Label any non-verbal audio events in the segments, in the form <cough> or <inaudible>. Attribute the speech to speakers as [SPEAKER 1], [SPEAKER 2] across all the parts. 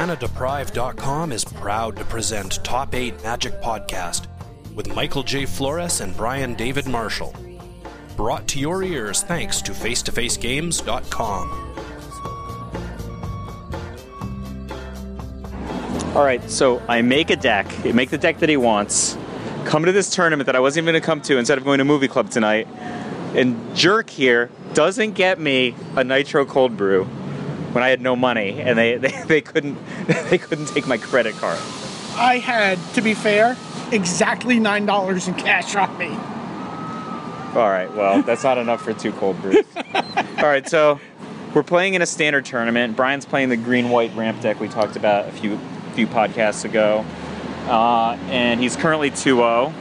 [SPEAKER 1] ManaDeprived.com is proud to present Top 8 Magic Podcast with Michael J. Flores and Brian David Marshall. Brought to your ears thanks to FaceToFaceGames.com.
[SPEAKER 2] All right, so I make a deck. I make the deck that he wants. Come to this tournament that I wasn't even going to come to instead of going to movie club tonight. And jerk here doesn't get me a nitro cold brew when I had no money and they, <laughs> they, they couldn't they couldn't take my credit card.
[SPEAKER 3] I had, to be fair, exactly nine dollars in cash on me.
[SPEAKER 2] All right, well, that's not enough for two cold brews. <laughs> All right, so we're playing in a standard tournament. Brian's playing the green white ramp deck we talked about a few few podcasts ago. Uh, and he's currently 2 0.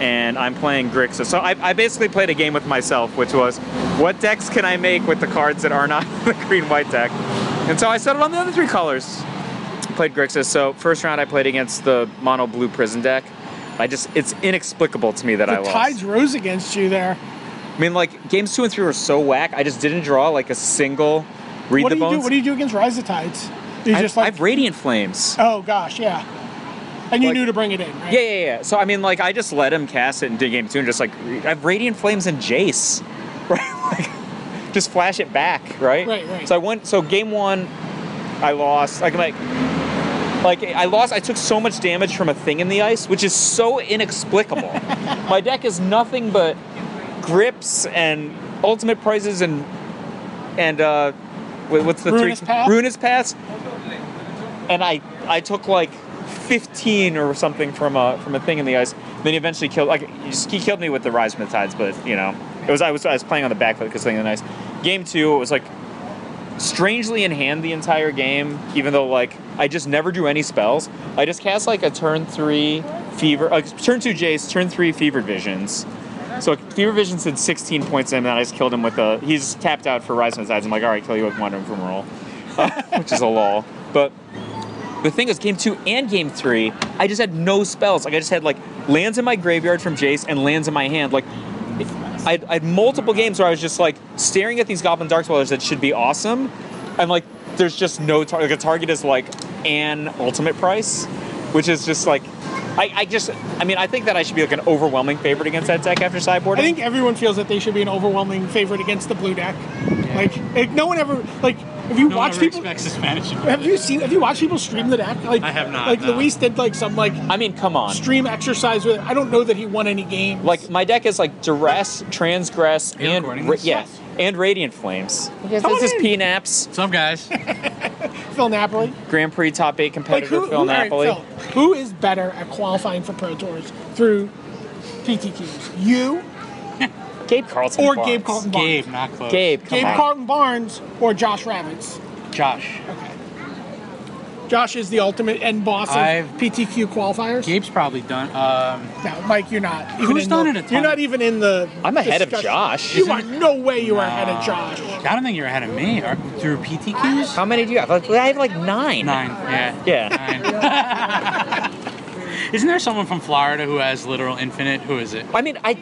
[SPEAKER 2] And I'm playing Grixis. So I, I basically played a game with myself, which was what decks can I make with the cards that are not <laughs> the green white deck? And so I settled on the other three colors. Played Grixis. So first round I played against the mono blue prison deck. I just, it's inexplicable to me that I
[SPEAKER 3] The
[SPEAKER 2] lost.
[SPEAKER 3] tides rose against you there.
[SPEAKER 2] I mean, like games two and three were so whack. I just didn't draw like a single read
[SPEAKER 3] What
[SPEAKER 2] the
[SPEAKER 3] do you
[SPEAKER 2] bones.
[SPEAKER 3] do? What do you do against Rise of Tides? You
[SPEAKER 2] I,
[SPEAKER 3] just like,
[SPEAKER 2] have radiant flames.
[SPEAKER 3] oh gosh, yeah. And you
[SPEAKER 2] Like-
[SPEAKER 3] knew to bring it in, right?
[SPEAKER 2] Yeah, yeah, yeah. So I mean, like I just let him cast it and did game two, and just like I have radiant flames and Jace, <laughs> right? Like, just flash it back, right?
[SPEAKER 3] Right, right.
[SPEAKER 2] So I went. So game one, I lost. Like like. Like I lost, I took so much damage from a thing in the ice, which is so
[SPEAKER 3] <laughs>
[SPEAKER 2] inexplicable. My deck is nothing but grips and ultimate prizes and and uh, wait, what's the
[SPEAKER 3] Ruinous
[SPEAKER 2] three?
[SPEAKER 3] Path?
[SPEAKER 2] Ruinous pass. And I I took like 15 or something from a from a thing in the ice. Then he eventually killed. Like he, just, he killed me with the rise from the tides, but you know it was I was I was playing on the back foot because thing in the ice. Game two, it was like strangely in hand the entire game, even though like I just never drew any spells. I just cast like a turn three fever, uh, turn two Jace, turn three fevered visions. So fever visions did 16 points in, and I just killed him with a. He's tapped out for Rise on his eyes. I'm like, all right, kill you with Wandering from roll, which is a lol. But the thing is, game two and game three, I just had no spells. Like I just had like lands in my graveyard from Jace and lands in my hand. Like I, I had multiple games where I was just like staring at these Goblin Darkswellers that should be awesome, and like there's just no target. Like a target is like an ultimate price, which is just like. I, I just, I mean, I think that I should be like an overwhelming favorite against that deck after sideboarding.
[SPEAKER 3] I think everyone feels that they should be an overwhelming favorite against the blue deck. Like, like, no one ever like. If you
[SPEAKER 4] No
[SPEAKER 3] watch
[SPEAKER 4] one ever
[SPEAKER 3] people,
[SPEAKER 4] expects this match.
[SPEAKER 3] have you seen? Have you watched people stream the deck? Like,
[SPEAKER 4] I have not,
[SPEAKER 3] Like
[SPEAKER 4] no.
[SPEAKER 3] Luis did like some like
[SPEAKER 2] I mean, come on.
[SPEAKER 3] stream exercise with. It. I don't know that he won any games.
[SPEAKER 2] Like my deck is like duress, transgress,
[SPEAKER 4] you
[SPEAKER 2] and
[SPEAKER 4] recording
[SPEAKER 2] ra-
[SPEAKER 4] this?
[SPEAKER 2] yeah,
[SPEAKER 4] Yes.
[SPEAKER 2] and radiant flames.
[SPEAKER 3] Come
[SPEAKER 2] This is
[SPEAKER 3] on
[SPEAKER 2] P Naps
[SPEAKER 4] Some guys.
[SPEAKER 3] Phil Napoli.
[SPEAKER 2] Grand Prix top eight
[SPEAKER 3] Like
[SPEAKER 2] competitor
[SPEAKER 3] who?
[SPEAKER 2] Phil
[SPEAKER 3] who, all right,
[SPEAKER 2] Napoli.
[SPEAKER 3] Phil, who is better at qualifying for pro tours through PTQs? You
[SPEAKER 2] Gabe Carlson
[SPEAKER 3] or
[SPEAKER 2] Barnes.
[SPEAKER 3] Gabe Carlton Barnes?
[SPEAKER 4] Gabe, not close.
[SPEAKER 2] Gabe, come
[SPEAKER 3] Gabe
[SPEAKER 2] on.
[SPEAKER 3] Carlton Barnes or Josh Rabbits?
[SPEAKER 4] Josh.
[SPEAKER 3] Okay. Josh is the ultimate end boss of
[SPEAKER 4] I've-
[SPEAKER 3] PTQ qualifiers.
[SPEAKER 4] Gabe's probably done. Um,
[SPEAKER 3] No, Mike, you're not. Even
[SPEAKER 4] Who's
[SPEAKER 3] in
[SPEAKER 4] done
[SPEAKER 3] the,
[SPEAKER 4] it a ton?
[SPEAKER 3] You're not even in the.
[SPEAKER 2] I'm ahead of
[SPEAKER 3] discussion.
[SPEAKER 2] Josh.
[SPEAKER 3] You
[SPEAKER 2] Isn't
[SPEAKER 3] are no way. You are ahead of Josh.
[SPEAKER 4] I don't think you're ahead of me. Are, through PTQs?
[SPEAKER 2] How many do you have? Like, I have like nine.
[SPEAKER 4] Nine. Yeah.
[SPEAKER 2] Yeah.
[SPEAKER 4] Nine. Isn't there someone from Florida who has literal infinite? Who is it?
[SPEAKER 2] I mean, I.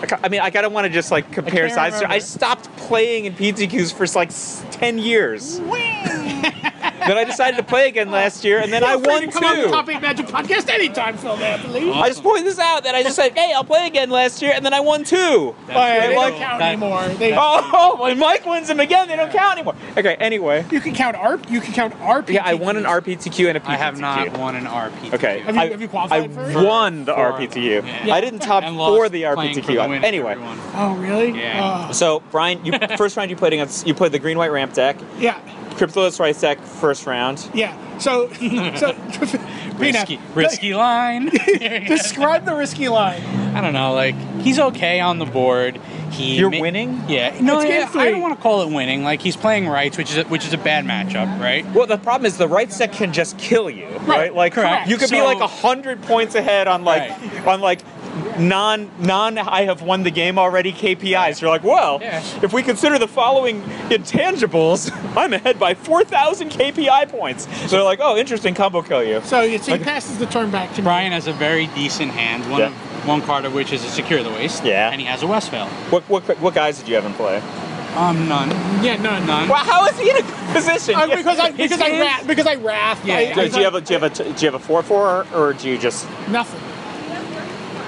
[SPEAKER 2] I ca- I mean, I gotta want to just like compare
[SPEAKER 3] can't
[SPEAKER 2] sides.
[SPEAKER 3] remember.
[SPEAKER 2] I stopped playing in PTQs for like s- ten years. <laughs> then I decided to play again last year, and then I
[SPEAKER 3] Feel free
[SPEAKER 2] won
[SPEAKER 3] to
[SPEAKER 2] two. Oh,
[SPEAKER 3] Come on the Top Eight Magic Podcast anytime, Phil Napoli.
[SPEAKER 2] I just pointed this out that I just said, "Hey, I'll play again last year," and then I won two.
[SPEAKER 3] Alright, they
[SPEAKER 2] like-
[SPEAKER 3] don't count
[SPEAKER 4] that-
[SPEAKER 3] anymore. They,
[SPEAKER 2] <laughs> Oh, when Mike wins them again, they don't count anymore. Okay, anyway.
[SPEAKER 3] You can count ARP. You can count ARP.
[SPEAKER 2] Yeah, I won an RPTQ and a PTQ.
[SPEAKER 4] I have not won an RPTQ.
[SPEAKER 2] Okay.
[SPEAKER 3] Have you-
[SPEAKER 2] I,
[SPEAKER 3] have you qualified
[SPEAKER 2] I
[SPEAKER 3] for it?
[SPEAKER 2] won the
[SPEAKER 4] For-
[SPEAKER 2] RPTQ.
[SPEAKER 4] yeah.
[SPEAKER 2] I didn't top
[SPEAKER 4] And lost
[SPEAKER 2] for the
[SPEAKER 4] playing for the
[SPEAKER 2] RPTQ.
[SPEAKER 4] win,
[SPEAKER 2] anyway.
[SPEAKER 4] everyone.
[SPEAKER 3] Oh really?
[SPEAKER 4] Yeah.
[SPEAKER 3] Oh.
[SPEAKER 2] So Brian, you <laughs> first round you played against you played the green white ramp deck,
[SPEAKER 3] yeah.
[SPEAKER 2] cryptolith right deck first round.
[SPEAKER 3] Yeah.
[SPEAKER 4] <laughs>
[SPEAKER 3] So, so Pina,
[SPEAKER 4] Risky, risky
[SPEAKER 3] <laughs>
[SPEAKER 4] line. <laughs>
[SPEAKER 3] Describe the risky line.
[SPEAKER 4] I don't know. Like he's okay on the board. He
[SPEAKER 2] You're winning?
[SPEAKER 4] Yeah. No,
[SPEAKER 3] It's game
[SPEAKER 4] yeah, I
[SPEAKER 3] three.
[SPEAKER 4] don't want to call it winning. Like he's playing rights, which is a, which is a bad matchup, right?
[SPEAKER 2] Well, the problem is the right deck can just kill you, right? Like
[SPEAKER 4] correct.
[SPEAKER 2] you could be
[SPEAKER 4] So-
[SPEAKER 2] like hundred points ahead on like
[SPEAKER 4] Right.
[SPEAKER 2] on like non non I have won the game already KPIs. You're like, well,
[SPEAKER 4] Yeah.
[SPEAKER 2] if we consider the following intangibles, <laughs> I'm ahead by four thousand KPI points. So they're like, oh, interesting combo kill you.
[SPEAKER 3] So it's, he passes the turn back to me.
[SPEAKER 4] Brian has a very decent hand. One
[SPEAKER 2] Yeah.
[SPEAKER 4] of, one card of which is a secure the waist.
[SPEAKER 2] Yeah.
[SPEAKER 4] And he has a Westphal.
[SPEAKER 2] What what what guys did you have in play?
[SPEAKER 4] Um, none.
[SPEAKER 3] Yeah, no, no.
[SPEAKER 4] None.
[SPEAKER 2] Well, how is he in a position?
[SPEAKER 3] Uh, because I because I
[SPEAKER 2] His
[SPEAKER 3] ra-
[SPEAKER 2] hands-
[SPEAKER 3] because I wrath.
[SPEAKER 4] Yeah,
[SPEAKER 3] I-
[SPEAKER 4] yeah.
[SPEAKER 3] I-
[SPEAKER 2] Do you have a do you have a do you have a four four or do you just
[SPEAKER 3] nothing?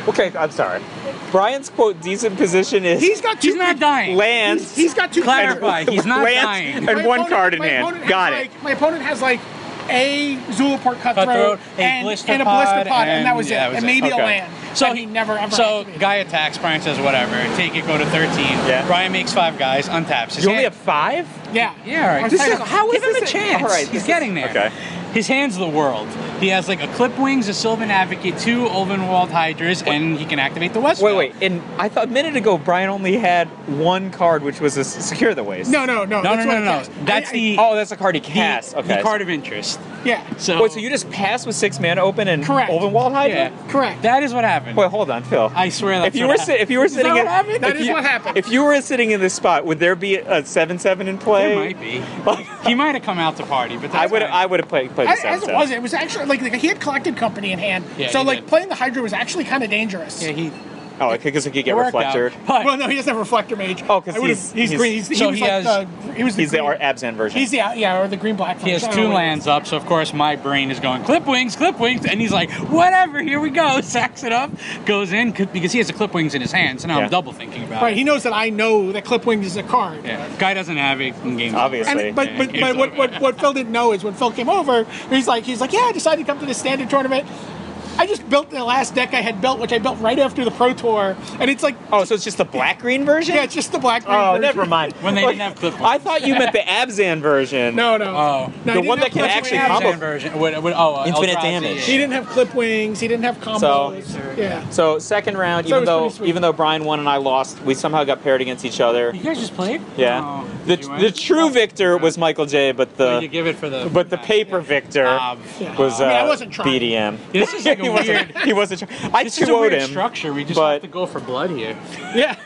[SPEAKER 2] okay? I'm sorry. Brian's quote decent position is
[SPEAKER 3] He's got two.
[SPEAKER 4] He's not dying.
[SPEAKER 2] lands.
[SPEAKER 3] He's got two.
[SPEAKER 4] Clarify, <laughs> he's not
[SPEAKER 2] lands
[SPEAKER 4] dying.
[SPEAKER 2] and
[SPEAKER 4] My
[SPEAKER 3] My
[SPEAKER 2] one
[SPEAKER 3] opponent-
[SPEAKER 2] card in
[SPEAKER 3] my
[SPEAKER 2] hand.
[SPEAKER 3] opponent
[SPEAKER 2] Got
[SPEAKER 3] has,
[SPEAKER 2] it.
[SPEAKER 3] Like, my opponent has like a Zulaport cutthroat,
[SPEAKER 4] Cutthroat, a
[SPEAKER 3] and,
[SPEAKER 4] blister
[SPEAKER 3] and a
[SPEAKER 4] pod,
[SPEAKER 3] blister pod, and, that was
[SPEAKER 4] and- yeah,
[SPEAKER 3] it.
[SPEAKER 4] that was
[SPEAKER 3] and
[SPEAKER 4] it.
[SPEAKER 3] maybe
[SPEAKER 2] Okay.
[SPEAKER 3] a land.
[SPEAKER 4] So
[SPEAKER 3] that he never ever.
[SPEAKER 4] So
[SPEAKER 3] activated.
[SPEAKER 4] guy attacks. Brian says whatever. Take it. Go to thirteen.
[SPEAKER 2] Yeah.
[SPEAKER 4] Brian makes five guys. Untaps. His
[SPEAKER 2] you only
[SPEAKER 4] hand-
[SPEAKER 2] have five.
[SPEAKER 3] Yeah.
[SPEAKER 4] Yeah, all right.
[SPEAKER 3] This
[SPEAKER 4] Tyler,
[SPEAKER 3] is-
[SPEAKER 4] how is
[SPEAKER 2] this
[SPEAKER 4] him a
[SPEAKER 2] is-
[SPEAKER 4] chance?
[SPEAKER 2] all right, this
[SPEAKER 4] He's
[SPEAKER 2] is-
[SPEAKER 4] getting there.
[SPEAKER 2] okay.
[SPEAKER 4] His hand's the world. He has like a clip wings, a Sylvan Advocate, two Ovenwald Hydras, and he can activate the West.
[SPEAKER 2] Wait, wait. And I thought a minute ago Brian only had one card, which was a s- secure the waste.
[SPEAKER 3] No, no, no.
[SPEAKER 4] No,
[SPEAKER 3] that's
[SPEAKER 4] no,
[SPEAKER 3] what
[SPEAKER 4] no,
[SPEAKER 3] I
[SPEAKER 4] no.
[SPEAKER 3] cast. I-
[SPEAKER 4] That's
[SPEAKER 3] I-
[SPEAKER 4] the
[SPEAKER 2] Oh, that's a card he
[SPEAKER 4] the,
[SPEAKER 2] casts. okay.
[SPEAKER 4] the card of interest.
[SPEAKER 3] yeah.
[SPEAKER 4] So
[SPEAKER 2] Wait, so you just pass with six mana open and
[SPEAKER 3] Correct.
[SPEAKER 2] Ovenwald Hydra?
[SPEAKER 4] yeah,
[SPEAKER 3] Correct.
[SPEAKER 4] That is what happened.
[SPEAKER 2] Wait, hold on, Phil.
[SPEAKER 4] I swear
[SPEAKER 2] if
[SPEAKER 4] that's
[SPEAKER 2] you
[SPEAKER 4] what
[SPEAKER 2] were
[SPEAKER 4] happened.
[SPEAKER 2] si- if you were
[SPEAKER 4] Is that
[SPEAKER 2] sitting
[SPEAKER 4] what
[SPEAKER 2] in,
[SPEAKER 4] happened?
[SPEAKER 3] That
[SPEAKER 2] if
[SPEAKER 3] is
[SPEAKER 2] you-
[SPEAKER 3] what happened.
[SPEAKER 2] If you were sitting in this spot, would there be a seven seven in play?
[SPEAKER 4] There might be. he might have come out to party, but that's
[SPEAKER 2] I would
[SPEAKER 4] fine.
[SPEAKER 2] I would have played played the
[SPEAKER 3] As,
[SPEAKER 2] seven
[SPEAKER 3] as it
[SPEAKER 2] seven.
[SPEAKER 3] was, it was actually like, like he had collected company in hand.
[SPEAKER 4] Yeah,
[SPEAKER 3] so
[SPEAKER 4] he
[SPEAKER 3] like
[SPEAKER 4] did.
[SPEAKER 3] playing the Hydra was actually kind of dangerous.
[SPEAKER 4] Yeah, he.
[SPEAKER 2] Oh, because he could
[SPEAKER 4] it
[SPEAKER 2] get
[SPEAKER 4] worked out.
[SPEAKER 2] reflectored.
[SPEAKER 4] But
[SPEAKER 3] well, no, he doesn't have Reflector Mage.
[SPEAKER 2] Oh, 'cause
[SPEAKER 3] I would've-
[SPEAKER 2] he's-
[SPEAKER 3] he's
[SPEAKER 2] he's-
[SPEAKER 3] green. He's, he
[SPEAKER 4] so
[SPEAKER 3] was
[SPEAKER 4] he
[SPEAKER 3] like
[SPEAKER 4] has-
[SPEAKER 3] the, he was the
[SPEAKER 2] He's the
[SPEAKER 3] green-
[SPEAKER 2] our Absent version.
[SPEAKER 3] He's the yeah, or the green black.
[SPEAKER 4] He has two lands up, so of course my brain is going clip wings, clip wings, and he's like, whatever, here we go, <laughs> sacks it up, goes in c- because he has the clip wings in his hand. So now
[SPEAKER 2] Yeah.
[SPEAKER 4] I'm double thinking about
[SPEAKER 3] Right,
[SPEAKER 4] it.
[SPEAKER 3] he knows that I know that Clipwing is a card.
[SPEAKER 4] yeah. Guy doesn't have it in game.
[SPEAKER 2] Obviously.
[SPEAKER 3] And, but but, but what, what, what Phil didn't know is when Phil came over, he's like he's like yeah, I decided to come to the standard tournament. I just built the last deck I had built, which I built right after the Pro Tour, and it's like
[SPEAKER 2] Oh, so it's just the black green version?
[SPEAKER 3] yeah, it's just the black. green
[SPEAKER 2] oh,
[SPEAKER 3] version.
[SPEAKER 2] never mind.
[SPEAKER 4] <laughs> When they
[SPEAKER 2] Like,
[SPEAKER 4] didn't have clip wings.
[SPEAKER 2] I thought you meant the Abzan version.
[SPEAKER 3] No, no.
[SPEAKER 4] Oh.
[SPEAKER 3] no,
[SPEAKER 2] The
[SPEAKER 3] he
[SPEAKER 2] one
[SPEAKER 3] didn't
[SPEAKER 2] that
[SPEAKER 3] have
[SPEAKER 2] can actually
[SPEAKER 3] Clipwing.
[SPEAKER 4] Abzan
[SPEAKER 2] combo.
[SPEAKER 4] version. What, what, oh, uh,
[SPEAKER 2] Infinite
[SPEAKER 4] Eldrazi,
[SPEAKER 2] damage.
[SPEAKER 3] He
[SPEAKER 4] yeah.
[SPEAKER 3] didn't have clip wings. He didn't have combos. yeah.
[SPEAKER 2] So second round,
[SPEAKER 3] So it
[SPEAKER 2] even
[SPEAKER 3] was
[SPEAKER 2] though
[SPEAKER 3] pretty sweet.
[SPEAKER 2] even though Brian won and I lost, we somehow got paired against each
[SPEAKER 4] <laughs>
[SPEAKER 2] other.
[SPEAKER 4] You guys just played?
[SPEAKER 2] Yeah.
[SPEAKER 4] Oh,
[SPEAKER 2] the
[SPEAKER 4] did you win?
[SPEAKER 2] the true victor was Michael J, but the
[SPEAKER 4] Well, you give it for the. uh,
[SPEAKER 2] But the paper victor
[SPEAKER 4] Ah,
[SPEAKER 3] Yeah.
[SPEAKER 2] was uh,
[SPEAKER 3] I mean, I wasn't trying.
[SPEAKER 2] BDM.
[SPEAKER 4] This is like
[SPEAKER 2] <laughs>
[SPEAKER 4] a
[SPEAKER 2] he wasn't,
[SPEAKER 4] weird.
[SPEAKER 2] He wasn't. Trying. I
[SPEAKER 4] This is a weird
[SPEAKER 2] two-oh'd him.
[SPEAKER 4] structure. We just
[SPEAKER 2] but-
[SPEAKER 4] have to go for blood here.
[SPEAKER 2] Yeah.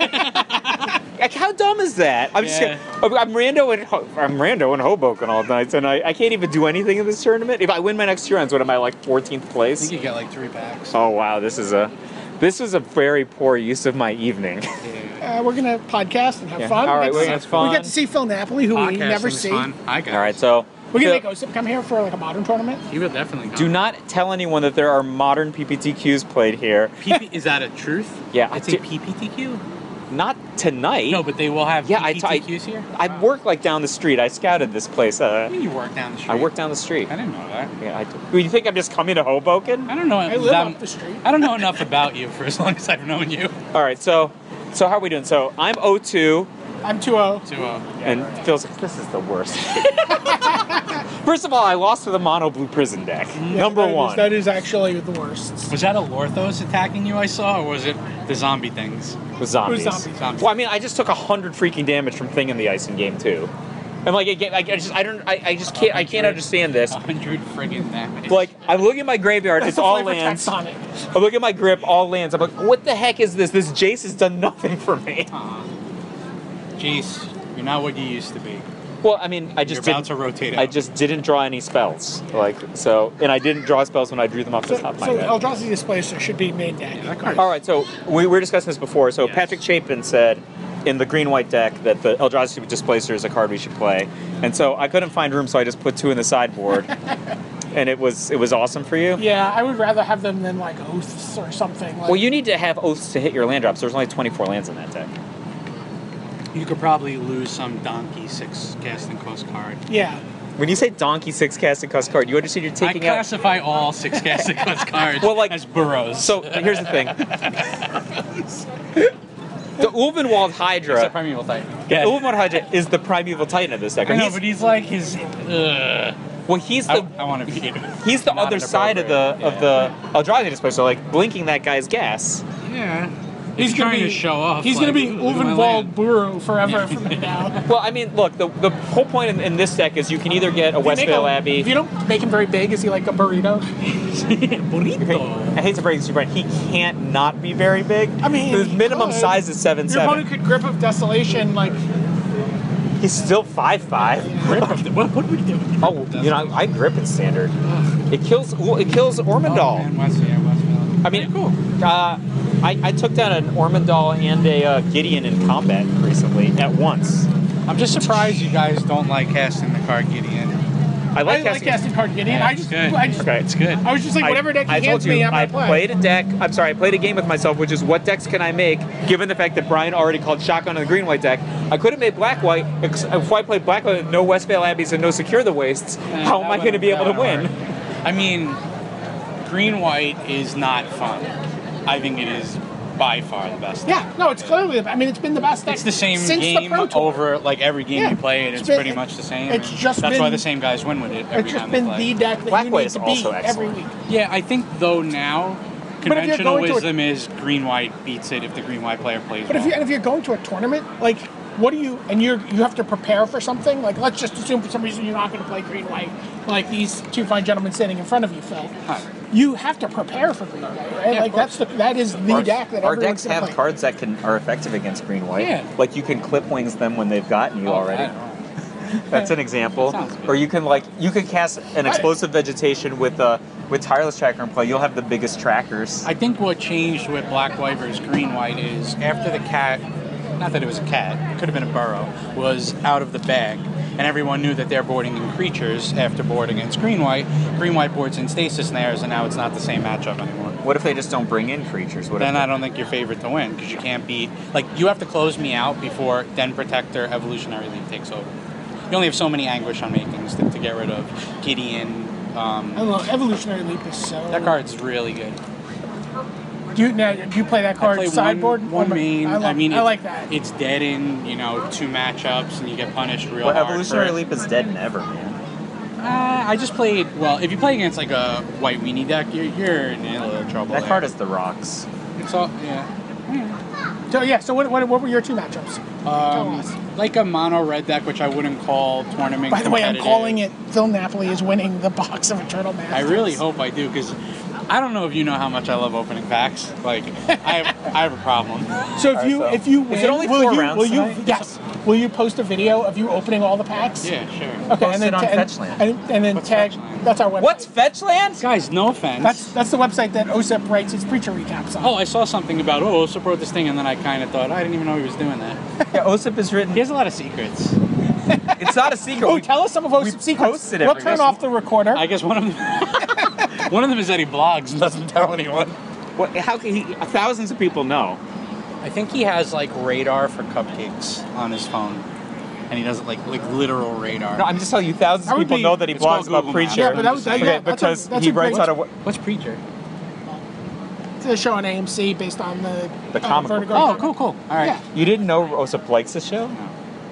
[SPEAKER 2] like, how dumb is that? I'm just.
[SPEAKER 4] Yeah.
[SPEAKER 2] Gonna, I'm rando and I'm rando in Hoboken all night, and I, I can't even do anything in this tournament. If I win my next two rounds, what am I like 14th
[SPEAKER 4] You
[SPEAKER 2] place?
[SPEAKER 4] could get like three packs.
[SPEAKER 2] Oh wow, this is a. This was a very poor use of my evening. <laughs>
[SPEAKER 3] Uh, we're gonna podcast and have
[SPEAKER 2] Yeah.
[SPEAKER 3] fun.
[SPEAKER 2] All right,
[SPEAKER 3] we,
[SPEAKER 2] we're
[SPEAKER 3] got
[SPEAKER 2] gonna have
[SPEAKER 3] to, we
[SPEAKER 2] fun.
[SPEAKER 3] got to see Phil Napoli, who we
[SPEAKER 4] Podcasting
[SPEAKER 3] never
[SPEAKER 4] is
[SPEAKER 3] see.
[SPEAKER 4] fun. I got
[SPEAKER 2] all right, so.
[SPEAKER 3] We can
[SPEAKER 2] Phil,
[SPEAKER 3] make Osip come here for like a modern tournament.
[SPEAKER 4] He will definitely come.
[SPEAKER 2] do not tell anyone that there are modern PPTQs played here.
[SPEAKER 4] PP, is that a truth?
[SPEAKER 2] Yeah, I
[SPEAKER 4] It's a
[SPEAKER 2] did-
[SPEAKER 4] PPTQ?
[SPEAKER 2] Not tonight.
[SPEAKER 4] No, but they will have
[SPEAKER 2] Yeah, I t- I-
[SPEAKER 4] PPTQs here?
[SPEAKER 2] I work like down the street. I scouted this place.
[SPEAKER 4] I
[SPEAKER 2] Uh,
[SPEAKER 4] mean, you work down the street.
[SPEAKER 2] I work down the street.
[SPEAKER 4] I didn't know that.
[SPEAKER 2] Yeah, I do. Well, you think I'm just coming to Hoboken?
[SPEAKER 4] I don't know.
[SPEAKER 3] I live
[SPEAKER 4] that-
[SPEAKER 3] off the street.
[SPEAKER 4] I don't know enough about you for as long as I've known you.
[SPEAKER 2] All right, so so how are we doing? So I'm 02,
[SPEAKER 3] I'm 2-0.
[SPEAKER 4] To, uh,
[SPEAKER 2] and Phil's like, this is the worst. <laughs> First of all, I lost to the mono blue prison deck.
[SPEAKER 3] Yeah,
[SPEAKER 2] Number
[SPEAKER 3] that is-
[SPEAKER 2] one.
[SPEAKER 3] that is actually the worst.
[SPEAKER 4] was that a Lorthos attacking you I saw, or was it the zombie things?
[SPEAKER 2] with zombies.
[SPEAKER 3] It was zombies.
[SPEAKER 4] Zombies.
[SPEAKER 2] Well, I mean, I just took hundred freaking damage from Thing in the Ice in game two. I'm like, again, I I just, I don't, I, I just can't, I can't understand this.
[SPEAKER 4] 100 friggin' damage.
[SPEAKER 2] Like, I'm looking at my graveyard.
[SPEAKER 3] That's
[SPEAKER 2] it's
[SPEAKER 3] the
[SPEAKER 2] all
[SPEAKER 3] flavor
[SPEAKER 2] lands.
[SPEAKER 3] taxonomy.
[SPEAKER 2] I look at my grip, all lands. I'm like, what the heck is this? This Jace has done nothing for me.
[SPEAKER 4] Aw. Jeez, you're not what you used to be.
[SPEAKER 2] Well, I mean, I
[SPEAKER 4] You're
[SPEAKER 2] just
[SPEAKER 4] about
[SPEAKER 2] didn't,
[SPEAKER 4] to rotate out.
[SPEAKER 2] I just didn't draw any spells. Like so, and I didn't draw spells when I drew them off
[SPEAKER 3] So,
[SPEAKER 2] the top of my
[SPEAKER 3] so oh,
[SPEAKER 2] head.
[SPEAKER 3] Eldrazi Displacer should be main deck.
[SPEAKER 4] Yeah, that card-
[SPEAKER 2] All right, so we were discussing this before. So
[SPEAKER 4] Yes.
[SPEAKER 2] Patrick Chapin said in the green white deck that the Eldrazi Displacer is a card we should play, and so I couldn't find room, so I just put two in the
[SPEAKER 4] <laughs>
[SPEAKER 2] sideboard, and it was it was awesome for you.
[SPEAKER 3] Yeah, I would rather have them than like Oaths or something. Like,
[SPEAKER 2] Well, you need to have oaths to hit your land drops. There's only 24 lands in that deck.
[SPEAKER 4] You could probably lose some donkey six casting cost card.
[SPEAKER 3] Yeah.
[SPEAKER 2] When you say donkey six casting cost card, you understand you're taking
[SPEAKER 4] I
[SPEAKER 2] out
[SPEAKER 4] classify all six <laughs> casting cost cards
[SPEAKER 2] Well, like-
[SPEAKER 4] as burrows.
[SPEAKER 2] So here's the
[SPEAKER 4] <laughs>
[SPEAKER 2] thing. the Ulvenwald
[SPEAKER 4] Except
[SPEAKER 2] Hydra.
[SPEAKER 4] primeval titan.
[SPEAKER 2] The Ulvenwald Hydra is the primeval titan of this deck.
[SPEAKER 4] I know,
[SPEAKER 2] He's-
[SPEAKER 4] but he's like his. Ugh.
[SPEAKER 2] well, he's
[SPEAKER 4] I,
[SPEAKER 2] the
[SPEAKER 4] I want to be.
[SPEAKER 2] he's the
[SPEAKER 4] not
[SPEAKER 2] other side of the of the Eldrazi display. So like blinking that guy's gas.
[SPEAKER 4] Yeah.
[SPEAKER 3] He's,
[SPEAKER 4] trying
[SPEAKER 3] gonna be,
[SPEAKER 4] to show off.
[SPEAKER 3] He's
[SPEAKER 4] like,
[SPEAKER 3] gonna be
[SPEAKER 4] "Ooh, look at my
[SPEAKER 3] Ulvenwald
[SPEAKER 4] land."
[SPEAKER 2] <laughs>
[SPEAKER 3] Buru forever from now.
[SPEAKER 2] Well, I mean, look, the, the whole point in, in this deck is you can either get a Westvale
[SPEAKER 3] If
[SPEAKER 2] Abbey.
[SPEAKER 3] you don't make him very big, is he like a burrito?
[SPEAKER 4] Burrito.
[SPEAKER 2] I hate to break this to you, Brian. He can't not be very big.
[SPEAKER 3] I mean,
[SPEAKER 2] his minimum
[SPEAKER 3] could.
[SPEAKER 2] size is seven
[SPEAKER 3] Your opponent
[SPEAKER 2] seven.
[SPEAKER 3] could grip of desolation, like
[SPEAKER 2] He's still five five.
[SPEAKER 4] what, what would you do?
[SPEAKER 2] Oh, you know, I, I grip in standard. It kills. It kills
[SPEAKER 4] Oh,
[SPEAKER 2] Ormondal.
[SPEAKER 4] man, West, yeah, Westvale.
[SPEAKER 2] I mean,
[SPEAKER 4] Pretty cool.
[SPEAKER 2] Uh, I, I took down an Ormondal and a uh, Gideon in combat recently at once.
[SPEAKER 4] I'm just surprised you guys don't like casting the card Gideon.
[SPEAKER 2] I
[SPEAKER 3] I
[SPEAKER 2] like
[SPEAKER 3] like
[SPEAKER 2] casting.
[SPEAKER 3] casting card Gideon. I
[SPEAKER 4] it's
[SPEAKER 3] just,
[SPEAKER 4] good.
[SPEAKER 3] I just,
[SPEAKER 2] Okay.
[SPEAKER 4] It's good.
[SPEAKER 3] I was just like,
[SPEAKER 2] I-
[SPEAKER 3] whatever deck
[SPEAKER 2] I
[SPEAKER 3] he
[SPEAKER 2] told
[SPEAKER 3] hands
[SPEAKER 2] you,
[SPEAKER 3] me, I'm
[SPEAKER 2] I
[SPEAKER 3] gonna play.
[SPEAKER 2] played a deck. I'm sorry, I played a game with myself, which is what decks can I make? Given the fact that Brian already called shotgun on the green white deck, I could have made black white. ex- If I played black white, with no Westvale Abbeys and no Secure the Wastes,
[SPEAKER 3] Eh,
[SPEAKER 2] how am I going to be able to win?
[SPEAKER 4] I mean, green white is not fun. I think it is by far the best.
[SPEAKER 3] Yeah, no, it's clearly. I mean, it's been the best deck
[SPEAKER 4] It's the same
[SPEAKER 3] since
[SPEAKER 4] game
[SPEAKER 3] the Pro Tour.
[SPEAKER 4] over like every game
[SPEAKER 3] Yeah.
[SPEAKER 4] you play, and
[SPEAKER 3] It's
[SPEAKER 4] it's,
[SPEAKER 3] been-
[SPEAKER 4] pretty much the same.
[SPEAKER 3] it's
[SPEAKER 4] and
[SPEAKER 3] just
[SPEAKER 4] that's why
[SPEAKER 3] been-
[SPEAKER 4] the same guys win with it every
[SPEAKER 3] It's just
[SPEAKER 4] time
[SPEAKER 3] been
[SPEAKER 4] they play.
[SPEAKER 3] the deck that
[SPEAKER 2] Black
[SPEAKER 3] you
[SPEAKER 2] White
[SPEAKER 3] need
[SPEAKER 2] is
[SPEAKER 3] to
[SPEAKER 2] also
[SPEAKER 3] beat every
[SPEAKER 2] excellent.
[SPEAKER 3] week.
[SPEAKER 4] Yeah, I think though now
[SPEAKER 3] you're
[SPEAKER 4] conventional
[SPEAKER 3] going to a-
[SPEAKER 4] wisdom is green white beats it if the green white player plays.
[SPEAKER 3] But if
[SPEAKER 4] well.
[SPEAKER 3] you and if you're going to a tournament, like, what do you and you're you have to prepare for something? Like, let's just assume for some reason you're not going to play green white, like these two fine gentlemen standing in front of you, Phil.
[SPEAKER 4] Huh.
[SPEAKER 3] You have to prepare for green white, right?
[SPEAKER 4] Yeah, of
[SPEAKER 3] like that's the that is the
[SPEAKER 5] Our,
[SPEAKER 3] deck that
[SPEAKER 5] our
[SPEAKER 3] everyone's
[SPEAKER 5] decks
[SPEAKER 3] gonna
[SPEAKER 5] have
[SPEAKER 3] play.
[SPEAKER 5] cards that can are effective against green white.
[SPEAKER 4] Yeah.
[SPEAKER 5] Like you can clip wings them when they've gotten you
[SPEAKER 4] Oh,
[SPEAKER 5] already.
[SPEAKER 4] right.
[SPEAKER 5] That's an example.
[SPEAKER 4] Sounds good.
[SPEAKER 5] Or you can like you could cast an explosive vegetation with uh with tireless tracker and play. You'll have the biggest trackers.
[SPEAKER 4] I think what changed with Black White versus Green White is after the cat, not that it was a cat, it could have been a burrow, was out of the bag, and everyone knew that they're boarding in creatures after boarding against Green White. Green White boards in stasis snares, and now it's not the same matchup anymore.
[SPEAKER 5] what if they just don't bring in creatures? What
[SPEAKER 4] Then
[SPEAKER 5] if
[SPEAKER 4] I don't think you're favored to win because you can't be like you have to close me out before Den Protector Evolutionary League takes over. You only have so many anguish on makings to, to get rid of Gideon.
[SPEAKER 3] I
[SPEAKER 4] Um,
[SPEAKER 3] don't know. Evolutionary Leap is so.
[SPEAKER 4] that card's really good.
[SPEAKER 3] Do you, now, do you play that
[SPEAKER 4] I
[SPEAKER 3] card
[SPEAKER 4] play
[SPEAKER 3] sideboard?
[SPEAKER 4] One, one
[SPEAKER 3] Or-
[SPEAKER 4] main. I,
[SPEAKER 3] I, love-
[SPEAKER 4] mean,
[SPEAKER 3] I
[SPEAKER 4] it-
[SPEAKER 3] like that.
[SPEAKER 4] It's dead in you know two matchups, and you get punished real
[SPEAKER 5] well,
[SPEAKER 4] hard.
[SPEAKER 5] evolutionary
[SPEAKER 4] for it.
[SPEAKER 5] leap is dead and ever, man.
[SPEAKER 4] Uh, I just played. Well, if you play against like a white weenie deck, you're, you're in a little trouble.
[SPEAKER 5] That
[SPEAKER 4] there.
[SPEAKER 5] card is the rocks.
[SPEAKER 4] It's all yeah.
[SPEAKER 3] so yeah. So what, what, what were your two matchups? Tell us.
[SPEAKER 4] Um, like a mono red deck, which I wouldn't call tournament.
[SPEAKER 3] By the way, I'm
[SPEAKER 4] competitive.
[SPEAKER 3] calling it. Phil Napoli is winning the box of Eternal Masters.
[SPEAKER 4] I really hope I do because I don't know if you know how much I love opening packs. Like I have, I have a problem.
[SPEAKER 3] So if you if you win,
[SPEAKER 5] it only
[SPEAKER 3] will
[SPEAKER 5] four
[SPEAKER 3] you
[SPEAKER 5] rounds
[SPEAKER 3] will you
[SPEAKER 5] tonight?
[SPEAKER 3] yes will you post a video of you opening all the packs?
[SPEAKER 4] <laughs> Yeah, sure.
[SPEAKER 3] Okay,
[SPEAKER 5] Post
[SPEAKER 3] and then
[SPEAKER 5] it on
[SPEAKER 3] ta- and,
[SPEAKER 5] Fetchland.
[SPEAKER 3] and, and then
[SPEAKER 4] What's
[SPEAKER 3] tag.
[SPEAKER 4] Fetchland?
[SPEAKER 3] That's our website. <laughs>
[SPEAKER 5] What's Fetchland?
[SPEAKER 4] Guys, no offense.
[SPEAKER 3] That's that's the website that OSEP writes his preacher recaps on.
[SPEAKER 4] Oh, I saw something about oh, Osa wrote this thing, and then I kind of thought I didn't even know he was doing that.
[SPEAKER 5] Yeah, Osip is
[SPEAKER 4] He
[SPEAKER 5] written.
[SPEAKER 4] has a lot of secrets.
[SPEAKER 5] It's not a secret.
[SPEAKER 3] Oh,
[SPEAKER 5] We-
[SPEAKER 3] tell us some of OSEP secrets.
[SPEAKER 5] posted
[SPEAKER 3] We'll
[SPEAKER 5] everything.
[SPEAKER 3] turn off the recorder.
[SPEAKER 4] I guess one of them. one of them <laughs> is that he blogs and doesn't tell anyone.
[SPEAKER 2] What, how can he? Thousands of people know.
[SPEAKER 4] I think he has like radar for cupcakes on his phone, and he doesn't like like literal radar.
[SPEAKER 5] no, I'm just telling you. Thousands
[SPEAKER 3] That
[SPEAKER 5] of
[SPEAKER 3] would
[SPEAKER 5] people
[SPEAKER 3] be-
[SPEAKER 5] know that he
[SPEAKER 4] it's called
[SPEAKER 5] blogs about
[SPEAKER 4] Google
[SPEAKER 5] preacher.
[SPEAKER 4] Maps.
[SPEAKER 3] yeah, but that was that,
[SPEAKER 4] Okay,
[SPEAKER 3] yeah, that's a-
[SPEAKER 5] because
[SPEAKER 3] that's a
[SPEAKER 5] he writes
[SPEAKER 3] great,
[SPEAKER 5] out of
[SPEAKER 4] What's preacher?
[SPEAKER 3] It's a show on AMC based on the
[SPEAKER 5] The
[SPEAKER 3] uh,
[SPEAKER 5] comic book.
[SPEAKER 3] Vertigo
[SPEAKER 4] Oh,
[SPEAKER 3] comic.
[SPEAKER 4] cool, cool. All right.
[SPEAKER 3] Yeah.
[SPEAKER 5] You didn't know Osip likes the show?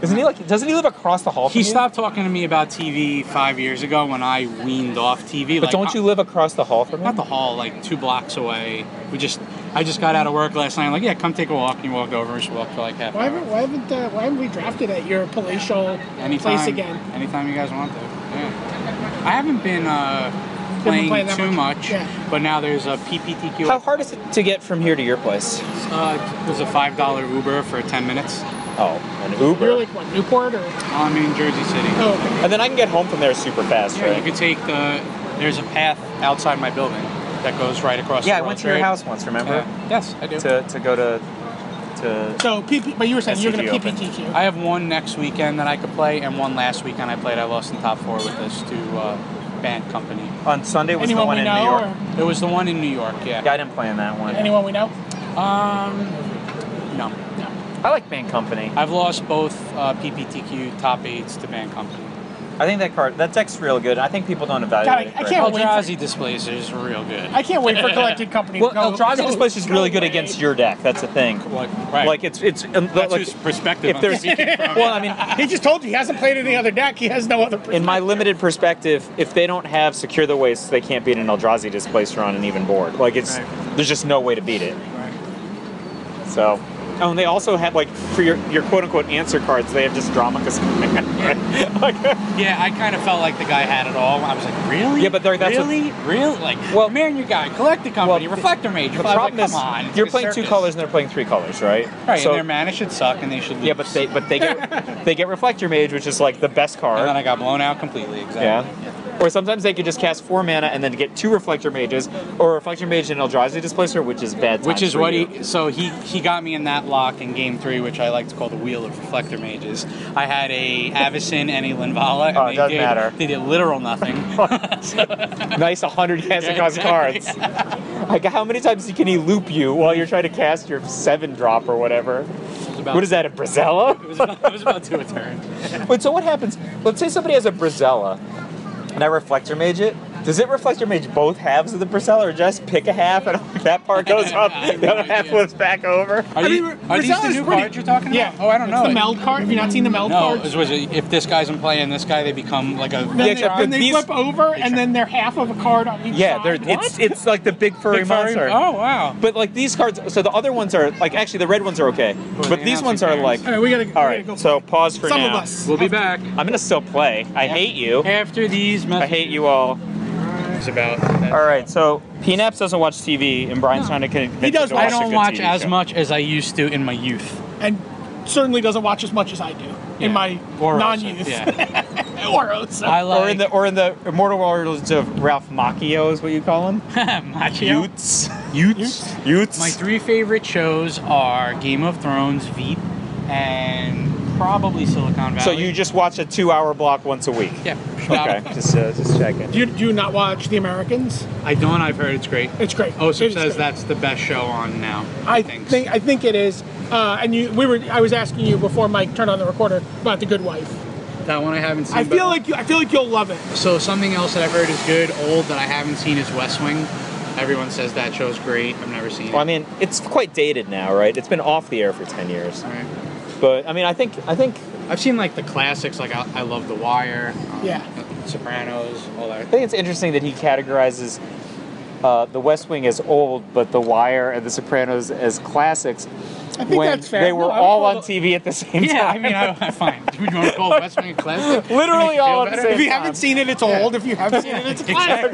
[SPEAKER 5] Isn't he like? Doesn't he live across the hall? from
[SPEAKER 4] He
[SPEAKER 5] you?
[SPEAKER 4] stopped talking to me about TV five years ago when I weaned off TV.
[SPEAKER 5] But
[SPEAKER 4] like,
[SPEAKER 5] don't
[SPEAKER 4] I-
[SPEAKER 5] you live across the hall from him?
[SPEAKER 4] Not the hall, like two blocks away. We just, I just got out of work last night. I'm like, yeah, come take a walk. And you walked over. We should walk for like half.
[SPEAKER 3] Why
[SPEAKER 4] hour.
[SPEAKER 3] haven't why haven't uh, why haven't we drafted at your palatial
[SPEAKER 4] anytime,
[SPEAKER 3] place again?
[SPEAKER 4] Anytime you guys want to. Yeah. I haven't been uh, playing,
[SPEAKER 3] playing that
[SPEAKER 4] too
[SPEAKER 3] much.
[SPEAKER 4] much,
[SPEAKER 3] Yeah.
[SPEAKER 4] but now there's a PPTQ.
[SPEAKER 5] How hard is it to get from here to your place?
[SPEAKER 4] Uh, there's a five dollar Uber for ten minutes.
[SPEAKER 5] Oh, an Uber.
[SPEAKER 3] You're like what Newport or
[SPEAKER 4] I'm in Jersey City.
[SPEAKER 3] oh okay.
[SPEAKER 5] And then I can get home from there super fast,
[SPEAKER 4] Yeah, you
[SPEAKER 5] right?
[SPEAKER 4] could take the. There's a path outside my building that goes right across.
[SPEAKER 5] Yeah, I
[SPEAKER 4] the
[SPEAKER 5] went
[SPEAKER 4] World
[SPEAKER 5] to your
[SPEAKER 4] Trade.
[SPEAKER 5] house once. Remember?
[SPEAKER 4] Yeah. Yes, I do.
[SPEAKER 5] To to go to to.
[SPEAKER 3] So PP, but you were saying you're going to
[SPEAKER 5] SCG open.
[SPEAKER 3] PPTQ.
[SPEAKER 4] I have one next weekend that I could play, and one last weekend I played. I lost in top four with this to uh, band company.
[SPEAKER 5] On Sunday was the
[SPEAKER 3] Anyone
[SPEAKER 5] one
[SPEAKER 3] we
[SPEAKER 5] in New
[SPEAKER 3] know?
[SPEAKER 5] York.
[SPEAKER 3] Or
[SPEAKER 4] It was the one in New York. Yeah.
[SPEAKER 5] Yeah, I didn't play in that one.
[SPEAKER 3] anyone we know?
[SPEAKER 4] Um, no,
[SPEAKER 3] No.
[SPEAKER 5] I like Band Company.
[SPEAKER 4] I've lost both uh, PPTQ top eights to band company.
[SPEAKER 5] I think that card that deck's real good. I think people don't evaluate.
[SPEAKER 3] I
[SPEAKER 5] it
[SPEAKER 3] can't-
[SPEAKER 5] correctly.
[SPEAKER 3] wait for-
[SPEAKER 4] Eldrazi displacers are real good.
[SPEAKER 3] I can't
[SPEAKER 4] <laughs>
[SPEAKER 3] wait for collected company.
[SPEAKER 5] Well,
[SPEAKER 3] to go, Oh.
[SPEAKER 5] Eldrazi
[SPEAKER 3] go-
[SPEAKER 5] Displace is
[SPEAKER 3] go
[SPEAKER 5] really good
[SPEAKER 3] away.
[SPEAKER 5] against your deck. That's the thing.
[SPEAKER 4] Like, right.
[SPEAKER 5] Like it's it's um,
[SPEAKER 4] that's
[SPEAKER 5] like,
[SPEAKER 4] his perspective. <laughs>
[SPEAKER 5] if
[SPEAKER 4] on
[SPEAKER 5] there's
[SPEAKER 4] it.
[SPEAKER 5] well, I mean,
[SPEAKER 3] He just told you he hasn't played any other deck. He has no other.
[SPEAKER 5] in my limited perspective, if they don't have secure the waste, they can't beat an Eldrazi displacer on an even board. Like it's
[SPEAKER 4] Right.
[SPEAKER 5] there's just no way to beat it.
[SPEAKER 4] Right.
[SPEAKER 5] So. Oh, and they also have like for your, your quote unquote answer cards, they have just Dramaka's command. like,
[SPEAKER 4] yeah, I kind of felt like the guy had it all. I was like, really?
[SPEAKER 5] Yeah, but there- that's what-
[SPEAKER 4] really, really like.
[SPEAKER 5] Well-
[SPEAKER 4] Well, man, you got collect the company,
[SPEAKER 5] Well,
[SPEAKER 4] reflector mage.
[SPEAKER 5] the
[SPEAKER 4] I was
[SPEAKER 5] problem
[SPEAKER 4] like,
[SPEAKER 5] is
[SPEAKER 4] come on, it's
[SPEAKER 5] you're
[SPEAKER 4] a
[SPEAKER 5] playing two
[SPEAKER 4] circus.
[SPEAKER 5] colors and <laughs> they're playing three colors, right?
[SPEAKER 4] Right,
[SPEAKER 5] So
[SPEAKER 4] and their mana should suck, and they should lose.
[SPEAKER 5] yeah, but
[SPEAKER 4] <laughs>
[SPEAKER 5] they but they get they get Reflector Mage, which is like the best
[SPEAKER 4] And then
[SPEAKER 5] card.
[SPEAKER 4] I got blown out completely. Exactly.
[SPEAKER 5] Yeah. Or sometimes they could just cast four mana and then get two Reflector Mages, or Reflector Mage and Eldrazi Displacer, which is bad.
[SPEAKER 4] Which
[SPEAKER 5] times
[SPEAKER 4] is
[SPEAKER 5] for
[SPEAKER 4] what
[SPEAKER 5] you.
[SPEAKER 4] he. So he he got me in that lock in game three, which I like to call the wheel of reflector mages. I had a Avison and a Linvala, and
[SPEAKER 5] Oh, it
[SPEAKER 4] they
[SPEAKER 5] doesn't
[SPEAKER 4] did
[SPEAKER 5] matter.
[SPEAKER 4] they did literal
[SPEAKER 5] <laughs>
[SPEAKER 4] nothing.
[SPEAKER 5] <laughs> nice 100 cast
[SPEAKER 4] Yeah,
[SPEAKER 5] across
[SPEAKER 4] exactly.
[SPEAKER 5] cards. <laughs> like, how many times can he loop you while you're trying to cast your 7 drop or whatever?
[SPEAKER 4] about-
[SPEAKER 5] What is that, a Brazella?
[SPEAKER 4] it, was about, it was about two a turn.
[SPEAKER 5] Wait, so what happens? Let's say somebody has a Brazella and I reflector mage it. Does it reflector mage both halves of the Brazella or just pick a half and <laughs> that
[SPEAKER 4] <laughs>
[SPEAKER 5] part goes up,
[SPEAKER 4] I have
[SPEAKER 5] the
[SPEAKER 4] no
[SPEAKER 5] other half
[SPEAKER 4] idea.
[SPEAKER 5] goes back over?
[SPEAKER 4] Are,
[SPEAKER 3] I
[SPEAKER 4] you,
[SPEAKER 3] mean,
[SPEAKER 4] are these the
[SPEAKER 3] Rosella's
[SPEAKER 4] new
[SPEAKER 3] pretty-
[SPEAKER 4] cards you're talking about?
[SPEAKER 3] Yeah.
[SPEAKER 4] Oh, I don't know.
[SPEAKER 3] It's the meld card. Have you not seen the meld
[SPEAKER 4] no,
[SPEAKER 3] card?
[SPEAKER 4] it was, if this guy's in play and this guy, they become like a.
[SPEAKER 3] Then they,
[SPEAKER 5] except
[SPEAKER 3] then
[SPEAKER 5] that
[SPEAKER 3] they
[SPEAKER 5] these-
[SPEAKER 3] flip over, and then they're half of a card on each
[SPEAKER 5] Yeah,
[SPEAKER 3] side.
[SPEAKER 5] they're, it's it's like the big furry
[SPEAKER 4] Big furry-
[SPEAKER 5] monster.
[SPEAKER 4] Oh wow.
[SPEAKER 5] But like these cards, so the other ones are like actually the red ones are okay,
[SPEAKER 4] the
[SPEAKER 5] but these
[SPEAKER 4] announcing
[SPEAKER 5] ones are
[SPEAKER 4] parents.
[SPEAKER 5] like.
[SPEAKER 3] All right, we gotta, we
[SPEAKER 5] All
[SPEAKER 3] gotta
[SPEAKER 5] right,
[SPEAKER 3] go.
[SPEAKER 5] so pause for
[SPEAKER 3] Some
[SPEAKER 5] now.
[SPEAKER 3] of us.
[SPEAKER 4] We'll be back
[SPEAKER 5] I'm gonna still play. I hate you.
[SPEAKER 4] after these
[SPEAKER 5] I
[SPEAKER 4] messages
[SPEAKER 5] hate you all.
[SPEAKER 4] about.
[SPEAKER 5] All right, so PNAPS doesn't watch TV, and Brian's trying to convince
[SPEAKER 3] He
[SPEAKER 5] you to
[SPEAKER 3] does.
[SPEAKER 5] watch
[SPEAKER 4] I
[SPEAKER 5] a
[SPEAKER 4] don't
[SPEAKER 5] good
[SPEAKER 4] watch
[SPEAKER 5] TV
[SPEAKER 4] as
[SPEAKER 5] show.
[SPEAKER 4] much as I used to in my youth.
[SPEAKER 3] and certainly doesn't watch as much as I do
[SPEAKER 4] Yeah.
[SPEAKER 3] in my
[SPEAKER 4] Or
[SPEAKER 3] non-youth. <laughs>
[SPEAKER 4] Yeah.
[SPEAKER 3] or Osa.
[SPEAKER 4] I like
[SPEAKER 5] Or in the or in the Immortal Warlords of Ralph Macchio is what you call him.
[SPEAKER 4] <laughs> Machio.
[SPEAKER 5] Utes. Utes. Utes.
[SPEAKER 4] My three favorite shows are Game of Thrones, Veep, and probably Silicon Valley.
[SPEAKER 5] So you just watch a two-hour block once a week.
[SPEAKER 4] yeah.
[SPEAKER 5] Okay, <laughs> just uh, just checking.
[SPEAKER 3] do, you, do you not watch The Americans?
[SPEAKER 4] I don't. I've heard it's great.
[SPEAKER 3] It's great.
[SPEAKER 4] Osip
[SPEAKER 3] It's
[SPEAKER 4] says
[SPEAKER 3] great.
[SPEAKER 4] that's the best show on now.
[SPEAKER 3] I think I think it is. Uh, and you, we were. I was asking you before Mike turned on the recorder about The Good Wife.
[SPEAKER 4] that one I haven't seen.
[SPEAKER 3] I
[SPEAKER 4] but-
[SPEAKER 3] feel like you, I feel like you'll love it.
[SPEAKER 4] so. Something else that I've heard is good, old that I haven't seen is West Wing. Everyone says that show's great. I've never seen it.
[SPEAKER 5] Well, I mean, it's quite dated now, right? It's been off the air for ten years.
[SPEAKER 4] All right.
[SPEAKER 5] But I mean, I think I think
[SPEAKER 4] I've seen like the classics, like I, I love The Wire, um,
[SPEAKER 3] Yeah.
[SPEAKER 4] Sopranos, all that.
[SPEAKER 5] I think it's interesting that he categorizes uh, The West Wing as old, but The Wire and The Sopranos as classics.
[SPEAKER 3] I think
[SPEAKER 5] when
[SPEAKER 3] that's fair.
[SPEAKER 5] They were
[SPEAKER 3] No, I would
[SPEAKER 5] all
[SPEAKER 3] call
[SPEAKER 5] on
[SPEAKER 3] the-
[SPEAKER 5] TV at
[SPEAKER 3] <laughs>
[SPEAKER 5] the <laughs> same
[SPEAKER 4] Yeah, I
[SPEAKER 5] time.
[SPEAKER 4] mean, I, I fine. <laughs> Would you want to call West Wing a classic?
[SPEAKER 5] Literally all on the
[SPEAKER 4] better?
[SPEAKER 5] same
[SPEAKER 3] If you
[SPEAKER 5] time.
[SPEAKER 3] haven't seen it, it's old. If you have seen it, it's <laughs> a classic.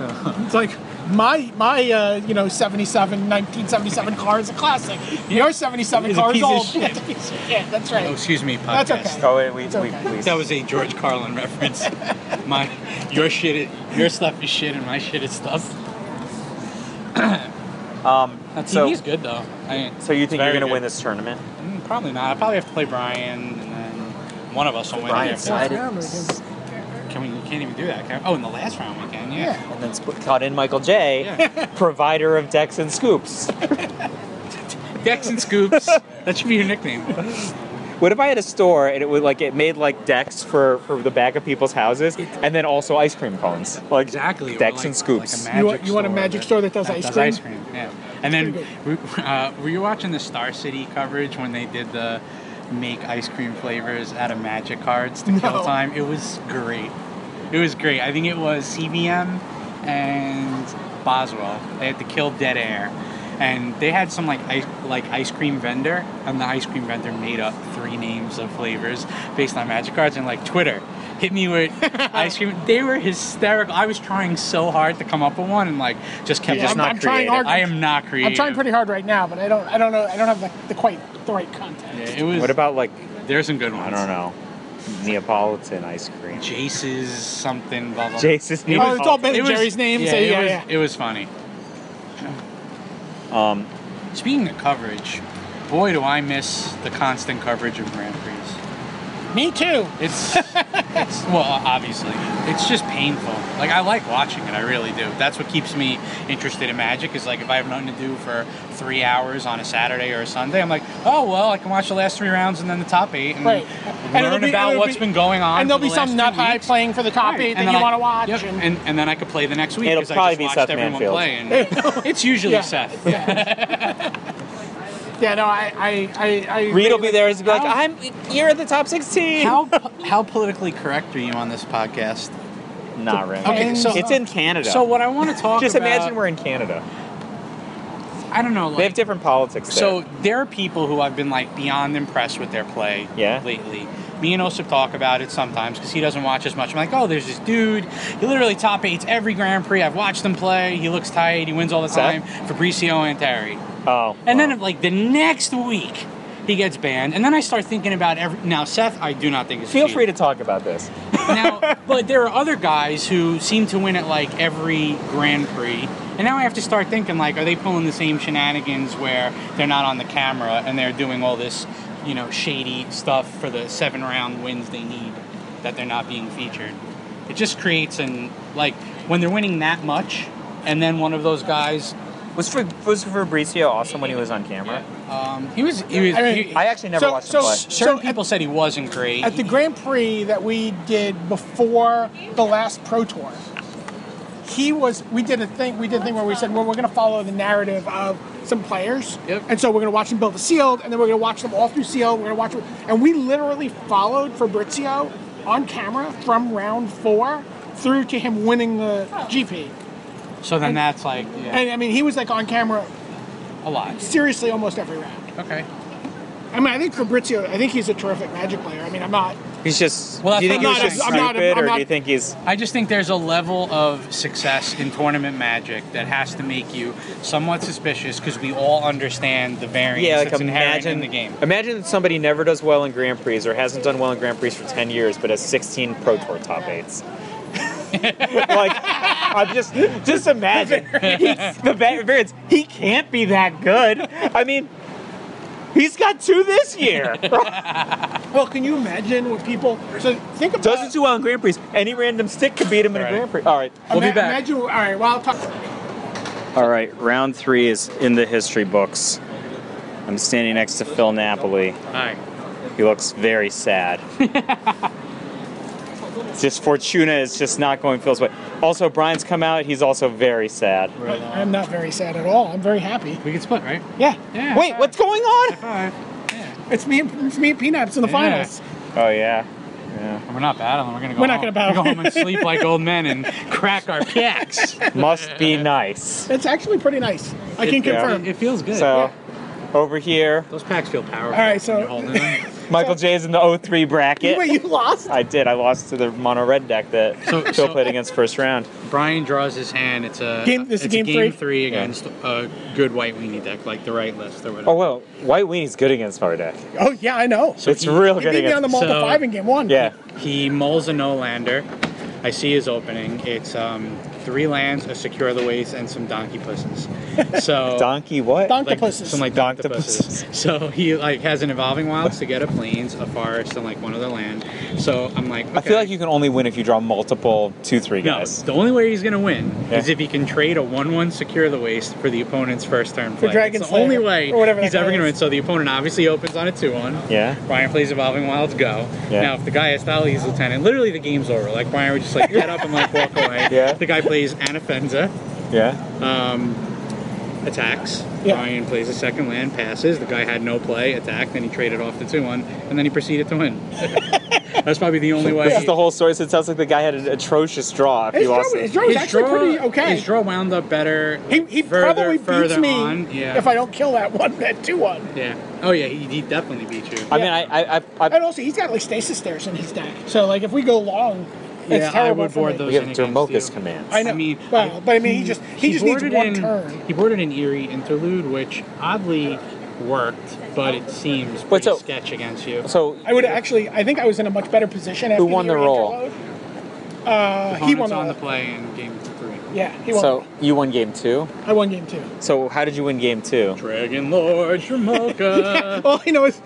[SPEAKER 4] Exactly.
[SPEAKER 3] It's like my my uh, you know 77 1977 car is a classic. Your 77
[SPEAKER 4] It's a
[SPEAKER 3] car is
[SPEAKER 4] piece of
[SPEAKER 3] old. <laughs>
[SPEAKER 4] shit.
[SPEAKER 3] yeah, that's
[SPEAKER 4] Oh,
[SPEAKER 3] right.
[SPEAKER 4] excuse me, podcast.
[SPEAKER 3] That's okay.
[SPEAKER 5] Oh wait, we,
[SPEAKER 3] It's
[SPEAKER 5] we,
[SPEAKER 3] okay.
[SPEAKER 5] we
[SPEAKER 4] That was a George Carlin
[SPEAKER 5] <laughs>
[SPEAKER 4] reference. my, your shit, is, your stuff is shit, and my shit is stuff.
[SPEAKER 5] <coughs> um.
[SPEAKER 4] So,
[SPEAKER 5] So
[SPEAKER 4] TV's good though. I,
[SPEAKER 5] so you
[SPEAKER 4] it's
[SPEAKER 5] think you're
[SPEAKER 4] very
[SPEAKER 5] gonna
[SPEAKER 4] good.
[SPEAKER 5] win this tournament?
[SPEAKER 4] Mm, Probably not. I probably have to play Brian, and then one of us will win.
[SPEAKER 5] Brian
[SPEAKER 4] the next round.
[SPEAKER 5] Snyder.
[SPEAKER 4] Can we? You can't even do that. Can, oh, in the last round we can. Yeah.
[SPEAKER 5] And then split, caught in Michael J, <laughs>
[SPEAKER 4] Yeah.
[SPEAKER 5] provider of decks and scoops.
[SPEAKER 4] Decks and
[SPEAKER 5] <laughs>
[SPEAKER 4] scoops. that should be your nickname.
[SPEAKER 5] What if I had a store and it would like it made like decks for, for the back of people's houses and then also ice cream cones? Like
[SPEAKER 4] Exactly. or
[SPEAKER 5] decks
[SPEAKER 4] like-
[SPEAKER 5] and scoops.
[SPEAKER 4] like a
[SPEAKER 3] You want-
[SPEAKER 4] magic
[SPEAKER 3] you want a magic store that does ice cream?
[SPEAKER 4] Yeah. And then,
[SPEAKER 3] pretty
[SPEAKER 4] we, uh, were you watching the Star City coverage when they did the make ice cream flavors out of magic cards to kill
[SPEAKER 3] No.
[SPEAKER 4] time? It was great. It was great. I think it was CBM and Boswell. They had to kill Dead Air. And they had some like ice, like ice cream vendor, and the ice cream vendor made up three names of flavors based on magic cards. And like Twitter, hit me with ice cream. They were hysterical. I was trying so hard to come up with one, and like just kept.
[SPEAKER 5] You're
[SPEAKER 3] I'm,
[SPEAKER 4] like,
[SPEAKER 5] just not
[SPEAKER 3] I'm trying
[SPEAKER 5] creative.
[SPEAKER 3] hard.
[SPEAKER 4] I am not creative.
[SPEAKER 3] I'm trying pretty hard right now, but I don't I don't know I don't have the, the quite the right content.
[SPEAKER 4] Yeah, it was.
[SPEAKER 5] what about like
[SPEAKER 4] There's some good ones.
[SPEAKER 5] I don't know Neapolitan ice cream?
[SPEAKER 4] Jace's something. Blah blah. blah.
[SPEAKER 5] Jace's
[SPEAKER 4] It
[SPEAKER 3] Oh,
[SPEAKER 4] was-
[SPEAKER 3] it's all Ben
[SPEAKER 4] it
[SPEAKER 3] and
[SPEAKER 4] was-
[SPEAKER 3] Jerry's name. so yeah,
[SPEAKER 4] it was,
[SPEAKER 3] yeah.
[SPEAKER 4] It was funny.
[SPEAKER 5] Um,
[SPEAKER 4] Speaking of coverage, boy, do I miss the constant coverage of Grand Prix.
[SPEAKER 3] Me too. <laughs>
[SPEAKER 4] It's, it's well, obviously, it's just painful. Like I like watching it, I really do. That's what keeps me interested in Magic. Is like if I have nothing to do for three hours on a Saturday or a Sunday, I'm like, oh well, I can watch the last three rounds and then the top eight and
[SPEAKER 3] Right. And it'll
[SPEAKER 4] learn
[SPEAKER 3] be-
[SPEAKER 4] about
[SPEAKER 3] it'll
[SPEAKER 4] what's
[SPEAKER 3] be-
[SPEAKER 4] been going on.
[SPEAKER 3] and there'll
[SPEAKER 4] for the
[SPEAKER 3] be some
[SPEAKER 4] last
[SPEAKER 3] nut
[SPEAKER 4] two
[SPEAKER 3] high
[SPEAKER 4] weeks.
[SPEAKER 3] playing for the top
[SPEAKER 4] Right.
[SPEAKER 3] eight
[SPEAKER 4] And
[SPEAKER 3] that
[SPEAKER 4] then
[SPEAKER 3] you
[SPEAKER 4] I-
[SPEAKER 3] want to watch.
[SPEAKER 4] yep,
[SPEAKER 3] and-
[SPEAKER 4] And, and, then I could play the next week.
[SPEAKER 5] It'll
[SPEAKER 4] 'cause I
[SPEAKER 5] probably
[SPEAKER 4] just
[SPEAKER 5] be
[SPEAKER 4] watched
[SPEAKER 5] Seth
[SPEAKER 4] everyone
[SPEAKER 5] Manfield.
[SPEAKER 4] Play <laughs> and it's usually Seth.
[SPEAKER 3] yeah, no, I I I, I
[SPEAKER 5] Reed will be there and be like,
[SPEAKER 4] How-
[SPEAKER 5] "I'm you're in the top
[SPEAKER 4] <laughs>
[SPEAKER 5] 16.
[SPEAKER 4] How how politically correct are you on this podcast?
[SPEAKER 5] Not really.
[SPEAKER 4] Okay, so-
[SPEAKER 5] it's in Canada.
[SPEAKER 4] So what I
[SPEAKER 5] <laughs>
[SPEAKER 4] want to talk
[SPEAKER 5] just
[SPEAKER 4] about
[SPEAKER 5] imagine we're in Canada.
[SPEAKER 4] I don't know like,
[SPEAKER 5] They have different politics. There.
[SPEAKER 4] So there are people who I've been like beyond impressed with their play
[SPEAKER 5] Yeah.
[SPEAKER 4] lately. Me and Osip talk about it sometimes because he doesn't watch as much. I'm like, oh, there's this dude. He literally top eights every Grand Prix. I've watched him play. He looks tight. He wins all the
[SPEAKER 5] Seth?
[SPEAKER 4] time. Fabricio Antari.
[SPEAKER 5] oh,
[SPEAKER 4] And
[SPEAKER 5] wow.
[SPEAKER 4] then like the next week, he gets banned, and then I start thinking about every. Now Seth, I do not think is
[SPEAKER 2] Feel
[SPEAKER 4] cheating.
[SPEAKER 2] free to talk about this.
[SPEAKER 4] now, but there are other guys who seem to win at like every Grand Prix, and now I have to start thinking like, are they pulling the same shenanigans where they're not on the camera and they're doing all this, you know, shady stuff for the seven round wins they need that they're not being featured. It just creates an like when they're winning that much, and then one of those guys,
[SPEAKER 2] Was Fa- was Fabrizio awesome when he was on camera?
[SPEAKER 4] um, he was he was.
[SPEAKER 3] I mean,
[SPEAKER 4] he-
[SPEAKER 2] I actually never
[SPEAKER 3] So-
[SPEAKER 2] watched
[SPEAKER 3] so-
[SPEAKER 2] him play.
[SPEAKER 4] certain
[SPEAKER 3] so at-
[SPEAKER 4] people said he wasn't great.
[SPEAKER 3] At the Grand Prix that we did before the last Pro Tour, he was. We did a thing. We did a thing where we said, "Well, we're going to follow the narrative of some players,
[SPEAKER 4] Yep.
[SPEAKER 3] and so we're going to watch them build the sealed, and then we're going to watch them all through sealed. We're going to watch them, and we literally followed Fabrizio on camera from round four through to him winning the GP.
[SPEAKER 4] so then that's like yeah,
[SPEAKER 3] And I mean, he was like on camera
[SPEAKER 4] a lot.
[SPEAKER 3] seriously almost every round.
[SPEAKER 4] Okay.
[SPEAKER 3] I mean, I think Fabrizio. I think he's a terrific magic player. I mean, I'm not.
[SPEAKER 2] He's just.
[SPEAKER 4] Well,
[SPEAKER 2] do you
[SPEAKER 4] that's
[SPEAKER 2] think he
[SPEAKER 4] what
[SPEAKER 2] was just
[SPEAKER 4] I'm not-
[SPEAKER 3] I'm not-
[SPEAKER 2] stupid,
[SPEAKER 3] I'm
[SPEAKER 2] or
[SPEAKER 3] not-
[SPEAKER 2] do you think he's?
[SPEAKER 4] I just think there's a level of success in tournament magic that has to make you somewhat suspicious because we all understand the variance
[SPEAKER 2] Yeah, like
[SPEAKER 4] that's inherent
[SPEAKER 2] imagine
[SPEAKER 4] in the game.
[SPEAKER 2] Imagine that somebody never does well in Grand Prix or hasn't done well in Grand Prix for ten years, but has sixteen Pro Tour top
[SPEAKER 4] <laughs>
[SPEAKER 2] eights. like, I'm just just
[SPEAKER 4] <laughs>
[SPEAKER 2] imagine He's- the ba- variance. He can't be that good. I mean, he's got two this
[SPEAKER 4] <laughs>
[SPEAKER 2] year.
[SPEAKER 3] Well, can you imagine what people? So think about.
[SPEAKER 2] Doesn't do well in Grand Prix. Any random stick could beat him in a
[SPEAKER 4] Right.
[SPEAKER 2] Grand Prix. All right,
[SPEAKER 4] We'll be
[SPEAKER 3] Ima-
[SPEAKER 4] back.
[SPEAKER 3] Imagine, all right. Well, I'll talk.
[SPEAKER 5] All right, round three is in the history books. I'm standing next to Phil Napoli.
[SPEAKER 4] Hi.
[SPEAKER 5] He looks very sad. just Fortuna is just not going Phil's way. Also, Brian's come out. He's also very sad.
[SPEAKER 3] I'm not very sad at all. I'm very happy.
[SPEAKER 4] We can split, right?
[SPEAKER 3] Yeah,
[SPEAKER 4] Yeah.
[SPEAKER 5] Wait, what's going on?
[SPEAKER 4] Five. Yeah.
[SPEAKER 3] it's me. And, it's me and Peanuts in the
[SPEAKER 4] Yeah.
[SPEAKER 3] finals.
[SPEAKER 5] Oh yeah, yeah.
[SPEAKER 4] We're not battling. We're gonna go.
[SPEAKER 3] We're not
[SPEAKER 4] home.
[SPEAKER 3] gonna battle.
[SPEAKER 4] We're gonna go home and sleep like old
[SPEAKER 3] <laughs>
[SPEAKER 4] men and crack our packs.
[SPEAKER 5] Must be nice.
[SPEAKER 3] It's actually pretty nice. I can
[SPEAKER 5] Yeah.
[SPEAKER 3] confirm.
[SPEAKER 4] it feels good.
[SPEAKER 5] So, over here,
[SPEAKER 4] Those packs feel powerful.
[SPEAKER 3] All right, so-
[SPEAKER 4] You're holding them.
[SPEAKER 5] Michael J is in the 03 bracket.
[SPEAKER 3] Wait, you lost?
[SPEAKER 5] I did. I lost to the mono red deck that
[SPEAKER 4] So-
[SPEAKER 5] Phil
[SPEAKER 4] so-
[SPEAKER 5] played against first round.
[SPEAKER 4] Brian draws his hand. It's a
[SPEAKER 3] Game- this is
[SPEAKER 4] it's a
[SPEAKER 3] game three?
[SPEAKER 4] against a good white weenie deck, like the right list or whatever.
[SPEAKER 5] Oh well, White Weenie's good against mono deck.
[SPEAKER 3] Oh yeah, I know.
[SPEAKER 4] So
[SPEAKER 5] it's
[SPEAKER 4] he-
[SPEAKER 5] real
[SPEAKER 3] He
[SPEAKER 5] good
[SPEAKER 3] beat me
[SPEAKER 5] against.
[SPEAKER 3] on the multi
[SPEAKER 4] So-
[SPEAKER 3] five in game one.
[SPEAKER 5] yeah,
[SPEAKER 4] He mulls a no lander. I see his opening. It's um, three lands, a secure the waste, and some donkey
[SPEAKER 5] <laughs>
[SPEAKER 4] pusses. So
[SPEAKER 5] donkey what?
[SPEAKER 3] Donk-
[SPEAKER 4] like,
[SPEAKER 3] Donkey pusses.
[SPEAKER 4] Some like
[SPEAKER 5] Donkey
[SPEAKER 4] donkey pusses. <laughs> So he like has an evolving wilds to get a plains, a forest, and like one other land. So I'm like, okay.
[SPEAKER 5] I feel like you can only win if you draw multiple two three
[SPEAKER 4] No,
[SPEAKER 5] guys.
[SPEAKER 4] the only way he's gonna win
[SPEAKER 5] Yeah.
[SPEAKER 4] is if he can trade a one-one secure the waste for the opponent's first turn play.
[SPEAKER 3] Dragon
[SPEAKER 4] it's the
[SPEAKER 3] Slayer,
[SPEAKER 4] only way
[SPEAKER 3] or whatever
[SPEAKER 4] he's
[SPEAKER 3] that guy
[SPEAKER 4] ever gonna
[SPEAKER 3] is.
[SPEAKER 4] win. So the opponent obviously opens on a two-one.
[SPEAKER 5] Yeah.
[SPEAKER 4] Brian plays Evolving Wilds Go.
[SPEAKER 5] Yeah.
[SPEAKER 4] Now, if the guy has Thali's Lieutenant, literally the game's over. Like, Brian would just, like, get up and, like, walk away.
[SPEAKER 5] <laughs> Yeah.
[SPEAKER 4] The guy plays Anafenza,
[SPEAKER 5] Yeah.
[SPEAKER 4] attacks.
[SPEAKER 3] Yeah.
[SPEAKER 4] Brian plays a second land, passes. The guy had no play, attacked, then he traded off the 2 1, and then he proceeded to
[SPEAKER 3] <laughs>
[SPEAKER 4] win. That's probably the only way.
[SPEAKER 5] This is the whole story. So it sounds like the guy had an atrocious draw. If
[SPEAKER 3] His
[SPEAKER 5] you
[SPEAKER 3] draw,
[SPEAKER 5] lost,
[SPEAKER 3] his
[SPEAKER 5] it.
[SPEAKER 3] draw was actually pretty okay.
[SPEAKER 4] His draw wound up better.
[SPEAKER 3] he he
[SPEAKER 4] further,
[SPEAKER 3] probably beats
[SPEAKER 4] further
[SPEAKER 3] me
[SPEAKER 4] on. Yeah.
[SPEAKER 3] if I don't kill that <laughs> one, that two one.
[SPEAKER 4] Yeah. Oh, yeah, he, he definitely beat you.
[SPEAKER 5] I mean, I, I, I, I
[SPEAKER 3] And also, he's got like stasis stairs in his deck. So like, if we go long, it's
[SPEAKER 4] yeah, I
[SPEAKER 3] terrible
[SPEAKER 4] would
[SPEAKER 3] for
[SPEAKER 4] board
[SPEAKER 3] me.
[SPEAKER 4] those.
[SPEAKER 5] we have
[SPEAKER 4] in against
[SPEAKER 5] Dermoka's
[SPEAKER 4] you.
[SPEAKER 5] commands.
[SPEAKER 3] I know.
[SPEAKER 4] I mean,
[SPEAKER 3] well, but I mean, he just he, just needs
[SPEAKER 4] boarded
[SPEAKER 3] one
[SPEAKER 4] in-
[SPEAKER 3] turn.
[SPEAKER 4] He boarded an eerie interlude, which oddly worked, but it seems pretty
[SPEAKER 5] Wait, so-
[SPEAKER 4] sketch against you.
[SPEAKER 5] So
[SPEAKER 3] I would actually. I think I was in a much better position. After
[SPEAKER 5] won the
[SPEAKER 3] year
[SPEAKER 5] roll?
[SPEAKER 3] interlude. Uh, he won
[SPEAKER 4] Opponents on the
[SPEAKER 3] roll.
[SPEAKER 4] play in game three.
[SPEAKER 3] Yeah, he won.
[SPEAKER 5] so you won game two.
[SPEAKER 3] I won game two.
[SPEAKER 5] So how did you win game two?
[SPEAKER 4] Dragon
[SPEAKER 3] <laughs>
[SPEAKER 4] Lord Dramoka.
[SPEAKER 3] All I know is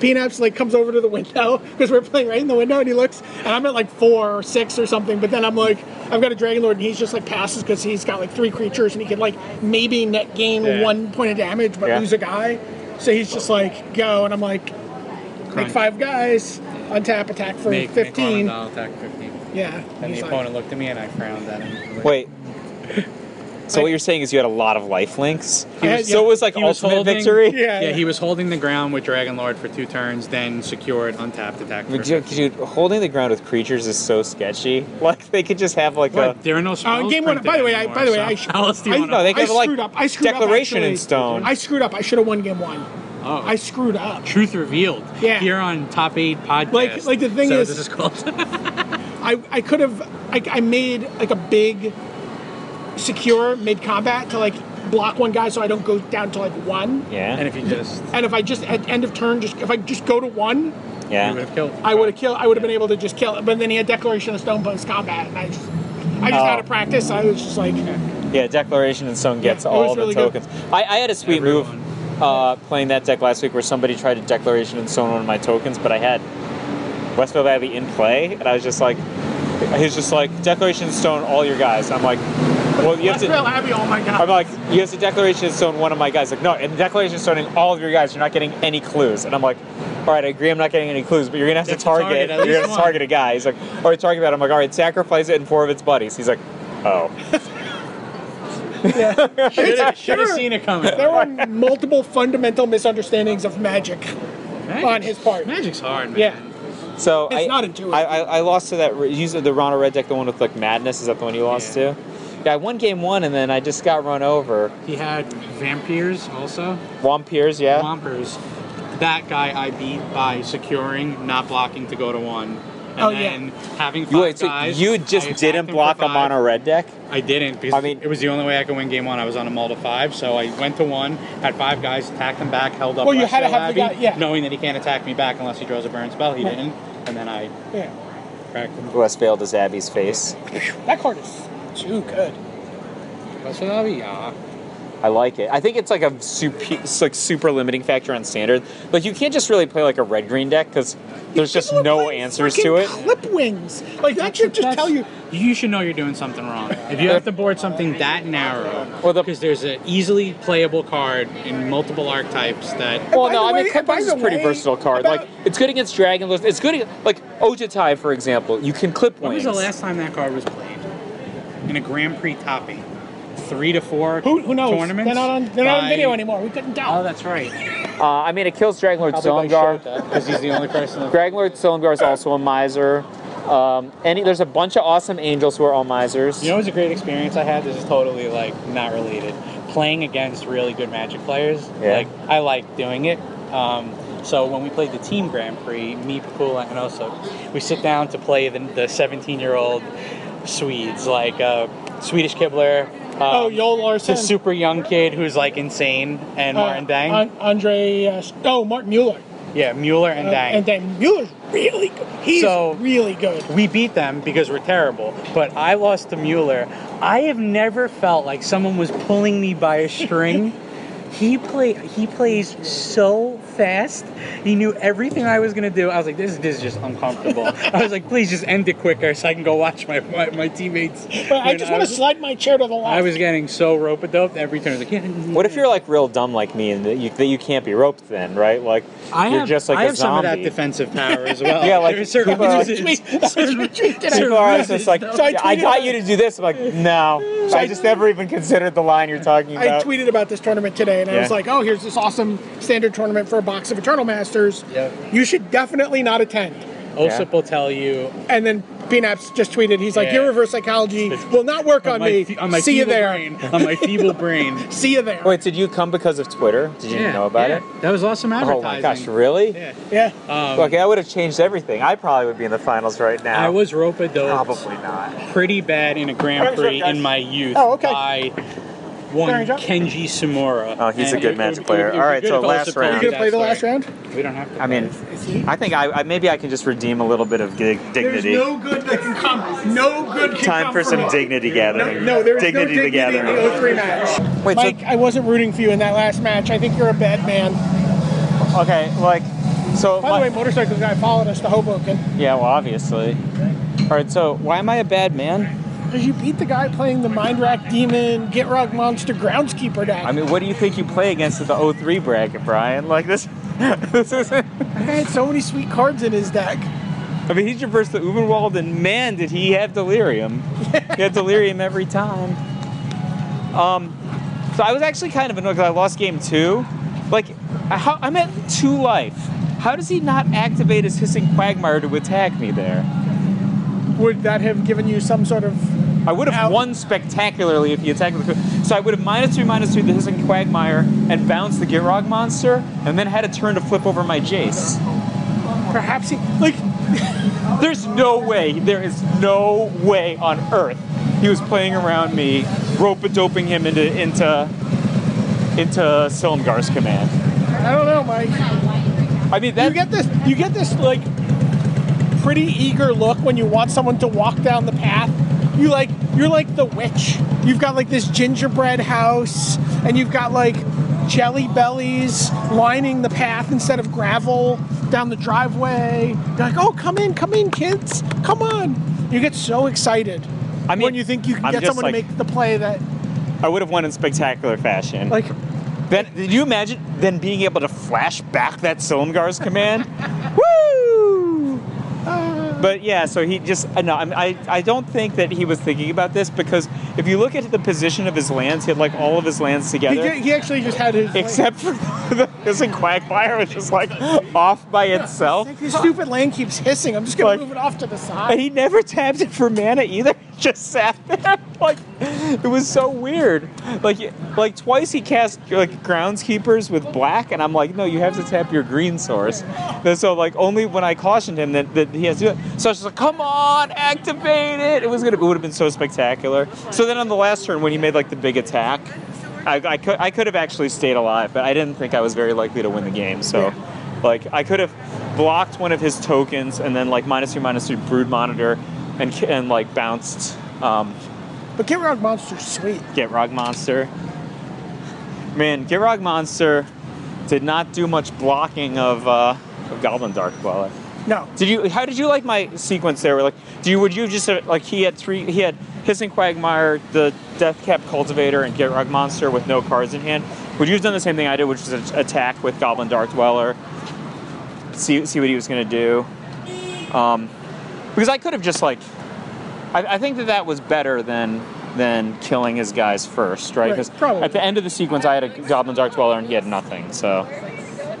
[SPEAKER 3] Peanuts like comes over to the window because we're playing right in the window, and he looks, and I'm at like four or six or something. But then I'm like, I've got a Dragon Lord, and he's just like passes because he's got like three creatures, and he could like maybe net gain
[SPEAKER 4] Yeah.
[SPEAKER 3] one point of damage, but
[SPEAKER 5] Yeah.
[SPEAKER 3] lose a guy. So he's just like, go, and I'm like, make
[SPEAKER 4] Crunch.
[SPEAKER 3] five guys, untap, attack for
[SPEAKER 4] Make- make
[SPEAKER 3] 15.
[SPEAKER 4] Armand Dahl attack 15.
[SPEAKER 3] yeah,
[SPEAKER 4] And
[SPEAKER 3] he's
[SPEAKER 4] the
[SPEAKER 3] like-
[SPEAKER 4] opponent looked at me and I frowned at him.
[SPEAKER 5] Wait. So what you're saying is you had a lot of life links.
[SPEAKER 3] He was-
[SPEAKER 5] so it was like
[SPEAKER 4] He was
[SPEAKER 5] ultimate
[SPEAKER 4] holding-
[SPEAKER 5] victory.
[SPEAKER 3] Yeah,
[SPEAKER 4] Yeah,
[SPEAKER 3] yeah.
[SPEAKER 4] he was holding the ground with Dragon Lord for two turns, then secured untapped attack. For
[SPEAKER 5] But dude,
[SPEAKER 4] 15.
[SPEAKER 5] dude, holding the ground with creatures is so sketchy. <laughs> Like they could just have like a
[SPEAKER 4] What? There are no
[SPEAKER 3] Uh,
[SPEAKER 4] spells.
[SPEAKER 3] game one. By the way, I, by the way, I, sh-
[SPEAKER 4] should. else do you
[SPEAKER 3] I-
[SPEAKER 4] want
[SPEAKER 5] No, they
[SPEAKER 3] I
[SPEAKER 5] could have, like,
[SPEAKER 3] screwed up. I screwed up,
[SPEAKER 5] declaration in
[SPEAKER 3] actually.
[SPEAKER 5] stone.
[SPEAKER 3] I screwed up. I should have won game one.
[SPEAKER 4] Oh.
[SPEAKER 3] I screwed up.
[SPEAKER 4] Truth revealed.
[SPEAKER 3] Yeah.
[SPEAKER 4] Here on Top Eight Podcast.
[SPEAKER 3] Like- like the thing
[SPEAKER 4] So
[SPEAKER 3] is-
[SPEAKER 4] this is called. <laughs>
[SPEAKER 3] I, I could have I, I made like a big secure mid combat to like block one guy so I don't go down to like one.
[SPEAKER 5] Yeah.
[SPEAKER 4] And if you just,
[SPEAKER 3] And if I just at end of turn, just if I just go to one,
[SPEAKER 4] you would
[SPEAKER 5] yeah.
[SPEAKER 4] have killed.
[SPEAKER 3] I would have killed. I would have been able to just kill it. But then he had Declaration of Stone post combat, and I just, I just
[SPEAKER 5] Oh.
[SPEAKER 3] out of practice. I was just like,
[SPEAKER 5] Yeah, Declaration and Stone gets
[SPEAKER 3] Yeah, it was
[SPEAKER 5] all the
[SPEAKER 3] really good.
[SPEAKER 5] tokens. I, I had a sweet
[SPEAKER 4] Everyone.
[SPEAKER 5] move uh, playing that deck last week where somebody tried to Declaration and Stone one of my tokens, but I had Westville Abbey in play, and I was just like, he was just like, Declaration and Stone all your guys. I'm like, well, you have
[SPEAKER 3] West Rail
[SPEAKER 5] to.
[SPEAKER 3] Abbey. Oh my god.
[SPEAKER 5] I'm like, you have to Declaration and Stone one of my guys. Like, no, and Declaration and Stoning all of your guys. You're not getting any clues. And I'm like, all right, I agree, I'm not getting any clues, but you're gonna have
[SPEAKER 4] You
[SPEAKER 5] to
[SPEAKER 4] have to target
[SPEAKER 5] target.
[SPEAKER 4] at
[SPEAKER 5] you're gonna
[SPEAKER 4] least
[SPEAKER 5] have to
[SPEAKER 4] one.
[SPEAKER 5] target a guy. He's like, all right, target that. I'm like, all right, sacrifice it and four of its buddies. He's like, oh.
[SPEAKER 4] Should have
[SPEAKER 3] Sure.
[SPEAKER 4] seen it coming.
[SPEAKER 3] there
[SPEAKER 5] <laughs>
[SPEAKER 3] were multiple fundamental misunderstandings of magic. on his part.
[SPEAKER 4] Magic's hard, man.
[SPEAKER 3] Yeah.
[SPEAKER 5] So
[SPEAKER 3] It's
[SPEAKER 5] I,
[SPEAKER 3] not intuitive.
[SPEAKER 5] I, I, I lost to that. re- Use the Ronald Red deck, the one with like madness. Is that the one you lost
[SPEAKER 4] Yeah.
[SPEAKER 5] to? Yeah, I won game one, and then I just got run over.
[SPEAKER 4] He had vampires also,
[SPEAKER 5] Wampiers, yeah.
[SPEAKER 4] Wompers. That guy I beat by securing, not blocking to go to one. And
[SPEAKER 3] Oh, yeah.
[SPEAKER 4] then having five
[SPEAKER 5] You, wait, so
[SPEAKER 4] guys.
[SPEAKER 5] you
[SPEAKER 4] I
[SPEAKER 5] just
[SPEAKER 4] attacked
[SPEAKER 5] didn't
[SPEAKER 4] him for
[SPEAKER 5] block a
[SPEAKER 4] five.
[SPEAKER 5] mono red deck.
[SPEAKER 4] I didn't because
[SPEAKER 5] I mean-
[SPEAKER 4] it was the only way I could win game one. I was on a multi five, so I went to one, had five guys, attacked him back, held up.
[SPEAKER 3] Well, you
[SPEAKER 4] West
[SPEAKER 3] had to
[SPEAKER 4] Hill
[SPEAKER 3] have the
[SPEAKER 4] Abbey,
[SPEAKER 3] guy- yeah.
[SPEAKER 4] Knowing that he can't attack me back unless he draws a burn spell, he
[SPEAKER 3] Right.
[SPEAKER 4] didn't, and then I
[SPEAKER 3] Yeah.
[SPEAKER 4] cracked him.
[SPEAKER 5] West Vale does Abby's face.
[SPEAKER 3] That card is too good.
[SPEAKER 4] West Hill Abbey, yeah.
[SPEAKER 5] I like it. I think it's like a super, it's like super limiting factor on standard. Like you can't just really play like a red green deck because there's just
[SPEAKER 3] People are
[SPEAKER 5] no
[SPEAKER 3] playing
[SPEAKER 5] answers
[SPEAKER 3] fucking
[SPEAKER 5] to it.
[SPEAKER 3] Clip wings. Like that should just
[SPEAKER 4] That's-
[SPEAKER 3] tell you.
[SPEAKER 4] You should know you're doing something wrong. If you have to board something that narrow,
[SPEAKER 5] Well, the-
[SPEAKER 4] because there's an easily playable card in multiple archetypes that.
[SPEAKER 5] Well,
[SPEAKER 3] by
[SPEAKER 5] no,
[SPEAKER 3] the
[SPEAKER 5] I mean,
[SPEAKER 3] way-
[SPEAKER 5] Clip
[SPEAKER 3] by
[SPEAKER 5] Wings is
[SPEAKER 3] the
[SPEAKER 5] a pretty
[SPEAKER 3] way,
[SPEAKER 5] versatile card.
[SPEAKER 3] about-
[SPEAKER 5] Like, it's good against Dragon Lords. It's good, against, like, Ojitai, for example. You can Clip
[SPEAKER 4] When was
[SPEAKER 5] Wings.
[SPEAKER 4] the last time that card was played? In a Grand Prix topping. Three to four
[SPEAKER 3] Who, who knows?
[SPEAKER 4] tournaments?
[SPEAKER 3] They're not on. They're not on
[SPEAKER 4] by-
[SPEAKER 3] video anymore. We couldn't
[SPEAKER 4] Oh,
[SPEAKER 3] tell.
[SPEAKER 4] that's right.
[SPEAKER 5] Uh, I mean, it kills Dragon Lord Zongar.
[SPEAKER 4] because he's the only person. that-
[SPEAKER 5] Dragon Lord Zongar is also a miser. Um, any, there's a bunch of awesome angels who are all misers.
[SPEAKER 4] You know, it was a great experience I had. This is totally like not related. Playing against really good Magic players,
[SPEAKER 5] Yeah.
[SPEAKER 4] like I like doing it. Um, so when we played the team Grand Prix, me, Pakula, and also we sit down to play the the 17 year old Swedes, like uh, Swedish Kibler. Um,
[SPEAKER 3] oh, Joel Larson.
[SPEAKER 4] the super young kid who's like insane, and
[SPEAKER 3] uh,
[SPEAKER 4] Martin Dang.
[SPEAKER 3] An- Andre. Uh, oh, Martin Mueller.
[SPEAKER 4] yeah, Mueller and
[SPEAKER 3] Uh,
[SPEAKER 4] Dang.
[SPEAKER 3] and Dang. Mueller's really good. He's
[SPEAKER 4] So-
[SPEAKER 3] really good.
[SPEAKER 4] We beat them because we're terrible, but I lost to Mueller. I have never felt like someone was pulling me by
[SPEAKER 3] <laughs>
[SPEAKER 4] a string. he play he plays so fast. He knew everything I was gonna do. I was like, this, this is just
[SPEAKER 3] <laughs>
[SPEAKER 4] uncomfortable. I was like, please just end it quicker so I can go watch my my, my teammates.
[SPEAKER 3] But I
[SPEAKER 4] win."
[SPEAKER 3] just want to
[SPEAKER 4] was-
[SPEAKER 3] slide my chair to the left.
[SPEAKER 4] I was getting so rope a dope every turn. I was like, yeah.
[SPEAKER 5] What if you're, like, real dumb like me and that you, that you can't be roped then, right? Like,
[SPEAKER 4] I
[SPEAKER 5] you're
[SPEAKER 4] have,
[SPEAKER 5] just like
[SPEAKER 4] I
[SPEAKER 5] a
[SPEAKER 4] have some of that
[SPEAKER 5] zombie.
[SPEAKER 4] defensive power as well.
[SPEAKER 5] <laughs> Yeah, like,
[SPEAKER 4] There are certain
[SPEAKER 5] people are
[SPEAKER 4] <laughs>
[SPEAKER 5] like-
[SPEAKER 4] ruses.
[SPEAKER 3] That's what we tweeted.
[SPEAKER 4] Sir, <laughs>
[SPEAKER 5] People are always just like,
[SPEAKER 3] So I
[SPEAKER 5] "Yeah, I
[SPEAKER 3] tweeted
[SPEAKER 5] got
[SPEAKER 3] about-
[SPEAKER 5] you to do this. I'm like, no. I just never even considered the line you're talking
[SPEAKER 3] I
[SPEAKER 5] about.
[SPEAKER 3] tweeted about this tournament today, and I was
[SPEAKER 5] Yeah.
[SPEAKER 3] like, "Oh, here's this awesome standard tournament for a box of Eternal Masters.
[SPEAKER 4] Yep.
[SPEAKER 3] You should definitely not attend."
[SPEAKER 4] Osip will tell you
[SPEAKER 3] And then PNAPS just tweeted, "He's like,
[SPEAKER 4] Yeah.
[SPEAKER 3] your reverse psychology will not work on,
[SPEAKER 4] my,
[SPEAKER 3] me.
[SPEAKER 4] fe- on my
[SPEAKER 3] See you
[SPEAKER 4] feeble
[SPEAKER 3] there.
[SPEAKER 4] brain. On my feeble brain.
[SPEAKER 3] See you there."
[SPEAKER 5] Wait, <laughs> did you come because of Twitter? Did you know about it?
[SPEAKER 4] That was awesome
[SPEAKER 5] Oh
[SPEAKER 4] advertising.
[SPEAKER 5] my gosh, really?
[SPEAKER 4] Yeah.
[SPEAKER 3] Yeah.
[SPEAKER 4] Um,
[SPEAKER 5] Okay, I would have changed everything. I probably would be in the finals right now.
[SPEAKER 4] I was rope a
[SPEAKER 5] probably not.
[SPEAKER 4] pretty bad in a Grand
[SPEAKER 5] Thanks, sir,
[SPEAKER 4] Prix
[SPEAKER 5] guys.
[SPEAKER 4] in my youth.
[SPEAKER 3] Oh, okay.
[SPEAKER 4] By one
[SPEAKER 3] Sorry, John.
[SPEAKER 4] Kenji Samura.
[SPEAKER 5] Oh, he's a
[SPEAKER 4] And
[SPEAKER 5] good
[SPEAKER 4] it-
[SPEAKER 5] Magic
[SPEAKER 4] it-
[SPEAKER 5] player.
[SPEAKER 4] it- it-
[SPEAKER 5] All right,
[SPEAKER 4] it-
[SPEAKER 5] so
[SPEAKER 4] it-
[SPEAKER 5] last
[SPEAKER 4] it-
[SPEAKER 5] round.
[SPEAKER 3] you gonna play the last round?
[SPEAKER 4] We don't have to.
[SPEAKER 5] I mean, I think I, I maybe I can just redeem a little bit of dig- dignity.
[SPEAKER 3] good that can come. No good can
[SPEAKER 5] Time for some dignity gathering.
[SPEAKER 3] No, there's
[SPEAKER 5] dignity
[SPEAKER 3] no
[SPEAKER 5] to
[SPEAKER 3] dignity in the
[SPEAKER 5] gathering.
[SPEAKER 3] 03 match.
[SPEAKER 5] Wait, so-
[SPEAKER 3] Mike, I wasn't rooting for you in that last match. I think you're a bad man.
[SPEAKER 5] Okay, like so.
[SPEAKER 3] By the
[SPEAKER 5] my-
[SPEAKER 3] way, motorcycle guy followed us to Hoboken
[SPEAKER 5] yeah, well, obviously. All right, so why am I a bad man?
[SPEAKER 3] because you beat the guy playing the Mind Rack Demon Get Rug Monster Groundskeeper deck.
[SPEAKER 5] I mean, what do you think you play against at the 03 bracket, Brian? Like this, <laughs> this isn't.
[SPEAKER 3] I had so many sweet cards in his deck.
[SPEAKER 5] I mean, he traversed the Ubenwald, and man, did he have delirium. he had delirium every time. Um, so I was actually kind of annoyed because I lost game two. Like, I, how, I'm at two life. How does he not activate his hissing quagmire to attack me there?
[SPEAKER 3] Would that have given you some sort of?
[SPEAKER 5] I would have
[SPEAKER 3] Out.
[SPEAKER 5] won spectacularly if he attacked with the. So I would have minus three, minus three, the hissing quagmire, and bounced the Gitrog monster, and then had a turn to flip over my Jace.
[SPEAKER 3] Perhaps he like.
[SPEAKER 5] There's no way, there is no way on earth he was playing around me rope doping him into into into Silmgar's command.
[SPEAKER 3] I don't know, Mike.
[SPEAKER 5] I mean
[SPEAKER 3] You
[SPEAKER 5] that
[SPEAKER 3] get this. You get this like pretty eager look when you want someone to walk down the path. You like you're like the witch. You've got like this gingerbread house, and you've got like jelly bellies lining the path instead of gravel down the driveway. You're like, oh, come in, come in, kids, come on. You get so excited.
[SPEAKER 5] I mean,
[SPEAKER 3] when you think you can
[SPEAKER 5] I'm
[SPEAKER 3] get
[SPEAKER 5] just,
[SPEAKER 3] someone to
[SPEAKER 5] like-
[SPEAKER 3] make the play that
[SPEAKER 5] I would have won in spectacular fashion.
[SPEAKER 3] like
[SPEAKER 5] Then, did you imagine then being able to flash back that Silmgar's command? Woo! But yeah, so he just I know I'm- I I don't think that he was thinking about this because if you look at the position of his lands, he had like all of his lands
[SPEAKER 3] he,
[SPEAKER 5] together,
[SPEAKER 3] did- he actually just had his like,
[SPEAKER 5] except for <laughs> the hissing quagmire was just like off by itself.
[SPEAKER 3] like, this stupid land keeps hissing. I'm just gonna
[SPEAKER 5] Like-
[SPEAKER 3] move it off to the side.
[SPEAKER 5] And he never tapped it for mana either. <laughs> It Just sat there. <laughs> Like it was so weird. Like like twice he cast like groundskeepers with black, and I'm like, no, you have to tap your green source. And so like only when I cautioned him that, that he has to do it. So I was just like, come on, activate it. It was gonna it would have been so spectacular. So then on the last turn when he made like the big attack. I, I could I could have actually stayed alive, but I didn't think I was very likely to win the game. So, like I could have blocked one of his tokens and then like minus two minus three brood monitor, and ki- and like bounced um,
[SPEAKER 3] But Get Rock Monster's sweet.
[SPEAKER 5] Gitrog monster. Man, Gitrog monster did not do much blocking of, uh, of Goblin Dark Dweller.
[SPEAKER 3] No.
[SPEAKER 5] Did you? How did you like my sequence there? Where like, do you? Would you just uh, like he had three? He had hissing quagmire, the death cap cultivator, and Gitrog monster with no cards in hand. Would you have done the same thing I did, which is a- attack with Goblin Dark Dweller? See see what he was gonna do. Um, because I could have just like, I, I think that that was better than than killing his guys first, right?
[SPEAKER 3] Right,
[SPEAKER 5] Because
[SPEAKER 3] probably.
[SPEAKER 5] at the end of the sequence, I had a Goblin Dark Dweller and he had nothing. So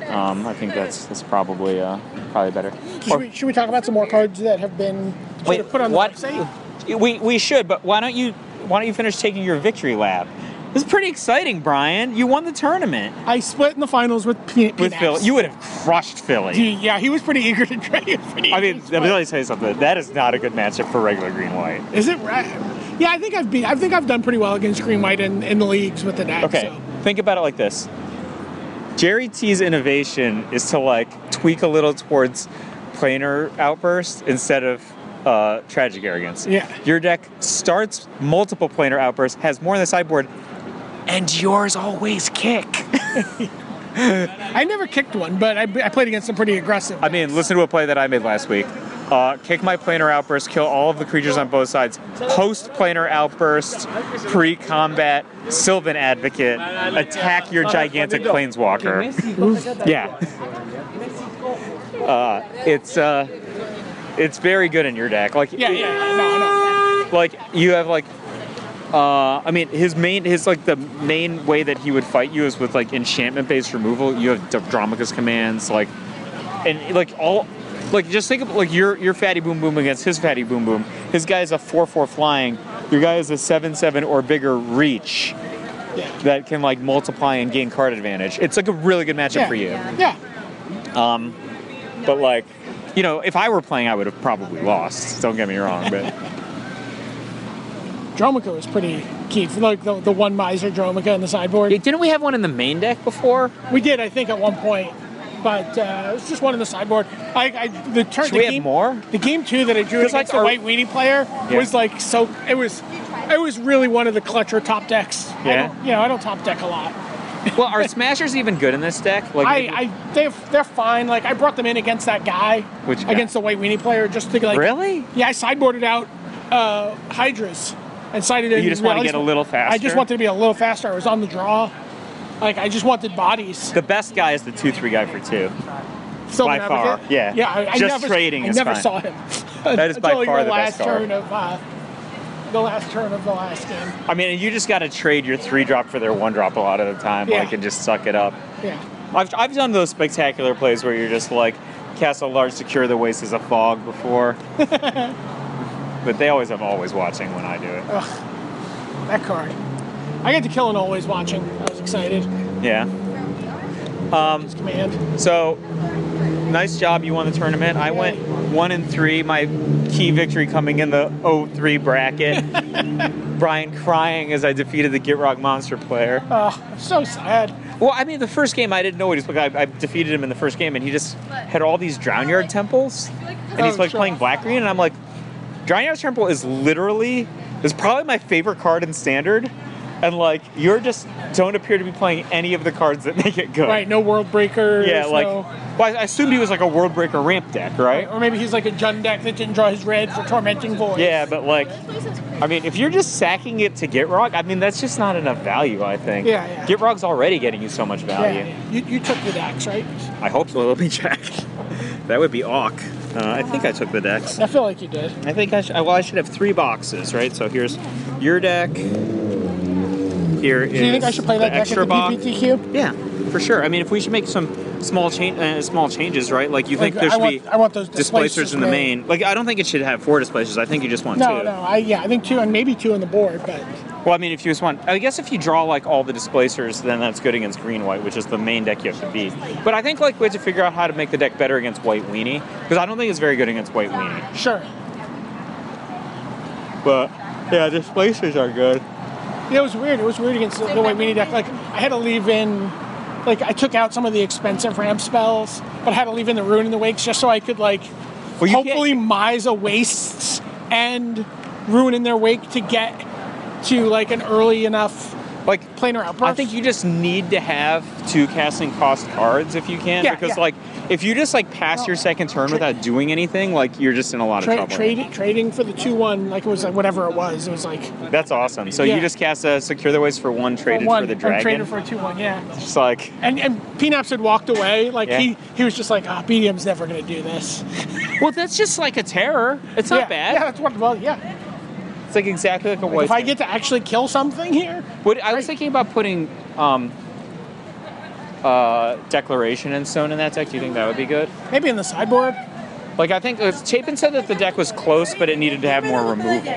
[SPEAKER 5] um, I think that's that's probably uh, probably better. Or-
[SPEAKER 3] Should we, should we talk about some more cards that have been sort
[SPEAKER 5] Wait,
[SPEAKER 3] of put on
[SPEAKER 5] what?
[SPEAKER 3] the website?
[SPEAKER 5] We we should, but why don't you why don't you finish taking your victory lap? This is pretty exciting, Brian. You won the tournament
[SPEAKER 3] I split in the finals with P-
[SPEAKER 5] with
[SPEAKER 3] Pnax.
[SPEAKER 5] Philly. You would have crushed Philly.
[SPEAKER 3] Dude, yeah, he was pretty eager to <laughs> trade. He was pretty
[SPEAKER 5] I
[SPEAKER 3] eager
[SPEAKER 5] mean,
[SPEAKER 3] to split.
[SPEAKER 5] let me let me tell you something. That is not a good matchup for regular green white.
[SPEAKER 3] is it right? Yeah, I think I've been. I think I've done pretty well against Green White in, in the leagues with the deck.
[SPEAKER 5] Okay,
[SPEAKER 3] so.
[SPEAKER 5] think about it like this. Jerry T's innovation is to like tweak a little towards planar outburst instead of uh, tragic arrogance.
[SPEAKER 3] Yeah.
[SPEAKER 5] Your deck starts multiple planar outbursts, has more on the sideboard, and yours always kick.
[SPEAKER 3] I never kicked one, but I, I played against some pretty aggressive.
[SPEAKER 5] I mean, listen to a play that I made last week. Uh, kick my planar outburst, kill all of the creatures on both sides. Post planar outburst, pre combat, Sylvan advocate, attack your gigantic planeswalker. Yeah. Uh, it's uh, it's very good in your deck. Like
[SPEAKER 3] yeah, yeah, no, no.
[SPEAKER 5] like you have like uh, I mean his main his like the main way that he would fight you is with like enchantment based removal. You have Dramaca's commands like and like all like just think of like your your fatty boom boom against his fatty boom boom. His guy is a four four flying. Your guy is a seven seven or bigger reach that can like multiply and gain card advantage. It's like a really good matchup
[SPEAKER 3] Yeah.
[SPEAKER 5] for you.
[SPEAKER 3] Yeah,
[SPEAKER 5] But like, you know, if I were playing, I would have probably lost. Don't get me wrong, <laughs> but
[SPEAKER 3] Dromica was pretty key. For like the, the one miser Dromica in the sideboard.
[SPEAKER 5] didn't we have one in the main deck before?
[SPEAKER 3] we did, I think, at one point, but uh, it was just one in the sideboard. I, I the turn.
[SPEAKER 5] Should
[SPEAKER 3] the
[SPEAKER 5] we have
[SPEAKER 3] game-
[SPEAKER 5] more?
[SPEAKER 3] The game two that I drew
[SPEAKER 5] Because,
[SPEAKER 3] against
[SPEAKER 5] like,
[SPEAKER 3] the
[SPEAKER 5] our-
[SPEAKER 3] white weenie player
[SPEAKER 5] Yeah.
[SPEAKER 3] was like so. It was, it was really one of the clutcher top decks. I
[SPEAKER 5] Yeah.
[SPEAKER 3] don't- you know, I don't top deck a lot.
[SPEAKER 5] Well, are smashers even good in this deck? Like,
[SPEAKER 3] I, I they they're fine. Like I brought them in against that guy,
[SPEAKER 5] Which guy?
[SPEAKER 3] against the white weenie player, just to like.
[SPEAKER 5] really?
[SPEAKER 3] Yeah, I sideboarded out uh, Hydras and sided in.
[SPEAKER 5] You just wanna
[SPEAKER 3] I
[SPEAKER 5] get a
[SPEAKER 3] I
[SPEAKER 5] little
[SPEAKER 3] just
[SPEAKER 5] faster?
[SPEAKER 3] wanted to be a little faster. I was on the draw. Like I just wanted bodies.
[SPEAKER 5] The best guy is the two three guy for two.
[SPEAKER 3] Still
[SPEAKER 5] by
[SPEAKER 3] an
[SPEAKER 5] far,
[SPEAKER 3] advocate.
[SPEAKER 5] yeah.
[SPEAKER 3] Yeah, I, I
[SPEAKER 5] Just
[SPEAKER 3] never,
[SPEAKER 5] trading
[SPEAKER 3] I
[SPEAKER 5] is
[SPEAKER 3] never
[SPEAKER 5] fine.
[SPEAKER 3] saw him.
[SPEAKER 5] <laughs> That is by
[SPEAKER 3] Until
[SPEAKER 5] far
[SPEAKER 3] the,
[SPEAKER 5] the
[SPEAKER 3] last
[SPEAKER 5] best card.
[SPEAKER 3] turn of uh, the last turn of the last game.
[SPEAKER 5] I mean, you just got to trade your three drop for their one drop a lot of the time,
[SPEAKER 3] Yeah.
[SPEAKER 5] like, and just suck it up.
[SPEAKER 3] Yeah.
[SPEAKER 5] I've, I've done those spectacular plays where you're just like, cast a large secure the waste as a
[SPEAKER 3] <laughs>
[SPEAKER 5] fog before. but they always have always watching when I do it.
[SPEAKER 3] Oh. That card. I got to kill an always watching. I was excited.
[SPEAKER 5] Yeah.
[SPEAKER 3] His command.
[SPEAKER 5] So, nice job. You won the tournament. I went one and three. My key victory coming in the 0-3 bracket. Brian crying as I defeated the Gitrog monster player.
[SPEAKER 3] Oh, so sad.
[SPEAKER 5] Well, I mean, the first game I didn't know what he was. Like, I, I defeated him in the first game, and he just had all these Drown Yard temples, and he's
[SPEAKER 3] Oh,
[SPEAKER 5] like
[SPEAKER 3] sure.
[SPEAKER 5] playing Black Green, and I'm like, Drown Yard Temple is literally is probably my favorite card in Standard, and like you're just don't appear to be playing any of the cards that make it good.
[SPEAKER 3] Right, no world breakers.
[SPEAKER 5] Yeah, like,
[SPEAKER 3] no-
[SPEAKER 5] well, I assumed he was like a World Breaker ramp deck, right?
[SPEAKER 3] Or maybe he's like a Jun deck that didn't draw his red for tormenting void.
[SPEAKER 5] Yeah, but like, I mean, if you're just sacking it to Gitrog, I mean, that's just not enough value, I think.
[SPEAKER 3] Yeah, yeah.
[SPEAKER 5] Gitrog's already getting you so much value.
[SPEAKER 3] Yeah. You, you took the decks, right?
[SPEAKER 5] I hope so. <laughs> Let me check. that would be awk. Uh, I think I took the decks.
[SPEAKER 3] I feel like you did.
[SPEAKER 5] I think I should. Well, I should have three boxes, right? So here's your deck. Here is
[SPEAKER 3] Do you think I should play that
[SPEAKER 5] the
[SPEAKER 3] deck
[SPEAKER 5] extra
[SPEAKER 3] at the
[SPEAKER 5] box.
[SPEAKER 3] PPTQ?
[SPEAKER 5] Yeah, for sure. I mean, if we should make some small change, uh, small changes, right? Like you think
[SPEAKER 3] Like,
[SPEAKER 5] there
[SPEAKER 3] I
[SPEAKER 5] should
[SPEAKER 3] want-
[SPEAKER 5] be
[SPEAKER 3] I want those
[SPEAKER 5] displacers
[SPEAKER 3] displacers
[SPEAKER 5] in the
[SPEAKER 3] made.
[SPEAKER 5] main. Like I don't think it should have four displacers. I think you just want
[SPEAKER 3] No,
[SPEAKER 5] two.
[SPEAKER 3] no. I yeah, I think two and maybe two on the board, but
[SPEAKER 5] Well, I mean, if you just want, I guess if you draw like all the displacers, then that's good against green white, which is the main deck you have to beat. But I think like we have to figure out how to make the deck better against white weenie because I don't think it's very good against white weenie.
[SPEAKER 3] sure.
[SPEAKER 5] But yeah, displacers are good.
[SPEAKER 3] Yeah, it was weird. It was weird against the, the white mini deck. Like I had to leave in, like I took out some of the expensive ramp spells, but I had to leave in the ruin and the wakes just so I could like,
[SPEAKER 5] Well, you can't-
[SPEAKER 3] hopefully Miza wastes and ruin in their wake to get to like an early enough
[SPEAKER 5] Like
[SPEAKER 3] planar outburst.
[SPEAKER 5] I think you just need to have two casting cost cards if you can
[SPEAKER 3] Yeah,
[SPEAKER 5] because
[SPEAKER 3] yeah.
[SPEAKER 5] like if you just like pass your second turn without doing anything, like you're just in a lot of
[SPEAKER 3] Tra-
[SPEAKER 5] trouble.
[SPEAKER 3] trade, trading for the two one like it was like whatever it was. It was like
[SPEAKER 5] That's awesome. So you
[SPEAKER 3] Yeah.
[SPEAKER 5] just cast a secure the ways for one, traded
[SPEAKER 3] one
[SPEAKER 5] for the
[SPEAKER 3] or
[SPEAKER 5] dragon.
[SPEAKER 3] traded for a two one. Yeah,
[SPEAKER 5] just like
[SPEAKER 3] and and Peanuts had walked away. Like
[SPEAKER 5] Yeah.
[SPEAKER 3] he he was just like, ah, BDM's never gonna do this.
[SPEAKER 5] well, that's just like a terror. It's
[SPEAKER 3] yeah, Yeah, that's what. Well, yeah.
[SPEAKER 5] It's like exactly like a white.
[SPEAKER 3] if I get to actually kill something here,
[SPEAKER 5] What, I was
[SPEAKER 3] Right.
[SPEAKER 5] thinking about putting um, uh, declaration and stone in that deck. Do you think that would be good?
[SPEAKER 3] Maybe in the sideboard.
[SPEAKER 5] Like I think uh, Chapin said that the deck was close, but it needed to have more removal.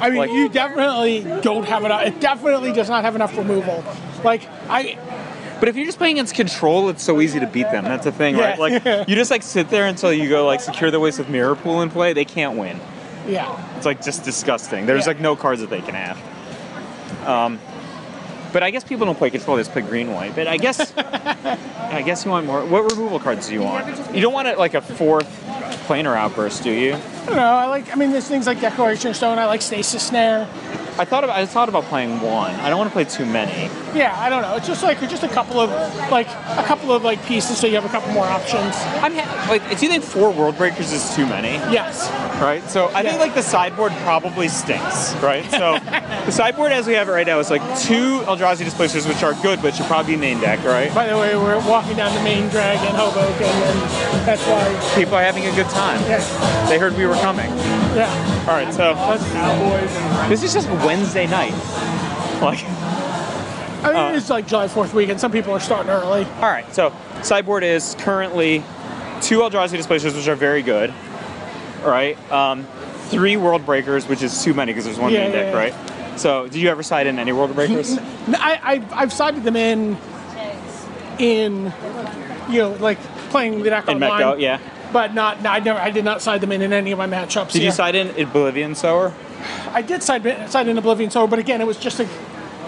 [SPEAKER 3] I mean,
[SPEAKER 5] Like-
[SPEAKER 3] you definitely don't have enough. It definitely does not have enough removal. Like I,
[SPEAKER 5] But if you're just playing against control, it's so easy to beat them. That's the thing, right?
[SPEAKER 3] Yeah.
[SPEAKER 5] <laughs> Like you just like sit there until you go like secure the waste with mirror pool and play. They can't win.
[SPEAKER 3] yeah,
[SPEAKER 5] It's like just disgusting. There's
[SPEAKER 3] Yeah.
[SPEAKER 5] like no cards that they can have. Um, but I guess people don't play control; they just play green white. But I <laughs> guess I guess you want more. What removal cards do you want? You don't want it like a fourth planar outburst, do you?
[SPEAKER 3] I don't know. I like. I mean, there's things like Declaration Stone. I like Stasis Snare.
[SPEAKER 5] I thought about, I thought about playing one. I don't want to play too many.
[SPEAKER 3] Yeah, I don't know. It's just like just a couple of like a couple of like pieces, so you have a couple more options.
[SPEAKER 5] I'm ha- like, do you think four world breakers is too many?
[SPEAKER 3] Yes.
[SPEAKER 5] Right. So I think
[SPEAKER 3] Yeah.
[SPEAKER 5] like the sideboard probably stinks. Right. <laughs> So the sideboard as we have it right now is like two Eldrazi displacers, which are good, but should probably be main deck, right?
[SPEAKER 3] By the way, we're walking down the main drag in Hoboken, and that's why.
[SPEAKER 5] People are having a good time.
[SPEAKER 3] Yeah,
[SPEAKER 5] They heard we were coming.
[SPEAKER 3] yeah.
[SPEAKER 5] All right, so
[SPEAKER 3] Us Cowboys. And
[SPEAKER 5] this is just Wednesday night. Like,
[SPEAKER 3] I mean, it's like July Fourth weekend. Some people are starting early.
[SPEAKER 5] all right, so sideboard is currently two Eldrazi displacers, which are very good. All right, um, three World Breakers, which is too many because there's one
[SPEAKER 3] Yeah,
[SPEAKER 5] main
[SPEAKER 3] yeah,
[SPEAKER 5] deck,
[SPEAKER 3] yeah.
[SPEAKER 5] right? So, did you ever side in any World <laughs> Breakers?
[SPEAKER 3] N- I, I've, I've sided them in, in, you know, like playing the deck
[SPEAKER 5] in
[SPEAKER 3] online.
[SPEAKER 5] Mecco, yeah.
[SPEAKER 3] But not, no, I never, I did not side them in in any of my matchups.
[SPEAKER 5] Did
[SPEAKER 3] yeah.
[SPEAKER 5] you side in Oblivion Sower?
[SPEAKER 3] I did side side in Oblivion Soul, but again, it was just a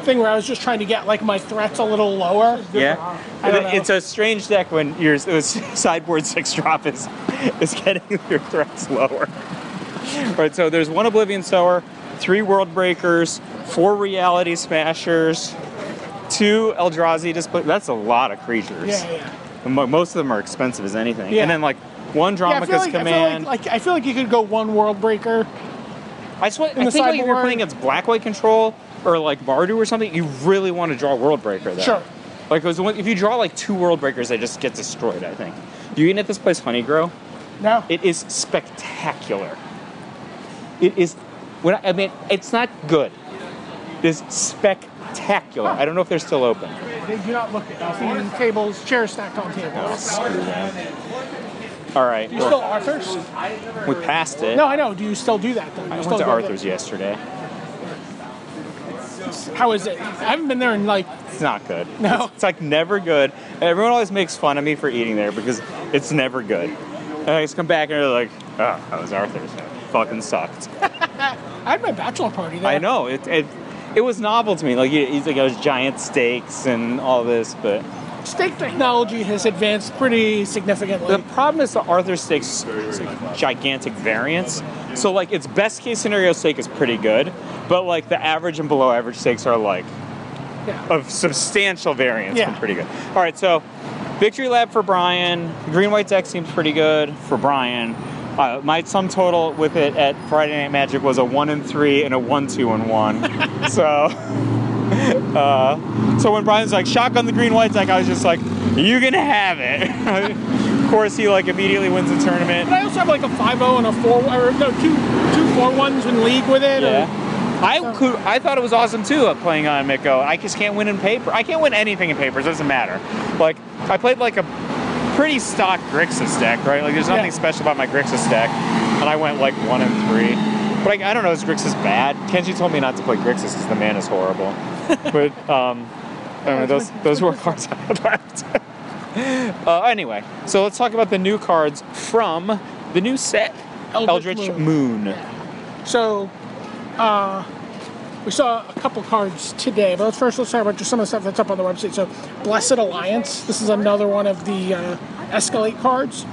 [SPEAKER 3] thing where I was just trying to get like my threats a little lower.
[SPEAKER 5] Yeah,
[SPEAKER 3] <laughs> I don't know.
[SPEAKER 5] it's a strange deck when <laughs> your it was sideboard six drop is <laughs> is getting <laughs> your threats lower. right, so there's one Oblivion Sower, three World Breakers, four Reality Smashers, two Eldrazi display. That's a lot of creatures.
[SPEAKER 3] yeah, yeah.
[SPEAKER 5] And mo- Most of them are expensive as anything.
[SPEAKER 3] Yeah.
[SPEAKER 5] And then like one
[SPEAKER 3] Yeah, I
[SPEAKER 5] Dromaka's
[SPEAKER 3] feel, like, I feel
[SPEAKER 5] command.
[SPEAKER 3] like, like I feel like you could go one World Breaker.
[SPEAKER 5] I swear,
[SPEAKER 3] in
[SPEAKER 5] I
[SPEAKER 3] the
[SPEAKER 5] think like if you're
[SPEAKER 3] sideboard.
[SPEAKER 5] playing against black white control or like Bardu or something, you really want to draw World Breaker. Though.
[SPEAKER 3] Sure.
[SPEAKER 5] Like 'cause when- if you draw like two World Breakers, they just get destroyed. I think. You eaten at this place, Honey Grow?
[SPEAKER 3] No,
[SPEAKER 5] It is spectacular. It is. When I, I mean, it's not good. It is spectacular. I don't know if they're still open.
[SPEAKER 3] they do not look at us. tables, chairs stacked on tables.
[SPEAKER 5] All right,
[SPEAKER 3] Do you still Arthur's?
[SPEAKER 5] we passed it.
[SPEAKER 3] No, I know. Do you still do that though? You
[SPEAKER 5] I
[SPEAKER 3] still
[SPEAKER 5] went to
[SPEAKER 3] go
[SPEAKER 5] Arthur's yesterday.
[SPEAKER 3] there? How is it? I haven't been there in like
[SPEAKER 5] It's not good.
[SPEAKER 3] No.
[SPEAKER 5] It's, it's, like never good. Everyone always makes fun of me for eating there because it's never good. And I just come back and they're like, oh, that was Arthur's. It fucking sucked.
[SPEAKER 3] I, I had my bachelor party <laughs> there.
[SPEAKER 5] I know it, it. It was novel to me. Like it- it's like those giant steaks and all this, but
[SPEAKER 3] Steak technology has advanced pretty significantly.
[SPEAKER 5] the problem is the Arthur steak's gigantic variance. So like its best case scenario steak is pretty good, but like the average and below average steaks are like
[SPEAKER 3] yeah.
[SPEAKER 5] of substantial variance
[SPEAKER 3] Yeah.
[SPEAKER 5] from pretty good. All right, so Victory Lab for Brian, Green White Deck seems pretty good for Brian. Uh, my sum total with it at Friday Night Magic was a one and three and a one two and one. <laughs> so, uh, so when Brian's like shotgun the Green White Deck, I was just like, you gonna have it. <laughs> of course, he like immediately wins the tournament.
[SPEAKER 3] But I also have like a 5-0 and a 4 or no, two two four ones in league with it. or-
[SPEAKER 5] Yeah. I could. I thought it was awesome too. uh, Playing on Miko, I just can't win in paper. I can't win anything in papers. It doesn't matter. Like I played like a pretty stock Grixis deck, right? Like there's nothing
[SPEAKER 3] Yeah.
[SPEAKER 5] special about my Grixis deck, and I went like one and three. But I, I don't know. Is Grixis bad? Kenji told me not to play Grixis because the man
[SPEAKER 3] <laughs>
[SPEAKER 5] is horrible. but um, I don't know. Those those were cards I had left. <laughs> uh, anyway, so let's talk about the new cards from the new set.
[SPEAKER 3] Eldritch
[SPEAKER 5] Moon.
[SPEAKER 3] So, uh, we saw a couple cards today, but let's first let's talk about just some of the stuff that's up on the website. So, Blessed Alliance. This is another one of the uh, Escalate cards.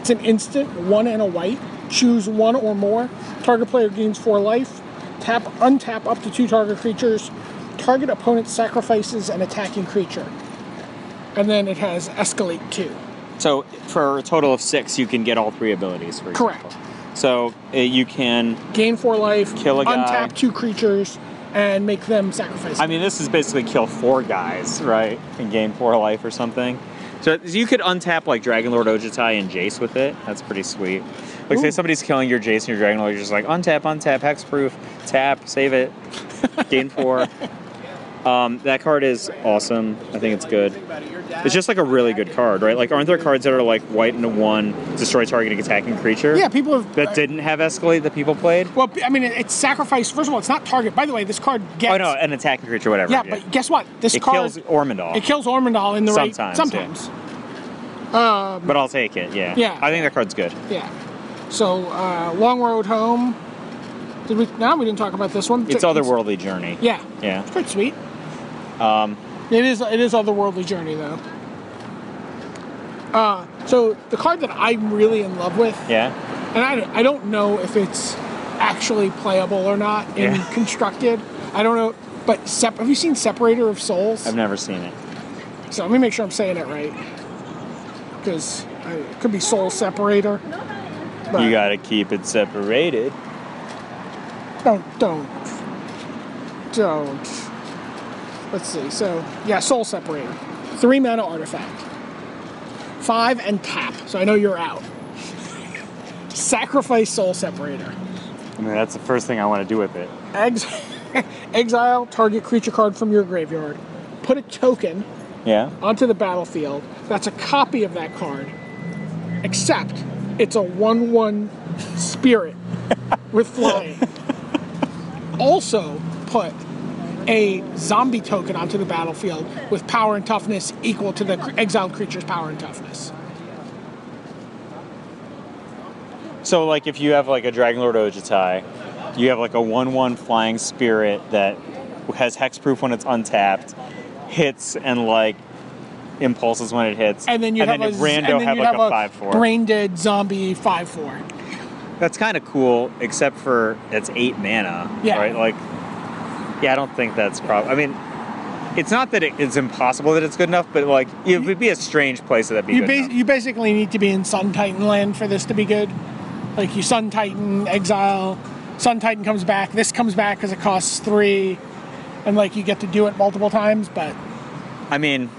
[SPEAKER 3] It's an instant, one and a white. Choose one or more. Target player gains four life. Tap, untap up to two target creatures. Target opponent sacrifices an attacking creature. And then it has Escalate 2.
[SPEAKER 5] So for a total of six, you can get all three abilities. For
[SPEAKER 3] Correct.
[SPEAKER 5] Example. So uh, you can.
[SPEAKER 3] Gain four life.
[SPEAKER 5] Kill a guy.
[SPEAKER 3] Untap two creatures and make them sacrifice.
[SPEAKER 5] I mean, this is basically kill four guys, right, and gain four life or something. So you could untap like Dragon Lord Ojitai and Jace with it. That's pretty sweet. Like say
[SPEAKER 3] Ooh.
[SPEAKER 5] somebody's killing your Jace and your Dragon Lord, you're just like untap, untap, hexproof, tap,
[SPEAKER 3] <laughs>
[SPEAKER 5] save it, gain four. Um, that card is awesome. I think it's good. It's just like a really good card, right? Like, aren't there cards that are like white and a one, destroy targeting attacking creature?
[SPEAKER 3] yeah, people have
[SPEAKER 5] that didn't have escalate that people played.
[SPEAKER 3] Well, I mean, it's sacrifice. First of all, it's not target. By the way, this card gets.
[SPEAKER 5] Oh no, an attacking creature, whatever.
[SPEAKER 3] yeah, but guess what? This
[SPEAKER 5] it
[SPEAKER 3] card
[SPEAKER 5] kills Ormondal.
[SPEAKER 3] it kills Ormondal in the right.
[SPEAKER 5] Sometimes,
[SPEAKER 3] Sometimes.
[SPEAKER 5] but I'll take it. Yeah.
[SPEAKER 3] Yeah.
[SPEAKER 5] I think that card's good.
[SPEAKER 3] Yeah. So uh, long road home. Did we? No, we didn't talk about this one.
[SPEAKER 5] It's otherworldly journey.
[SPEAKER 3] Yeah.
[SPEAKER 5] Yeah.
[SPEAKER 3] It's pretty sweet. Um. It is. It is otherworldly journey though. Uh, so the card that I'm really in love with,
[SPEAKER 5] Yeah.
[SPEAKER 3] and I, I don't know if it's actually playable or not in
[SPEAKER 5] Yeah.
[SPEAKER 3] constructed. I don't know, but sep- have you seen Separator of Souls?
[SPEAKER 5] I've never seen it.
[SPEAKER 3] So let me make sure I'm saying it right. Because it could be soul separator. But
[SPEAKER 5] You gotta keep it separated.
[SPEAKER 3] don't, don't, don't. Let's see. So yeah, soul separator, three mana artifact, five and tap. So I know you're out. <laughs> Sacrifice soul separator.
[SPEAKER 5] I mean, that's the first thing I want to do with it.
[SPEAKER 3] Ex- <laughs> exile target creature card from your graveyard. Put a token
[SPEAKER 5] Yeah.
[SPEAKER 3] onto the battlefield that's a copy of that card, except it's a 1 1
[SPEAKER 5] <laughs>
[SPEAKER 3] spirit with flying. also, put a zombie token onto the battlefield with power and toughness equal to the cr- exiled creature's power and toughness.
[SPEAKER 5] So like, if you have like a Dragon Lord Ojitai, you have like a one-one flying spirit that has hexproof when it's untapped, hits and like impulses when it hits,
[SPEAKER 3] And then you have
[SPEAKER 5] if
[SPEAKER 3] a,
[SPEAKER 5] rando
[SPEAKER 3] and then
[SPEAKER 5] have
[SPEAKER 3] you
[SPEAKER 5] like
[SPEAKER 3] have
[SPEAKER 5] a,
[SPEAKER 3] a
[SPEAKER 5] five-four.
[SPEAKER 3] brain dead zombie 5 4.
[SPEAKER 5] That's kind of cool, except for it's eight mana.
[SPEAKER 3] Yeah.
[SPEAKER 5] Right? Like, yeah, I don't think that's probably. I mean, it's not that it, it's impossible that it's good enough, but like, it would be a strange place that that'd be
[SPEAKER 3] You,
[SPEAKER 5] good
[SPEAKER 3] bas-
[SPEAKER 5] enough.
[SPEAKER 3] you basically need to be in Sun Titan land for this to be good. Like you Sun Titan exile, Sun Titan comes back. This comes back because it costs three, and like you get to do it multiple times. But
[SPEAKER 5] I mean,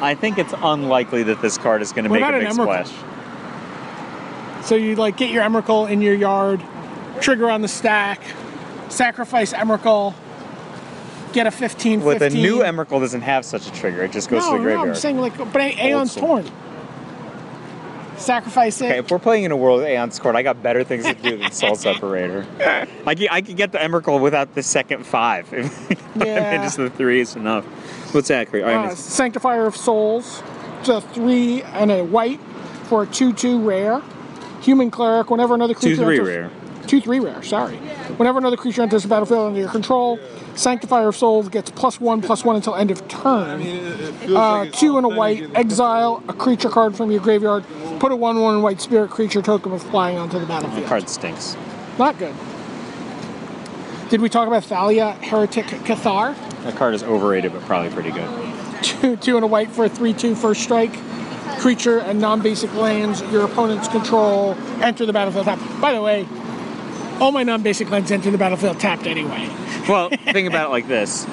[SPEAKER 5] I think it's unlikely that this card is going to
[SPEAKER 3] What
[SPEAKER 5] make a
[SPEAKER 3] about
[SPEAKER 5] big
[SPEAKER 3] an Emrakul?
[SPEAKER 5] splash.
[SPEAKER 3] so you like get your Emrakul in your yard, trigger on the stack, sacrifice Emrakul, get a 15.
[SPEAKER 5] With a
[SPEAKER 3] 15.
[SPEAKER 5] new Emrakul doesn't have such a trigger; it just goes
[SPEAKER 3] no,
[SPEAKER 5] to the
[SPEAKER 3] no,
[SPEAKER 5] graveyard.
[SPEAKER 3] I'm saying like, but Aeon's
[SPEAKER 5] school.
[SPEAKER 3] torn. Sacrifice it.
[SPEAKER 5] Okay, if we're playing in a world of Aeon's Court, I got better things to do
[SPEAKER 3] <laughs>
[SPEAKER 5] than Soul Separator. I could, I could get the Emrakul without the second five. <laughs> I mean,
[SPEAKER 3] Yeah.
[SPEAKER 5] just the three is enough. What's that, Corey? I mean,
[SPEAKER 3] Uh, Sanctifier of Souls. It's a three and a white for a two-two rare. Human cleric. Whenever another creature
[SPEAKER 5] two, three
[SPEAKER 3] enters,
[SPEAKER 5] rare.
[SPEAKER 3] two three rare. Sorry. Whenever another creature enters the battlefield under your control, Sanctifier of Souls gets plus one plus one until end of turn. Uh, two and a white. Exile a creature card from your graveyard. Put a one one white spirit creature token with flying onto the battlefield.
[SPEAKER 5] Card stinks.
[SPEAKER 3] Not good. Did we talk about Thalia, Heretic, Cathar?
[SPEAKER 5] That card is overrated, but probably pretty good.
[SPEAKER 3] Two, two and a white for a 3 2 first strike. Creature and non basic lands your opponent's control enter the battlefield tapped. By the way, all my non basic lands enter the battlefield tapped anyway.
[SPEAKER 5] <laughs> Well, think about it like this.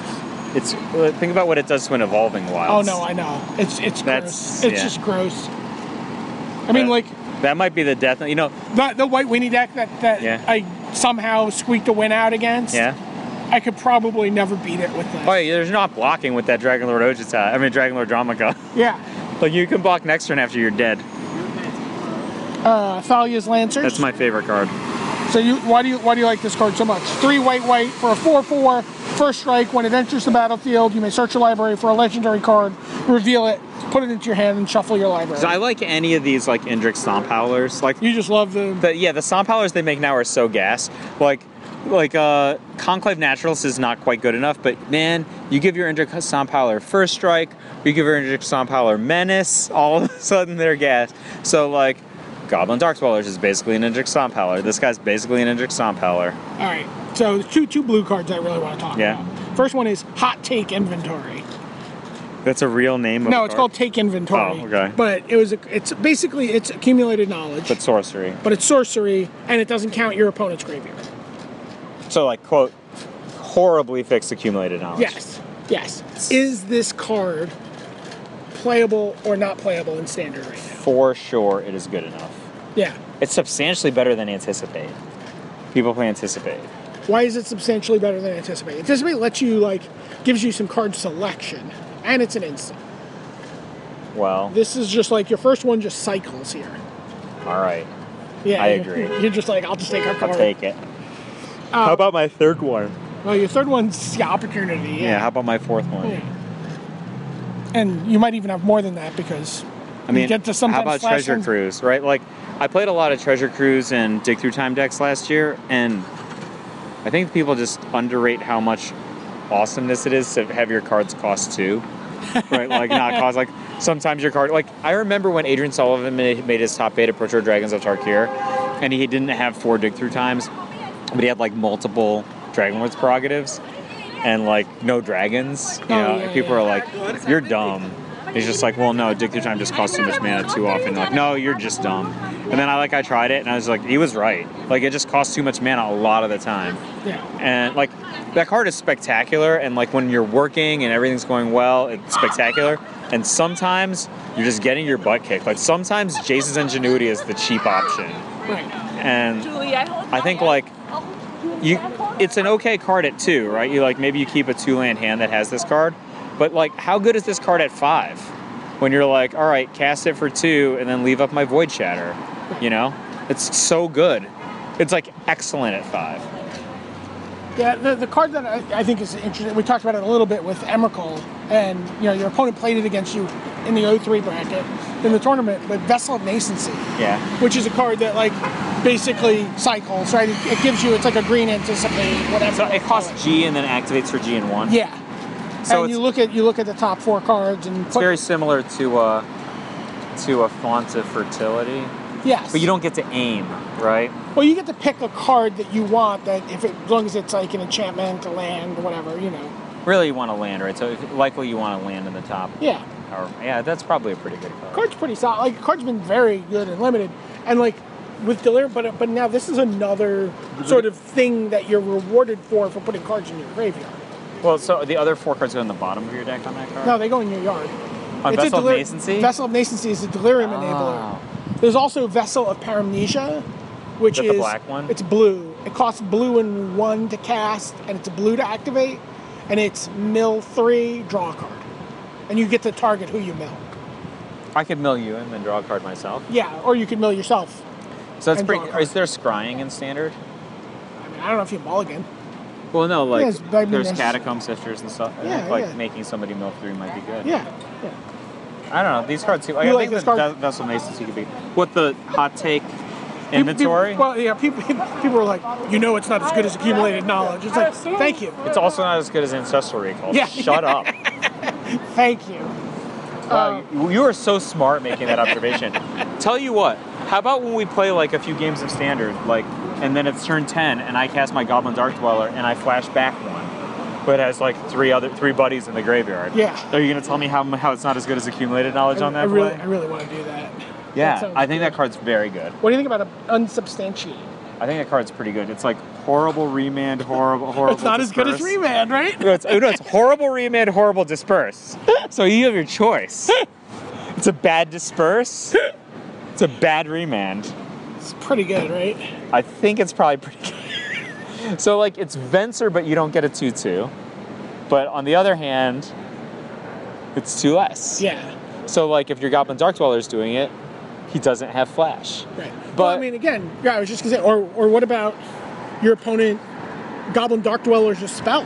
[SPEAKER 5] It's well, think about what it does to an evolving
[SPEAKER 3] Oh
[SPEAKER 5] wild.
[SPEAKER 3] no, I know. It's it's
[SPEAKER 5] That's-
[SPEAKER 3] gross. It's
[SPEAKER 5] yeah.
[SPEAKER 3] just gross. I mean,
[SPEAKER 5] Uh,
[SPEAKER 3] like
[SPEAKER 5] That might be the death. You know,
[SPEAKER 3] that, the white weenie deck that, that
[SPEAKER 5] Yeah.
[SPEAKER 3] I somehow squeaked a win out against.
[SPEAKER 5] yeah.
[SPEAKER 3] I could probably never beat it with that.
[SPEAKER 5] Oh, yeah, there's not blocking with that Dragon Lord Ojita. I mean, Dragon Lord Dramaga.
[SPEAKER 3] yeah.
[SPEAKER 5] <laughs> like you can block next turn after you're dead.
[SPEAKER 3] Uh, Thalia's Lancers.
[SPEAKER 5] That's my favorite card.
[SPEAKER 3] So you, why do you why do you like this card so much? Three white white for a four four first strike. When it enters the battlefield, you may search your library for a legendary card, reveal it, put it into your hand, and shuffle your library.
[SPEAKER 5] So I like any of these like Indric Stomp Howlers. Like
[SPEAKER 3] you just love the.
[SPEAKER 5] the yeah, the Stomp Howlers they make now are so gas. Like like uh Conclave Naturalist is not quite good enough, but man, you give your Indric Stomp Howler first strike, you give your Indric Stomp Howler menace, all of a sudden they're gas. So like Goblin Darkswallers is basically an Indric Stomp Howler. This guy's basically an Indric Stomp Howler.
[SPEAKER 3] All right. So there's two two blue cards I really want to talk
[SPEAKER 5] Yeah.
[SPEAKER 3] about. First one is Hot Take Inventory.
[SPEAKER 5] That's a real name of
[SPEAKER 3] No,
[SPEAKER 5] a
[SPEAKER 3] it's
[SPEAKER 5] card.
[SPEAKER 3] called Take Inventory.
[SPEAKER 5] Oh, okay.
[SPEAKER 3] But it was a, it's basically it's accumulated knowledge,
[SPEAKER 5] but sorcery.
[SPEAKER 3] but it's sorcery and it doesn't count your opponent's graveyard.
[SPEAKER 5] So like quote horribly fixed accumulated knowledge.
[SPEAKER 3] Yes. Yes. Is this card playable or not playable in standard right now?
[SPEAKER 5] For sure it is good enough.
[SPEAKER 3] Yeah.
[SPEAKER 5] It's substantially better than anticipate. People play anticipate.
[SPEAKER 3] Why is it substantially better than anticipate? Anticipate lets you like gives you some card selection and it's an instant.
[SPEAKER 5] Well,
[SPEAKER 3] This is just like your first one just cycles here.
[SPEAKER 5] all right,
[SPEAKER 3] Yeah.
[SPEAKER 5] I
[SPEAKER 3] you're-
[SPEAKER 5] agree.
[SPEAKER 3] You're just like I'll just take our card.
[SPEAKER 5] I'll take it. how about my third one?
[SPEAKER 3] Well, your third one's the opportunity.
[SPEAKER 5] Yeah. How about my fourth one?
[SPEAKER 3] Yeah. And you might even have more than that because
[SPEAKER 5] I mean,
[SPEAKER 3] you get to
[SPEAKER 5] how
[SPEAKER 3] sometimes
[SPEAKER 5] about
[SPEAKER 3] flash
[SPEAKER 5] Treasure
[SPEAKER 3] some-
[SPEAKER 5] Cruise? Right? Like, I played a lot of Treasure Cruise and Dig Through Time decks last year, and I think people just underrate how much awesomeness it is to have your cards cost two. right, like not cost like sometimes your card. Like I remember when Adrian Sullivan made, made his top eight at Pro Tour Dragons of Tarkir, and he didn't have four dig through times, but he had like multiple Dragon Lord's prerogatives, and like no dragons. You
[SPEAKER 3] Oh,
[SPEAKER 5] know,
[SPEAKER 3] yeah,
[SPEAKER 5] and people
[SPEAKER 3] yeah.
[SPEAKER 5] are like, "You're dumb." He's just like, "Well, no, dig through time just costs too much mana too often." Like, no, you're just dumb. And then I like I tried it, and I was like, he was right. Like it just costs too much mana a lot of the time
[SPEAKER 3] Yeah.
[SPEAKER 5] and like that card is spectacular and like when you're working and everything's going well it's spectacular and sometimes you're just getting your butt kicked like sometimes jason's ingenuity is the cheap option
[SPEAKER 3] Right.
[SPEAKER 5] and
[SPEAKER 6] Julie, I hope
[SPEAKER 5] i think like you it's an okay card at two right you like maybe you keep a two land hand that has this card but like how good is this card at five when you're like all right cast it for two and then leave up my void shatter you know it's so good it's like excellent at five
[SPEAKER 3] Yeah. The, the card that I, I think is interesting. We talked about it a little bit with Emrakul, and you know your opponent played it against you in the 03 bracket in the tournament, but Vessel of Nascency,
[SPEAKER 5] yeah
[SPEAKER 3] which is a card that like basically cycles. Right. It, it gives you it's like a green anticipate whatever.
[SPEAKER 5] So
[SPEAKER 3] you
[SPEAKER 5] it
[SPEAKER 3] wanna call
[SPEAKER 5] costs G and then activates for G and one.
[SPEAKER 3] Yeah.
[SPEAKER 5] So
[SPEAKER 3] and
[SPEAKER 5] it's,
[SPEAKER 3] you look at you look at the top four cards and
[SPEAKER 5] it's very similar to a to a font of fertility,
[SPEAKER 3] yes,
[SPEAKER 5] but you don't get to aim, right?
[SPEAKER 3] Well, you get to pick a card that you want. That if it, as long as it's like an enchantment, a land, whatever, you know.
[SPEAKER 5] Really, you want to land, right? So if, likely you want to land in the top.
[SPEAKER 3] Yeah,
[SPEAKER 5] Or, yeah, that's probably a pretty good card.
[SPEAKER 3] card's pretty solid. Like card's been very good and limited, and like with Delirium, but but now this is another sort of thing that you're rewarded for for putting cards in your graveyard.
[SPEAKER 5] Well, so the other four cards go in the bottom of your deck on that card.
[SPEAKER 3] No, they go in your yard.
[SPEAKER 5] On
[SPEAKER 3] It's a
[SPEAKER 5] Vessel of
[SPEAKER 3] delir-
[SPEAKER 5] Nascency?
[SPEAKER 3] Vessel of Nascency is a Delirium
[SPEAKER 5] Ah.
[SPEAKER 3] enabler. There's also Vessel of Paramnesia, which
[SPEAKER 5] Is
[SPEAKER 3] is,
[SPEAKER 5] that the black one?
[SPEAKER 3] It's blue. It costs blue and one to cast, and it's blue to activate, and it's mill three, draw a card, and you get to target who you mill.
[SPEAKER 5] I could mill you and then draw a card myself.
[SPEAKER 3] Yeah, or you could mill yourself.
[SPEAKER 5] So that's
[SPEAKER 3] And draw
[SPEAKER 5] pretty.
[SPEAKER 3] a card.
[SPEAKER 5] Is there scrying in standard?
[SPEAKER 3] I mean, I don't know if you mulligan.
[SPEAKER 5] Well, no, like
[SPEAKER 3] Yes, but I mean,
[SPEAKER 5] there's
[SPEAKER 3] there's-
[SPEAKER 5] catacomb sisters and stuff. I
[SPEAKER 3] Yeah,
[SPEAKER 5] think, like
[SPEAKER 3] yeah.
[SPEAKER 5] making somebody mill three might be good.
[SPEAKER 3] Yeah, yeah.
[SPEAKER 5] I don't know. These cards seem. Like,
[SPEAKER 3] You
[SPEAKER 5] I
[SPEAKER 3] like
[SPEAKER 5] think
[SPEAKER 3] this
[SPEAKER 5] that
[SPEAKER 3] card?
[SPEAKER 5] Ve- Vessel Masons you could be. What the hot take inventory.
[SPEAKER 3] People, well, yeah, people people are like, you know, it's not as good as accumulated knowledge. It's like, thank you,
[SPEAKER 5] it's also not as good as ancestral recall.
[SPEAKER 3] Yeah. Oh.
[SPEAKER 5] Shut up.
[SPEAKER 3] thank you.
[SPEAKER 5] Wow, you, you are so smart making
[SPEAKER 3] <laughs>
[SPEAKER 5] that observation. Tell you what, how about when we play like a few games of standard, like, and then it's turn ten, and I cast my Goblin Dark Dweller, and I flash back one, but it has like three other three buddies in the graveyard.
[SPEAKER 3] Yeah.
[SPEAKER 5] Are you gonna tell me how how it's not as good as accumulated knowledge on that
[SPEAKER 3] I really,
[SPEAKER 5] play?
[SPEAKER 3] I really want to do that.
[SPEAKER 5] yeah,
[SPEAKER 3] that sounds
[SPEAKER 5] I think
[SPEAKER 3] good.
[SPEAKER 5] that card's very good.
[SPEAKER 3] What do you think about a unsubstantiated?
[SPEAKER 5] I think that card's pretty good. It's like horrible remand,
[SPEAKER 3] <laughs>
[SPEAKER 5] horrible, horrible.
[SPEAKER 3] It's not as good as
[SPEAKER 5] disperse.
[SPEAKER 3] remand, right?
[SPEAKER 5] No, it's, oh, no, it's horrible remand, horrible disperse. So you have your choice. It's a bad disperse. It's a bad remand.
[SPEAKER 3] It's pretty good, right?
[SPEAKER 5] I think it's probably pretty good. <laughs> so like it's Venser, but you don't get a two two. But on the other hand, it's two less.
[SPEAKER 3] Yeah.
[SPEAKER 5] So like if your Goblin Dark Dweller's doing it, he doesn't have flash.
[SPEAKER 3] Right. But
[SPEAKER 5] But-
[SPEAKER 3] I mean, again, yeah, I was just gonna say, or or what about your opponent, Goblin Dark Dweller's a spell?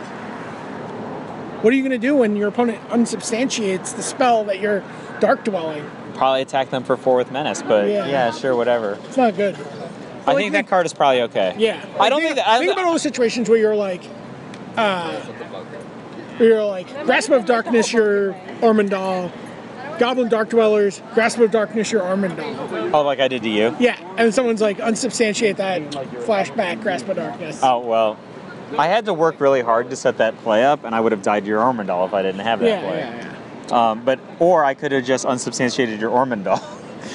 [SPEAKER 3] What are you gonna do when your opponent unsubstantiates the spell that you're Dark Dwelling?
[SPEAKER 5] Probably attack them for four with menace, but
[SPEAKER 3] Yeah.
[SPEAKER 5] yeah, sure, whatever.
[SPEAKER 3] It's not good.
[SPEAKER 5] I
[SPEAKER 3] like
[SPEAKER 5] think
[SPEAKER 3] the-
[SPEAKER 5] that card is probably okay.
[SPEAKER 3] Yeah.
[SPEAKER 5] I don't think that. I,
[SPEAKER 3] think about all the situations where you're like, uh, where you're like Grasp of Darkness, your Ormondal, Goblin Dark Dwellers, Grasp of Darkness, your Ormondal.
[SPEAKER 5] oh, like I did to you.
[SPEAKER 3] Yeah, and someone's like unsubstantiate that flashback Grasp of Darkness.
[SPEAKER 5] Oh well, I had to work really hard to set that play up, and I would have died to your Ormondal if I didn't have that
[SPEAKER 3] yeah,
[SPEAKER 5] play.
[SPEAKER 3] yeah, yeah.
[SPEAKER 5] Um, but or I could have just unsubstantiated your Ormondal.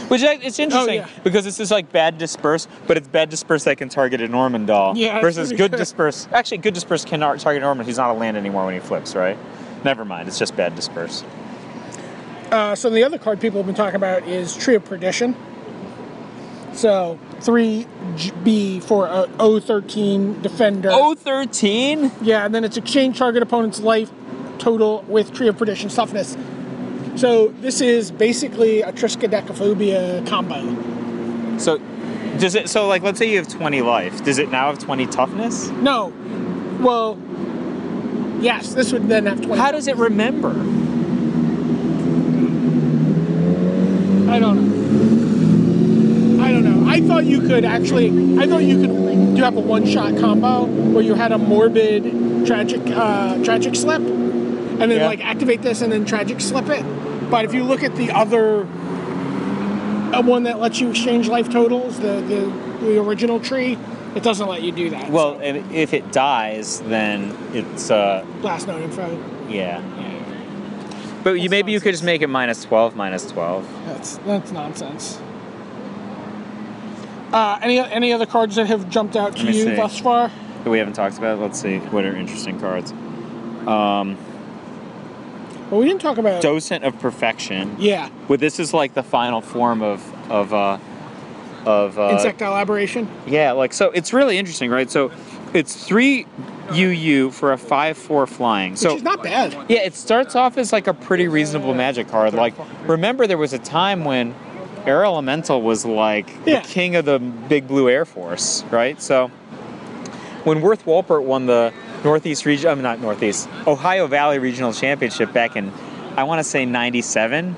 [SPEAKER 5] Which I, it's interesting
[SPEAKER 3] yeah.
[SPEAKER 5] <laughs> because it's just like bad disperse, but it's bad disperse that can target an Ormondal
[SPEAKER 3] Yeah, that's
[SPEAKER 5] versus
[SPEAKER 3] pretty
[SPEAKER 5] good
[SPEAKER 3] good.
[SPEAKER 5] disperse. Actually, good disperse can tar- target an Ormond. He's not a land anymore when he flips, right? Never mind. It's just bad disperse.
[SPEAKER 3] Uh, so the other card people have been talking about is Tree of Perdition. So three B for a 013 defender.
[SPEAKER 5] Oh, 13?
[SPEAKER 3] Yeah, and then it's exchange target opponent's life total with Tree of Perdition toughness. So this is basically a Triskaidekaphobia combo.
[SPEAKER 5] So does it? So like, let's say you have 20 life. Does it now have 20 toughness?
[SPEAKER 3] No, well, yes, this would then have twenty.
[SPEAKER 5] How does it remember?
[SPEAKER 3] I don't know. I don't know. I thought you could actually. I thought you could do have a one-shot combo where you had a morbid tragic uh, tragic slip, and then
[SPEAKER 5] Yeah.
[SPEAKER 3] like activate this and then tragic slip it. But if you look at the other uh, one that lets you exchange life totals, the the, the original tree, it doesn't let you do that.
[SPEAKER 5] Well, if if it dies, then it's uh,
[SPEAKER 3] so, last known info.
[SPEAKER 5] yeah. But you, maybe you could just make it minus twelve, minus twelve.
[SPEAKER 3] That's that's nonsense. Uh, any any other cards that have jumped out to
[SPEAKER 5] Let me
[SPEAKER 3] you
[SPEAKER 5] see.
[SPEAKER 3] thus far?
[SPEAKER 5] That we haven't talked about. Let's see what are interesting cards. Um,
[SPEAKER 3] Well, we didn't talk about.
[SPEAKER 5] Docent of Perfection.
[SPEAKER 3] Yeah.
[SPEAKER 5] Well, this is like the final form of of uh, of uh,
[SPEAKER 3] Insect elaboration.
[SPEAKER 5] Yeah, like so. It's really interesting, right? So, it's three UU for a five four flying.
[SPEAKER 3] Which
[SPEAKER 5] So
[SPEAKER 3] is not bad.
[SPEAKER 5] Yeah, it starts off as like a pretty reasonable magic card. Like, remember there was a time when Air Elemental was like
[SPEAKER 3] Yeah.
[SPEAKER 5] the king of the Big Blue Air Force, right? So, when Worth Walpert won the Northeast region, I'm not Northeast, Ohio Valley Regional Championship back in, I want to say '97,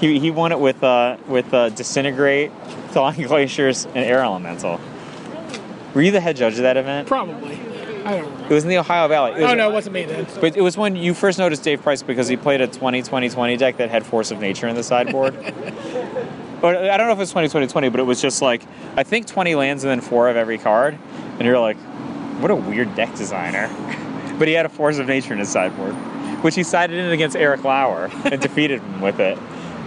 [SPEAKER 5] he, he won it with uh, with uh, Disintegrate, Thawing Glaciers, and Air Elemental. Were you the head judge of that event?
[SPEAKER 3] Probably. I don't remember.
[SPEAKER 5] It was in the Ohio Valley. It was-
[SPEAKER 3] Oh no, it wasn't me then.
[SPEAKER 5] but it was when you first noticed Dave Price because he played a 20 20 20 deck that had Force of Nature in the sideboard. but I don't know if it was 20 20 20, but it was just like, I think 20 lands and then four of every card. And you're like, what a weird deck designer. <laughs> but he had a Force of Nature in his sideboard, which he sided in against Eric Lauer and defeated him with it.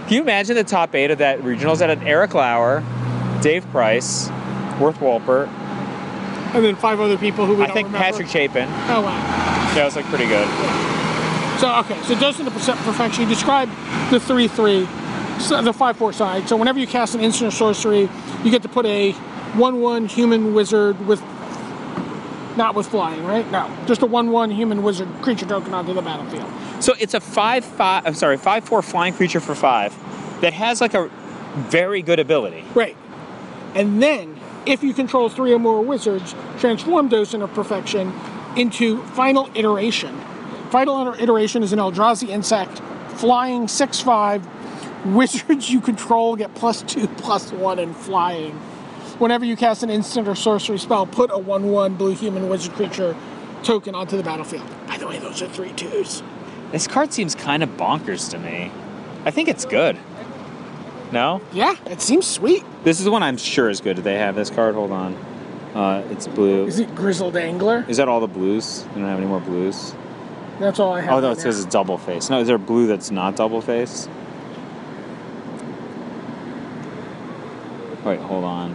[SPEAKER 5] Can you imagine the top eight of that regionals that had Eric Lauer, Dave Price, Worth Walpert,
[SPEAKER 3] And then five other people who we
[SPEAKER 5] I
[SPEAKER 3] don't
[SPEAKER 5] think
[SPEAKER 3] remember.
[SPEAKER 5] Patrick Chapin?
[SPEAKER 3] Oh wow.
[SPEAKER 5] That was like pretty good.
[SPEAKER 3] So okay, so Dosing the Percep- Perfection. Describe the three three, so the five four side. So whenever you cast an instant or sorcery, you get to put a one one human wizard with. Not with flying, right? No, just a one-one human wizard creature token onto the battlefield.
[SPEAKER 5] So it's a five five. I'm sorry, five four flying creature for five that has like a very good ability.
[SPEAKER 3] Right. And then, if you control three or more wizards, transform Docent of Perfection into Final Iteration. Final Iter- Iteration is an Eldrazi insect, flying 6 <laughs> 5. Wizards you control get plus 2, plus 1, and flying. whenever you cast an instant or sorcery spell, put a one-one blue human wizard creature token onto the battlefield. By the way, those are three twos.
[SPEAKER 5] This card seems kind of bonkers to me. I think it's good. No?
[SPEAKER 3] Yeah, it seems sweet.
[SPEAKER 5] This is the one I'm sure is good. Do they have this card? Hold on. Uh, it's blue.
[SPEAKER 3] Is it Grizzled Angler?
[SPEAKER 5] Is that all the blues? You don't have any more blues?
[SPEAKER 3] That's all I have.
[SPEAKER 5] Oh, no,
[SPEAKER 3] right
[SPEAKER 5] it says
[SPEAKER 3] now.
[SPEAKER 5] it's double face. No, is there a blue that's not double face? Wait, hold on.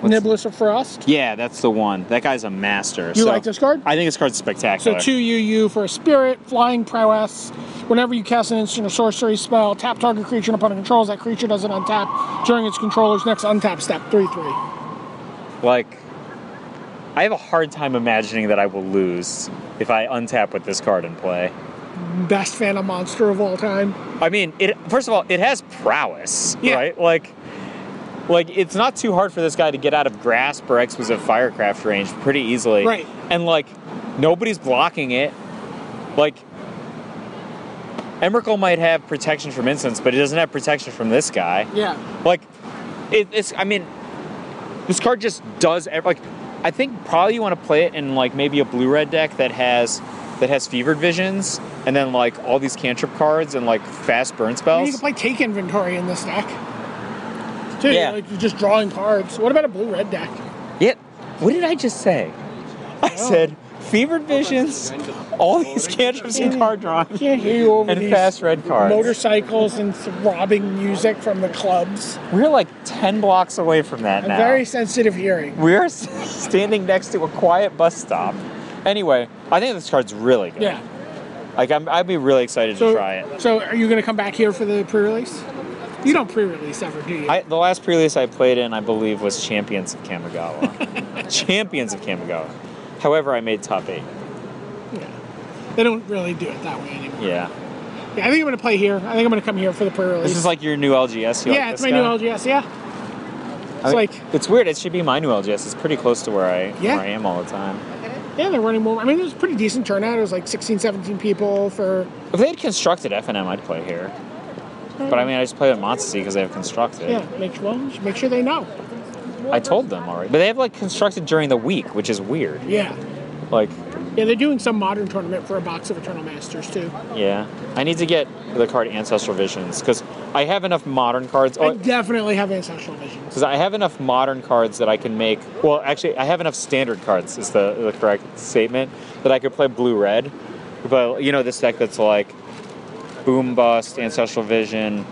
[SPEAKER 5] what's-
[SPEAKER 3] Nibblers of Frost.
[SPEAKER 5] Yeah, that's the one. That guy's a master.
[SPEAKER 3] You
[SPEAKER 5] so-
[SPEAKER 3] like this card?
[SPEAKER 5] I think this card's
[SPEAKER 3] So
[SPEAKER 5] spectacular.
[SPEAKER 3] two UU for a spirit, flying prowess. Whenever you cast an instant or sorcery spell, tap target creature and opponent controls. That creature doesn't untap during its controller's next untap step. Three three.
[SPEAKER 5] like, I have a hard time imagining that I will lose if I untap with this card and play.
[SPEAKER 3] Best Phantom monster of all time.
[SPEAKER 5] I mean, it. First of all, it has prowess,
[SPEAKER 3] Yeah.
[SPEAKER 5] right? Like, like it's not too hard for this guy to get out of grasp or exquisite firecraft range pretty easily,
[SPEAKER 3] Right.
[SPEAKER 5] And like, nobody's blocking it. Like, Emrakul might have protection from instants, but he doesn't have protection from this guy.
[SPEAKER 3] Yeah.
[SPEAKER 5] Like, it, it's. I mean, this card just does. ev- Like, I think probably you want to play it in like maybe a blue red deck that has that has fevered visions and then like all these cantrip cards and like fast burn
[SPEAKER 3] I mean, you
[SPEAKER 5] spells.
[SPEAKER 3] can play take inventory in this deck. Too,
[SPEAKER 5] Yeah.
[SPEAKER 3] like you're just drawing cards. What about a blue red deck?
[SPEAKER 5] yeah. What did I just say?
[SPEAKER 3] Oh.
[SPEAKER 5] I said fevered visions, all these cantrips and card drawing,
[SPEAKER 3] Can't hear
[SPEAKER 5] <laughs>
[SPEAKER 3] you over
[SPEAKER 5] and
[SPEAKER 3] these
[SPEAKER 5] fast red cards.
[SPEAKER 3] motorcycles and throbbing music from the clubs.
[SPEAKER 5] We're like ten blocks away from that
[SPEAKER 3] A
[SPEAKER 5] now.
[SPEAKER 3] very sensitive hearing.
[SPEAKER 5] We're s- standing next to a quiet bus stop. Anyway, I think this card's really good.
[SPEAKER 3] Yeah.
[SPEAKER 5] Like I'm, I'd be really excited
[SPEAKER 3] So,
[SPEAKER 5] to try it.
[SPEAKER 3] so are you going to come back here for the pre-release? You don't pre-release ever, do you?
[SPEAKER 5] I, the last pre-release I played in, I believe, was Champions of
[SPEAKER 3] <laughs>
[SPEAKER 5] Kamigawa. Champions of Kamigawa. However, I made top eight.
[SPEAKER 3] Yeah. They don't really do it that way anymore.
[SPEAKER 5] Yeah,
[SPEAKER 3] Yeah, I think I'm gonna play here. I think I'm gonna come here for the pre-release.
[SPEAKER 5] this is like your new LGS. You
[SPEAKER 3] yeah,
[SPEAKER 5] like
[SPEAKER 3] it's my
[SPEAKER 5] this guy?
[SPEAKER 3] new LGS. Yeah,
[SPEAKER 5] I
[SPEAKER 3] it's
[SPEAKER 5] mean,
[SPEAKER 3] like
[SPEAKER 5] it's weird. It should be my new LGS. It's pretty close to where I
[SPEAKER 3] Yeah.
[SPEAKER 5] where I am all the time.
[SPEAKER 3] yeah, they're running more. I mean, it was a pretty decent turnout. It was like 16, 17 people for
[SPEAKER 5] If they had constructed FNM, I'd play here. But I mean, I just played at Montesi because they have constructed.
[SPEAKER 3] yeah. Make well, make sure they know.
[SPEAKER 5] I told them already, but they have like constructed during the week, which is weird.
[SPEAKER 3] Yeah,
[SPEAKER 5] Like,
[SPEAKER 3] yeah, they're doing some modern tournament for a box of Eternal Masters too.
[SPEAKER 5] yeah, I need to get the card Ancestral Visions because I have enough modern cards.
[SPEAKER 3] I
[SPEAKER 5] Oh,
[SPEAKER 3] definitely have ancestral visions.
[SPEAKER 5] because I have enough modern cards that I can make. Well, actually, I have enough standard cards is the, the correct statement that I could play blue red. But you know this deck that's like Boom Bust, Ancestral Vision,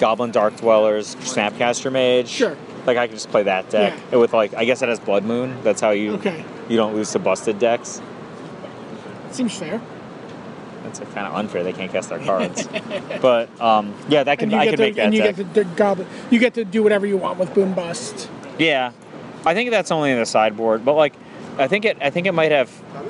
[SPEAKER 5] Goblin Dark Dwellers, Snapcaster Mage.
[SPEAKER 3] Sure.
[SPEAKER 5] Like I could just play that deck
[SPEAKER 3] Yeah.
[SPEAKER 5] And with like I guess it has Blood Moon. That's how you
[SPEAKER 3] Okay.
[SPEAKER 5] you don't lose to busted decks.
[SPEAKER 3] Seems fair.
[SPEAKER 5] That's like, kind of unfair. They can't
[SPEAKER 3] <laughs>
[SPEAKER 5] cast their cards. but um, yeah, that could I could
[SPEAKER 3] to,
[SPEAKER 5] make that
[SPEAKER 3] and you
[SPEAKER 5] deck.
[SPEAKER 3] get to d- goblin. You get to do whatever you want with Boom Bust.
[SPEAKER 5] Yeah, I think that's only in the sideboard, but like, I think it. I think it might have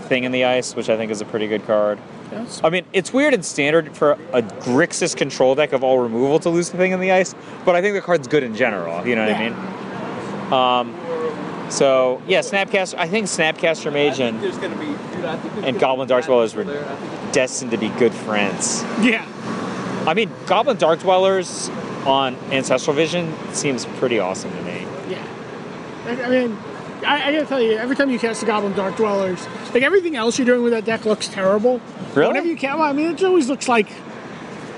[SPEAKER 5] Thing in the Ice, which I think is a pretty good card.
[SPEAKER 3] Yes.
[SPEAKER 5] I mean, it's weird and standard for a Grixis control deck of all removal to lose the Thing in the Ice, but I think the card's good in general. You know what
[SPEAKER 3] Yeah.
[SPEAKER 5] I mean? Um, so yeah, Snapcaster. I think Snapcaster Mage and
[SPEAKER 6] there's gonna be, dude, I think there's
[SPEAKER 5] and
[SPEAKER 6] gonna
[SPEAKER 5] Goblin
[SPEAKER 6] be
[SPEAKER 5] Darkswellers
[SPEAKER 6] there.
[SPEAKER 5] were
[SPEAKER 6] I think
[SPEAKER 5] destined to be good friends.
[SPEAKER 3] Yeah.
[SPEAKER 5] I mean, Goblin Darkdwellers on Ancestral Vision seems pretty awesome to me.
[SPEAKER 3] Yeah. I, I mean, I, I gotta tell you, every time you cast the Goblin Dark Dwellers, like everything else you're doing with that deck looks terrible.
[SPEAKER 5] Really?
[SPEAKER 3] Whenever you cast, well, I mean, it always looks like.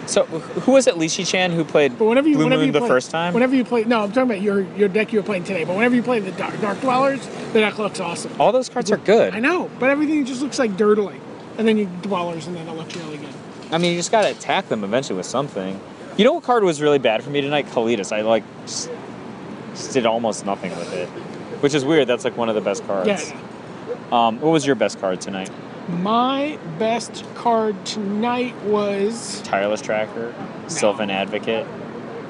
[SPEAKER 5] So who was it? Lishi Chan who played
[SPEAKER 3] But whenever you,
[SPEAKER 5] Blue
[SPEAKER 3] whenever
[SPEAKER 5] Moon
[SPEAKER 3] you
[SPEAKER 5] the
[SPEAKER 3] play-
[SPEAKER 5] first time.
[SPEAKER 3] whenever you play, no, I'm talking about your your deck you were playing today. But whenever you play the Dark, dark Dwellers, the deck looks awesome.
[SPEAKER 5] All those cards are good.
[SPEAKER 3] I know, but everything just looks like dirtling, and then you Dwellers, and then it looks really good.
[SPEAKER 5] I mean, you just gotta attack them eventually with something. You know what card was really bad for me tonight? Kalidas. I like just, just did almost nothing with it, which is weird. That's like one of the best cards.
[SPEAKER 3] Yeah, yeah.
[SPEAKER 5] Um, what was your best card tonight?
[SPEAKER 3] My best card tonight was
[SPEAKER 5] Tireless Tracker, Sylvan Advocate,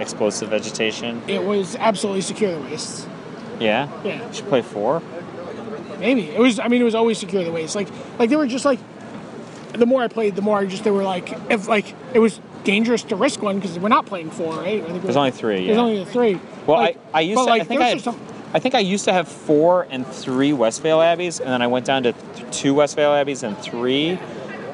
[SPEAKER 5] Explosive Vegetation.
[SPEAKER 3] it was absolutely secure the waste.
[SPEAKER 5] Yeah.
[SPEAKER 3] Yeah.
[SPEAKER 5] Should play four.
[SPEAKER 3] Maybe it was. I mean, it was always secure the waste. Like, like they were just like. The more I played, the more I just they were like, if like it was dangerous to risk one because we're not playing four, right? I think
[SPEAKER 5] There's only three.
[SPEAKER 3] There's
[SPEAKER 5] yeah.
[SPEAKER 3] only the three.
[SPEAKER 5] Well,
[SPEAKER 3] Like,
[SPEAKER 5] I, I used
[SPEAKER 3] but,
[SPEAKER 5] to,
[SPEAKER 3] like,
[SPEAKER 5] I think I,
[SPEAKER 3] there's
[SPEAKER 5] had,
[SPEAKER 3] just some-
[SPEAKER 5] I think I used to have four and three Westvale Abbeys, and then I went down to th- two Westvale Abbeys and three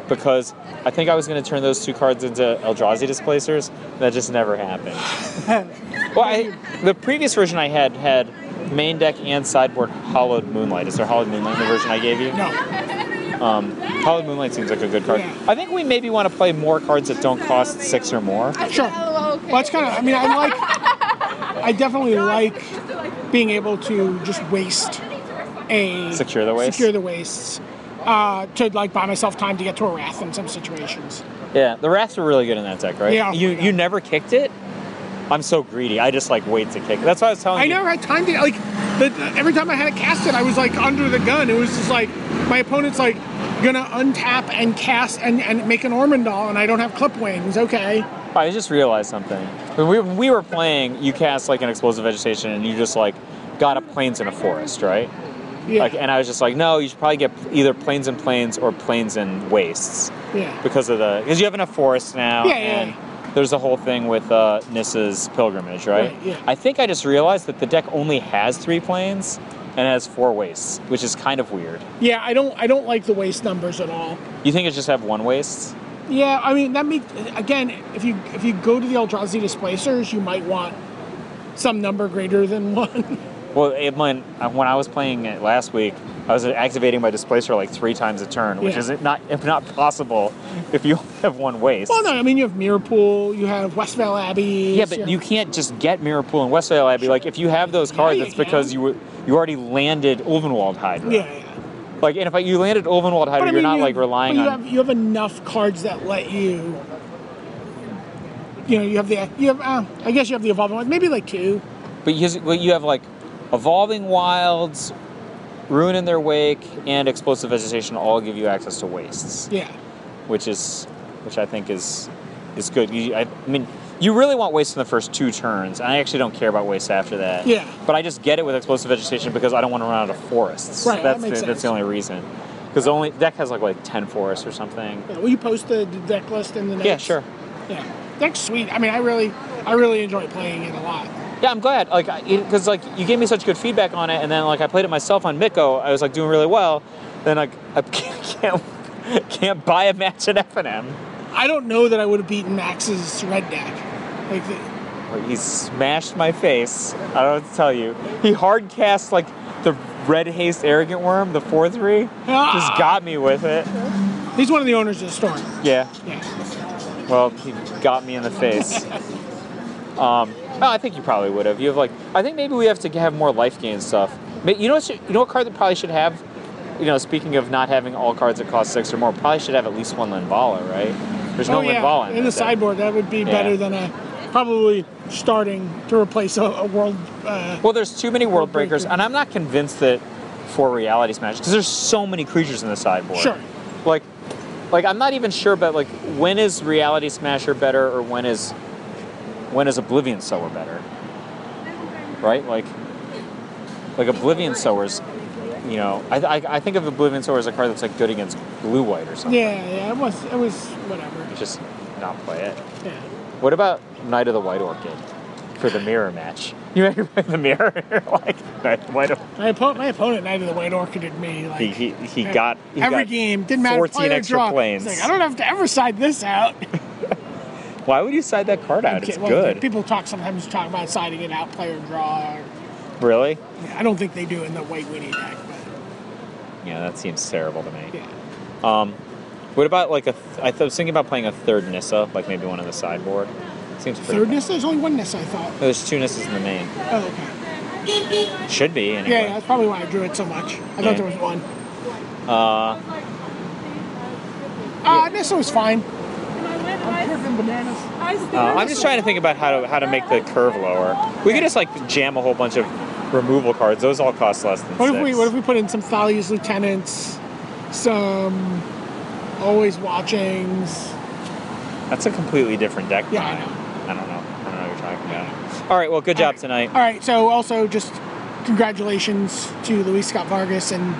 [SPEAKER 5] because
[SPEAKER 3] <laughs>
[SPEAKER 5] I think I was going to turn those two cards into Eldrazi displacers. and That just never happened. Well, I, the previous version I had had main deck and sideboard hollowed moonlight. Is there hollowed moonlight in the version I gave you?
[SPEAKER 3] No.
[SPEAKER 5] Um, hollowed moonlight seems like a good card.
[SPEAKER 3] Yeah.
[SPEAKER 5] I think we maybe want to play more cards that don't cost six or more.
[SPEAKER 3] Sure.
[SPEAKER 6] Oh, okay.
[SPEAKER 3] Well, that's kind of. I mean, I like. I definitely like being able to just waste a
[SPEAKER 5] Secure the waste?
[SPEAKER 3] Secure the wastes. Uh, to like buy myself time to get to a wrath in some situations.
[SPEAKER 5] Yeah, the rats were really good in that deck, right?
[SPEAKER 3] Yeah.
[SPEAKER 5] You you never kicked it. I'm so greedy. I just like wait to kick. it. That's why I was telling
[SPEAKER 3] I
[SPEAKER 5] you.
[SPEAKER 3] never had time to like. The, every time I had it casted, I was like under the gun. It was just like my opponent's like gonna untap and cast and, and make an Ormondal, and I don't have clip wings. Okay.
[SPEAKER 5] I just realized something. When we, when we were playing, you cast like an explosive vegetation, and you just like got up planes in a forest, right?
[SPEAKER 3] Yeah.
[SPEAKER 5] Like, and I was just like, no, you should probably get either planes and planes or planes and wastes
[SPEAKER 3] yeah.
[SPEAKER 5] because of the because you have enough forest now.
[SPEAKER 3] Yeah, yeah,
[SPEAKER 5] and There's the whole thing with uh, Nissa's pilgrimage, right?
[SPEAKER 3] Right, yeah.
[SPEAKER 5] I think I just realized that the deck only has three planes and has four wastes, which is kind of weird.
[SPEAKER 3] Yeah. I don't. I don't like the waste numbers at all.
[SPEAKER 5] You think it just have one waste?
[SPEAKER 3] Yeah, I mean that make again. If you if you go to the Eldrazi displacers, you might want some number greater than <laughs> one.
[SPEAKER 5] Well, it, when when I was playing it last week, I was activating my displacer like three times a turn, which
[SPEAKER 3] Yeah.
[SPEAKER 5] is not if not possible if you <laughs> only have one waste.
[SPEAKER 3] well, no, I mean you have Mirrorpool, you have Westvale Abbey.
[SPEAKER 5] Yeah, but you can't just get Mirapool and Westvale Abbey. Like, if you have those cards,
[SPEAKER 3] you
[SPEAKER 5] it's because
[SPEAKER 3] can.
[SPEAKER 5] you were, you already landed Ulvenwald Hydra.
[SPEAKER 3] Yeah, yeah.
[SPEAKER 5] Like, and if you landed Ulvenwald Hydra,
[SPEAKER 3] But I
[SPEAKER 5] you're
[SPEAKER 3] mean,
[SPEAKER 5] not
[SPEAKER 3] you-
[SPEAKER 5] like relying
[SPEAKER 3] but you
[SPEAKER 5] on.
[SPEAKER 3] Have, you have enough cards that let you. You know, you have the you have. Uh, I guess you have the evolving one. Maybe like two.
[SPEAKER 5] But you, but you have like evolving wilds, ruin in their wake, and explosive vegetation all give you access to wastes.
[SPEAKER 3] Yeah.
[SPEAKER 5] which is which I think is is good. You, I, I mean, you really want waste in the first two turns, and I actually don't care about waste after that.
[SPEAKER 3] Yeah.
[SPEAKER 5] But I just get it with explosive vegetation because I don't want to run out of forests.
[SPEAKER 3] Right, that
[SPEAKER 5] That's
[SPEAKER 3] makes
[SPEAKER 5] the, that's
[SPEAKER 3] sense.
[SPEAKER 5] the only reason. Because the only deck has like like ten forests or something.
[SPEAKER 3] Yeah, Will you post the the deck list in the next?
[SPEAKER 5] Yeah, sure.
[SPEAKER 3] Yeah, deck's sweet. I mean, I really, I really enjoy playing it a lot.
[SPEAKER 5] Yeah, I'm glad. Like, because like you gave me such good feedback on it, and then like I played it myself on Miko. I was like doing really well. Then like I <laughs> can't can't buy a match at F and M.
[SPEAKER 3] I don't know that I would have beaten Max's red deck. Like, the,
[SPEAKER 5] Like, He smashed my face. I don't know what to tell you. He hard cast like the red haste arrogant worm, the four three. Just
[SPEAKER 3] Ah!
[SPEAKER 5] got me with it.
[SPEAKER 3] He's one of the owners of the store. Oh,
[SPEAKER 5] Yeah.
[SPEAKER 3] Yeah.
[SPEAKER 5] Well, he got me in
[SPEAKER 3] <laughs>
[SPEAKER 5] the face. Um, no, I think you probably would have. You have like I think maybe we have to have more life gain stuff. Ma- You know what? should- You know what card that probably should have. You know, speaking of not having all cards that cost six or more, probably should have at least one Linvala, right? There's no
[SPEAKER 3] oh yeah.
[SPEAKER 5] Linvala in,
[SPEAKER 3] in the
[SPEAKER 5] that deck.
[SPEAKER 3] sideboard, that would be better than a probably starting to replace a, a world. Uh,
[SPEAKER 5] Well, there's too many world
[SPEAKER 3] breakers.
[SPEAKER 5] breakers, and I'm not convinced that for reality smash because there's so many creatures in the sideboard.
[SPEAKER 3] Sure.
[SPEAKER 5] Like, like I'm not even sure, but like, when is reality smasher better, or when is when is oblivion sower better? Right? Like, like oblivion sowers. You know, I, I, I think of Oblivion Sower as a card that's like good against blue white or something.
[SPEAKER 3] yeah, yeah. It was, it was whatever.
[SPEAKER 5] Just not play it.
[SPEAKER 3] Yeah.
[SPEAKER 5] What about Knight of the White Orchid for the mirror match? <laughs> You ever play the mirror? <laughs> You're like Knight of the White Orchid.
[SPEAKER 3] My, oppo- my opponent, Knight of the White Orchid, did me like
[SPEAKER 5] He, he, he
[SPEAKER 3] eh,
[SPEAKER 5] got he
[SPEAKER 3] every
[SPEAKER 5] got
[SPEAKER 3] game. Didn't matter.
[SPEAKER 5] 14
[SPEAKER 3] play or
[SPEAKER 5] extra
[SPEAKER 3] draw.
[SPEAKER 5] planes.
[SPEAKER 3] He's like, I don't have to ever side this out.
[SPEAKER 5] Why would you side that card
[SPEAKER 3] <laughs>
[SPEAKER 5] out? It's
[SPEAKER 3] Okay, well,
[SPEAKER 5] good.
[SPEAKER 3] People talk sometimes talk about siding it out, play or draw. Or,
[SPEAKER 5] really?
[SPEAKER 3] yeah, I don't think they do in the White Winnie deck, but
[SPEAKER 5] Yeah, that seems terrible to me.
[SPEAKER 3] yeah.
[SPEAKER 5] Um, what about like a? Th- I, th- was thinking about playing a third Nissa, like maybe one on the sideboard. Seems pretty.
[SPEAKER 3] Third
[SPEAKER 5] fun.
[SPEAKER 3] Nissa? There's only one Nissa, I thought.
[SPEAKER 5] No, there's two Nissas in the main.
[SPEAKER 3] Oh, okay.
[SPEAKER 5] Should be anyway.
[SPEAKER 3] Yeah, yeah, that's probably why I drew it so much. I
[SPEAKER 5] Yeah.
[SPEAKER 3] thought there was one.
[SPEAKER 5] Uh,
[SPEAKER 3] Uh, Nissa was fine.
[SPEAKER 5] uh, I'm just trying to think about how to how to make the curve lower. We could just like jam a whole bunch of removal cards. Those all cost less than
[SPEAKER 3] What
[SPEAKER 5] six.
[SPEAKER 3] if we What if we put in some Thalia's lieutenants, some always watchings?
[SPEAKER 5] That's a completely different deck.
[SPEAKER 3] Yeah, I
[SPEAKER 5] Brian.
[SPEAKER 3] know.
[SPEAKER 5] I don't know. I don't know what you're talking about. All right. Well, good job tonight.
[SPEAKER 3] All right. So also just congratulations to Luis Scott Vargas and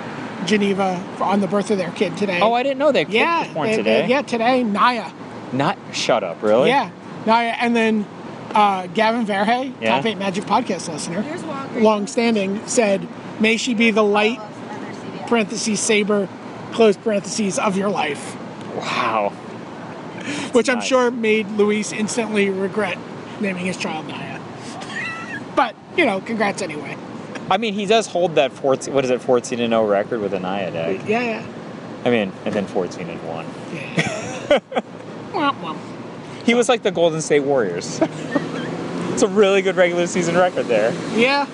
[SPEAKER 3] Geneva for, on the birth of their kid today.
[SPEAKER 5] Oh, I didn't know they kicked
[SPEAKER 3] yeah,
[SPEAKER 5] the point
[SPEAKER 3] they-
[SPEAKER 5] today.
[SPEAKER 3] they- yeah, today Naya.
[SPEAKER 5] Not shut up, really?
[SPEAKER 3] Yeah, Naya, and then uh, Gavin Verhey,
[SPEAKER 5] Yeah.
[SPEAKER 3] top eight Magic podcast listener,
[SPEAKER 6] Here's Walgreens.
[SPEAKER 3] long-standing, said, "May she be the light parentheses saber close parentheses of your life,"
[SPEAKER 5] Wow.
[SPEAKER 3] which I'm
[SPEAKER 5] nice.
[SPEAKER 3] sure made Luis instantly regret naming his child Naya. <laughs> But you know, congrats anyway.
[SPEAKER 5] I mean, he does hold that 14, what is it, 14 and 0 record with an Iodec.
[SPEAKER 3] Yeah, yeah.
[SPEAKER 5] I mean, and then 14 and 1.
[SPEAKER 3] Womp womp.
[SPEAKER 5] He was like the Golden State Warriors. <laughs> it's a really good regular season record there.
[SPEAKER 3] Yeah.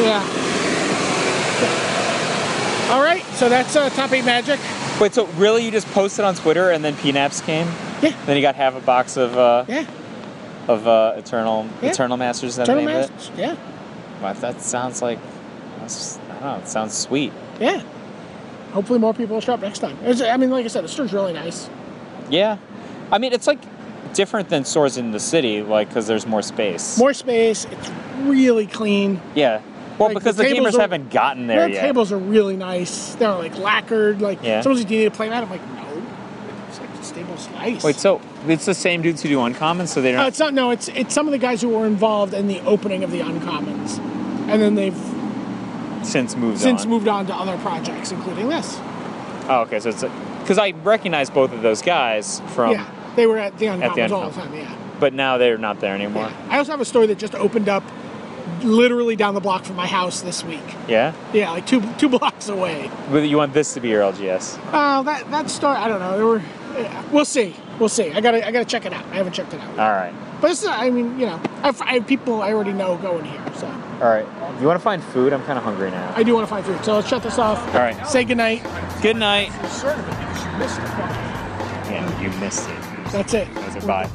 [SPEAKER 3] Yeah. All right, so that's uh, top eight magic.
[SPEAKER 5] Wait, so really you just posted on Twitter and then PNAPS came?
[SPEAKER 3] Yeah.
[SPEAKER 5] Then you got half a box of uh,
[SPEAKER 3] Yeah.
[SPEAKER 5] of uh, Eternal
[SPEAKER 3] Yeah.
[SPEAKER 5] Eternal Masters. is That
[SPEAKER 3] Turtle
[SPEAKER 5] the name of it?
[SPEAKER 3] Masters. Yeah.
[SPEAKER 5] Wow, that sounds like that's- I don't know. It sounds sweet.
[SPEAKER 3] Yeah. Hopefully, more people will shop next time. It's- I mean, like I said, the store's really nice.
[SPEAKER 5] Yeah, I mean it's like different than stores in the city, like because there's more space.
[SPEAKER 3] More space. It's really clean.
[SPEAKER 5] Yeah. Well,
[SPEAKER 3] Like,
[SPEAKER 5] because
[SPEAKER 3] the
[SPEAKER 5] the,
[SPEAKER 3] tables
[SPEAKER 5] gamers
[SPEAKER 3] are-
[SPEAKER 5] haven't gotten there
[SPEAKER 3] Their
[SPEAKER 5] yet.
[SPEAKER 3] tables are really nice. They're like lacquered. Like
[SPEAKER 5] Yeah.
[SPEAKER 3] someone's like, "Do you need a playmate?" I'm like, "No." It's like this table's nice.
[SPEAKER 5] Wait, so it's the same dudes who do uncommon, so they
[SPEAKER 3] Uh,
[SPEAKER 5] don't.
[SPEAKER 3] it's not. No, it's it's some of the guys who were involved in the opening of the uncommons, and then they've
[SPEAKER 5] since moved
[SPEAKER 3] Uh, since
[SPEAKER 5] on.
[SPEAKER 3] moved on to other projects, including this.
[SPEAKER 5] Oh, okay. So it's because I recognize both of those guys from,
[SPEAKER 3] yeah, they were at the
[SPEAKER 5] the
[SPEAKER 3] uncommons all the
[SPEAKER 5] Uncommons.
[SPEAKER 3] time. Yeah.
[SPEAKER 5] but now they're not there anymore.
[SPEAKER 3] Yeah. I also have a store that just opened up literally down the block from my house this week.
[SPEAKER 5] Yeah.
[SPEAKER 3] Yeah, like two <laughs> two blocks away.
[SPEAKER 5] But you want this to be your LGS?
[SPEAKER 3] Uh, that that store, I don't know. There were uh, we'll see. We'll see. I got to I got to check it out. I haven't checked it out.
[SPEAKER 5] All right.
[SPEAKER 3] but this is, I mean, you know, I have, I have people I already know going here, so
[SPEAKER 5] All right. You want to find food? I'm kind of hungry now.
[SPEAKER 3] I do want to find food. So let's shut this off.
[SPEAKER 5] All right.
[SPEAKER 3] Say goodnight.
[SPEAKER 5] Good night.
[SPEAKER 3] That's
[SPEAKER 5] Yeah, you missed it.
[SPEAKER 3] it.
[SPEAKER 5] That's a bye.